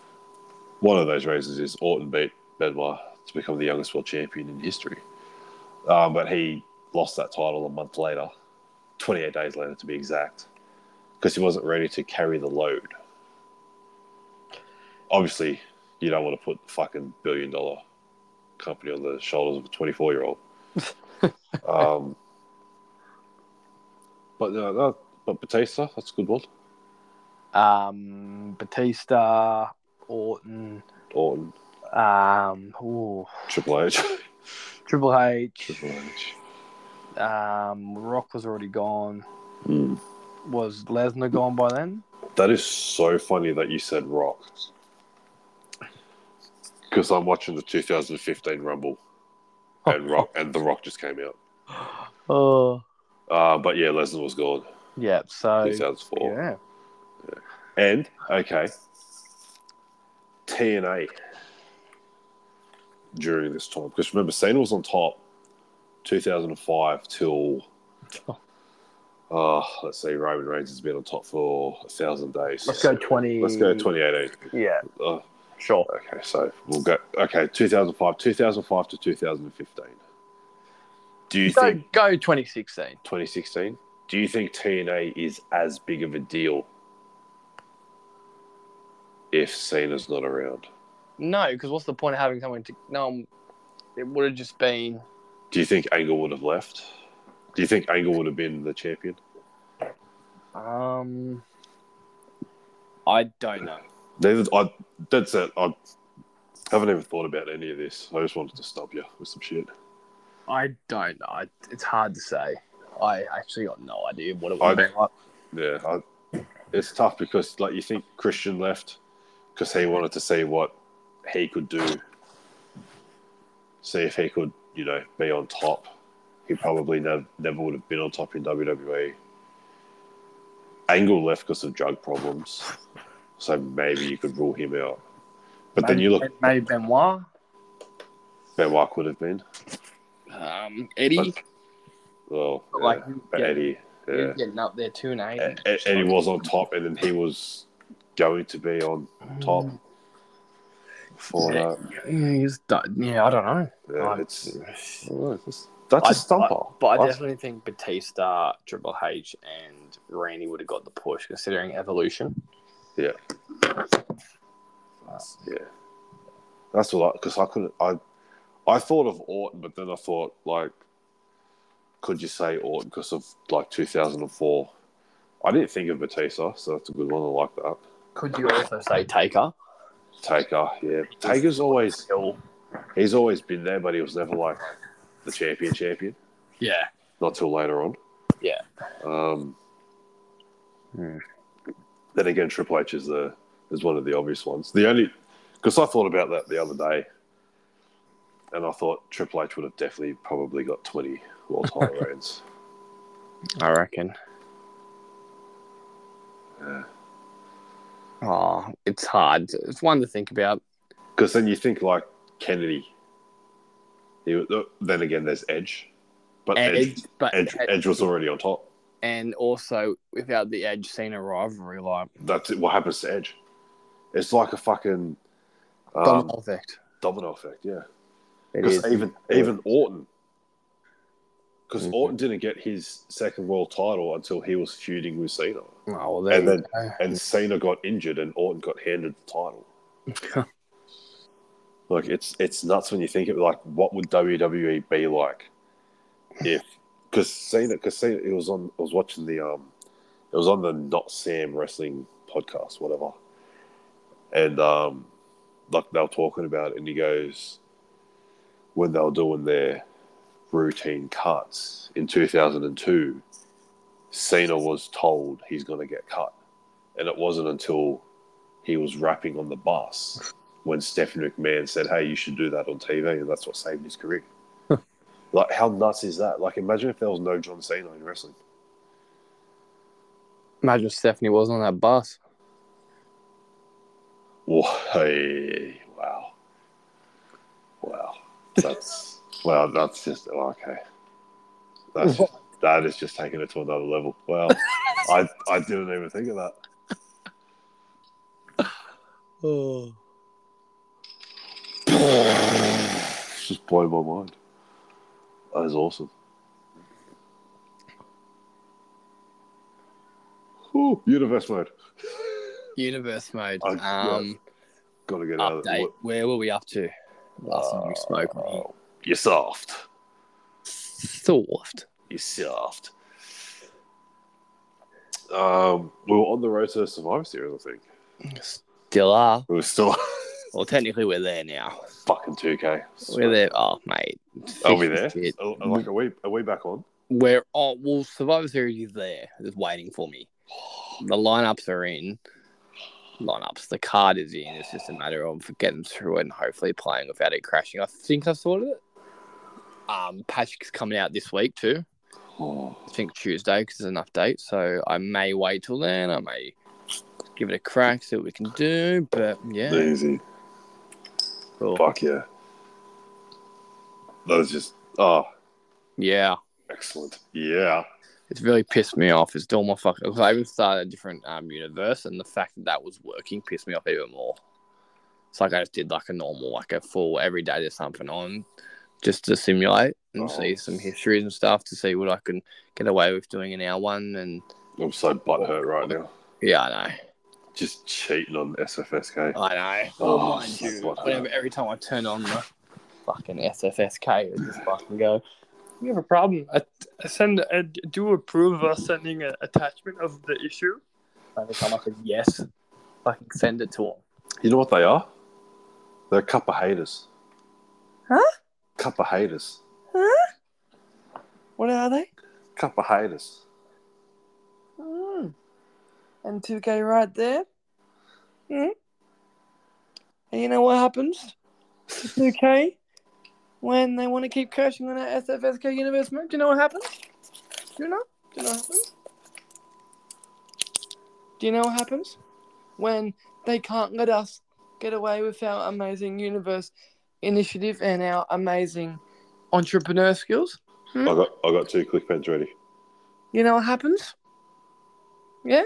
One of those reasons is Orton beat Benoit to become the youngest world champion in history. Um, but he lost that title a month later, 28 days later to be exact, because he wasn't ready to carry the load obviously you don't want to put the fucking billion dollar company on the shoulders of a 24 year [LAUGHS] old. um, but no, no, but Batista, that's a good one. Um, Batista, Orton. Orton, Um, ooh, Triple H, Triple H. [LAUGHS] Triple H. Um, Rock was already gone. Hmm. Was Lesnar gone by then? That is so funny that you said Rock. Because I'm watching the 2015 Rumble, and Rock and The Rock just came out. [GASPS] Oh, Uh, but yeah, Lesnar was gone. yeah. So 2004. yeah, And okay, TNA. during this time because remember Cena was on top 2005 till Oh. uh, let's see Roman Reigns has been on top for a thousand days. Let's go 20. Let's go 2018. Yeah, Uh, sure. okay, so we'll go. Okay, 2005, 2005 to 2015. Do you So think go 2016. 2016? Do you think TNA is as big of a deal if Cena's not around? No, because what's the point of having someone to. No, um, it would have just been. Do you think Angle would have left? Do you think Angle would have been the champion? Um, I don't know. Neither, I, that's it. I haven't even thought about any of this. I just wanted to stop you with some shit. I don't know. I- It's hard to say. I actually got no idea what it I- would be like. Yeah, I, it's tough because like you think Christian left because he wanted to see what he could do, see if he could, you know, be on top. He probably nev- never would have been on top in WWE. Angle left because of drug problems, so maybe you could rule him out. But then Maybe- you look, Maybe Benoit. Benoit would have been. Um, Eddie. Well, But, yeah, like, but yeah, Eddie, he yeah. was getting up there too, now. and, and and he was on top, and then he was going to be on top for Mm, uh, Yeah. that. Yeah, he's done. Yeah, I don't know. Yeah, Um, it's, it's- that's I- a stumper. But I That's- definitely think Batista, Triple H, and Randy would have got the push considering Evolution. Yeah. yeah, that's all. Because I, couldn't. I I thought of Orton, but then I thought like, could you say Orton because of like 2004? I didn't think of Batista, so that's a good one. I like that. Could you also say Taker? Taker, yeah, Taker's always he's always been there, but he was never like the champion champion. Yeah. not till later on. Yeah. Um, Hmm. Then again, Triple H is the is one of the obvious ones. The only because I thought about that the other day, and I thought Triple H would have definitely probably got twenty [LAUGHS] world title reigns. I reckon. Yeah. Oh, it's hard. It's one to think about. Because then you think like Kennedy. He, was- then again, there's Edge, but And, Edge but Edge, Edge was already on top. and also without the Edge Cena rivalry, like That's it, what happens to Edge. It's like a fucking um, domino effect. domino effect, yeah. It is. Because even even Orton, because Mhm. Orton didn't get his second world title until he was feuding with Cena, Oh, well, there and you then- go. and Cena got injured, and Orton got handed the title. [LAUGHS] Like it's it's nuts when you think of like what would WWE be like if because Cena because Cena it was on I was watching the um it was on the Not Sam Wrestling podcast whatever, and um like they were talking about it and he goes when they were doing their routine cuts in 2002 Cena was told he's going to get cut and it wasn't until he was rapping on the bus when Stephanie McMahon said, "Hey, you should do that on TV," and that's what saved his career. [LAUGHS] like, how nuts is that? Like, imagine if there was no John Cena in wrestling. Imagine if Stephanie was on that bus. Whoa, hey, [LAUGHS] wow, wow, that's [LAUGHS] wow, that's just oh, okay. That's just, that is just taking it to another level. Wow, I I didn't even think of that. Oh. It's just blowing my mind. That is awesome. Ooh, universe mode. [LAUGHS] Universe mode. Oh, yeah. um, Gotta get out of update. it. Uh, Where were we up to? Last time we spoke. Oh, you're soft. Soft. You're soft. Um, we were on the road to Survivor Series, I think. Still are. We were still [LAUGHS] Well, technically, we're there now. fucking 2K. We're there. Oh, mate. Are we there? Shit. Oh, Like, are we, are we back on? We're oh well, Survivor Series is there, just waiting for me. The lineups are in. Lineups. The card is in. It's just a matter of getting through it and hopefully playing without it crashing. I think I sorted it. Um, Patrick's coming out this week too. Oh, I think Tuesday because there's an update. So I may wait till then. I may give it a crack, see what we can do. But yeah, easy. cool. Fuck yeah. that was just oh Yeah. excellent. Yeah, It's really pissed me off. It's still my fucking. 'cause I even started a different um, universe, and the fact that that was working pissed me off even more. It's like I just did like a normal, like a full every day, there's something on just to simulate and Oh. see some histories and stuff to see what I can get away with doing in our one. And I'm so butthurt right now. yeah, I Just cheating on SFSK. know. I know. Oh, Oh, mind that's you, what I whenever, every time I turn on the fucking SFSK, it [LAUGHS] just fucking go, We have a problem. I, I send. I do approve of us sending an attachment of the issue. every time I said yes, fucking send it to them. You know what they are? They're a cup of haters. Huh? Cup of haters. What are they? Cup of haters. Mm. And 2K right there. Mm. And you know what happens to 2K when they want to keep cursing on that SFSK universe move? Do you know what happens? Do you know? Do you know what happens? Do you know what happens when they can't let us get away with our amazing universe initiative and our amazing entrepreneur skills? I got I got two click pens ready. You know what happens? Yeah?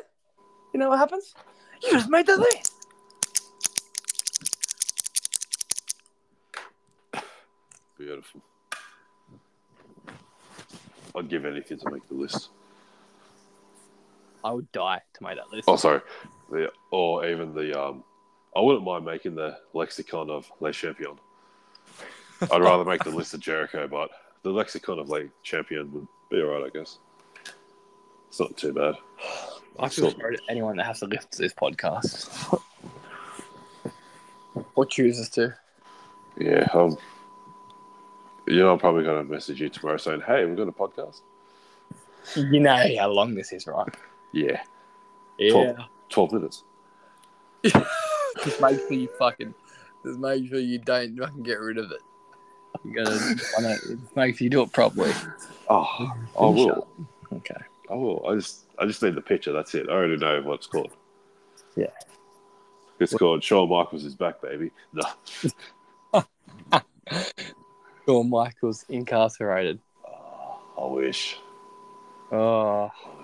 You know what happens? You just made the list! Beautiful. I'd give anything to make the list. I would die to make that list. Oh, sorry. The, or even the um, I wouldn't mind making the lexicon of Les Champions. I'd rather make the list of Jericho, but the lexicon of Les Champion would be all right, I guess. It's not too bad. I feel sorry to anyone that has to listen to this podcast. [LAUGHS] or chooses to. Yeah. Um, you know, I'm probably going to message you tomorrow saying, "Hey, we're doing a podcast." You know how long this is, right? Yeah, twelve minutes. Just make sure you fucking just make sure you don't fucking get rid of it. You gotta I know, just make sure you do it properly. Oh, I will. Shut. Okay. I will. I just, I just need the picture. That's it. I already know what it's called. Yeah. It's called Shawn Michaels is back, baby. No. Shawn Michaels incarcerated. Ah, I wish. Oh I wish. Um,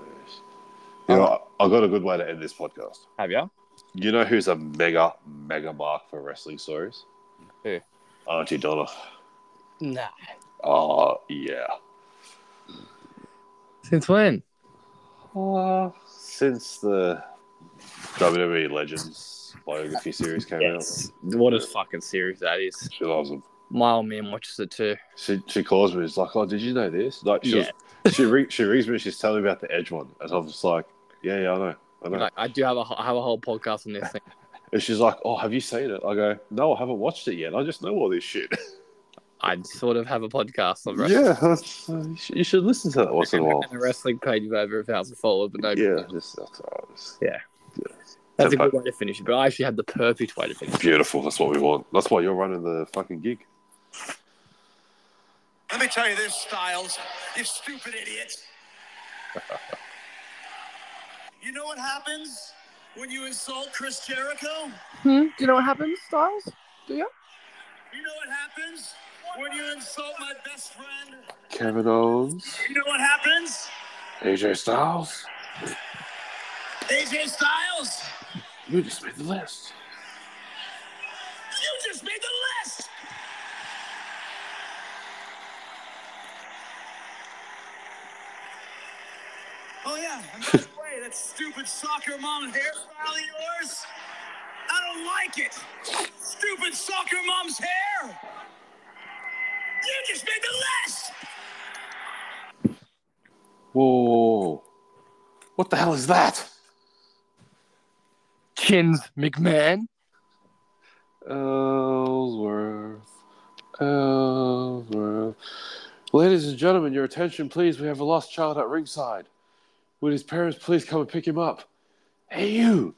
You know, I, I got a good way to end this podcast. have you? You know who's a mega, mega mark for wrestling stories? Who? Auntie Donna. Nah. Oh, yeah. Since when? Uh, since the WWE Legends biography series came Yes. What a fucking series that is. out, she loves them. My old man watches it too. She, she calls me. She's like, "Oh, did you know this?" Like, she was, [LAUGHS] she re- she rings me. She's telling me about the Edge one, and I'm just like, "Yeah, yeah, I know, I know." Like, I do have a I have a whole podcast on this thing. and she's like, "Oh, have you seen it?" I go, "No, I haven't watched it yet. I just know all this shit." I sort of have a podcast [LAUGHS] on wrestling. yeah, that's- uh, you should- you should listen to that once in a while. and a wrestling page with over a thousand followers, but no, Yeah, just, that's, all right. It's that's a good way to finish it. But I actually had the perfect way to finish. it. beautiful. That's what we want. That's why you're running the fucking gig. Let me tell you this, Styles, you stupid idiot. you know what happens when you insult Chris Jericho? Hmm? Do you know what happens, Styles? You know what happens when you insult my best friend? Kevin Owens, You know what happens? AJ Styles, AJ Styles, you just made the list. you just made the list! Oh, yeah, and by the way, that stupid soccer mom hairstyle of yours, I don't like it! Stupid soccer mom's hair! You just made the list! Whoa, what the hell is that? Kins McMahon. Ellsworth. Ellsworth. Ladies and gentlemen, your attention, please. We have a lost child at ringside. Would his parents please come and pick him up? Hey, you!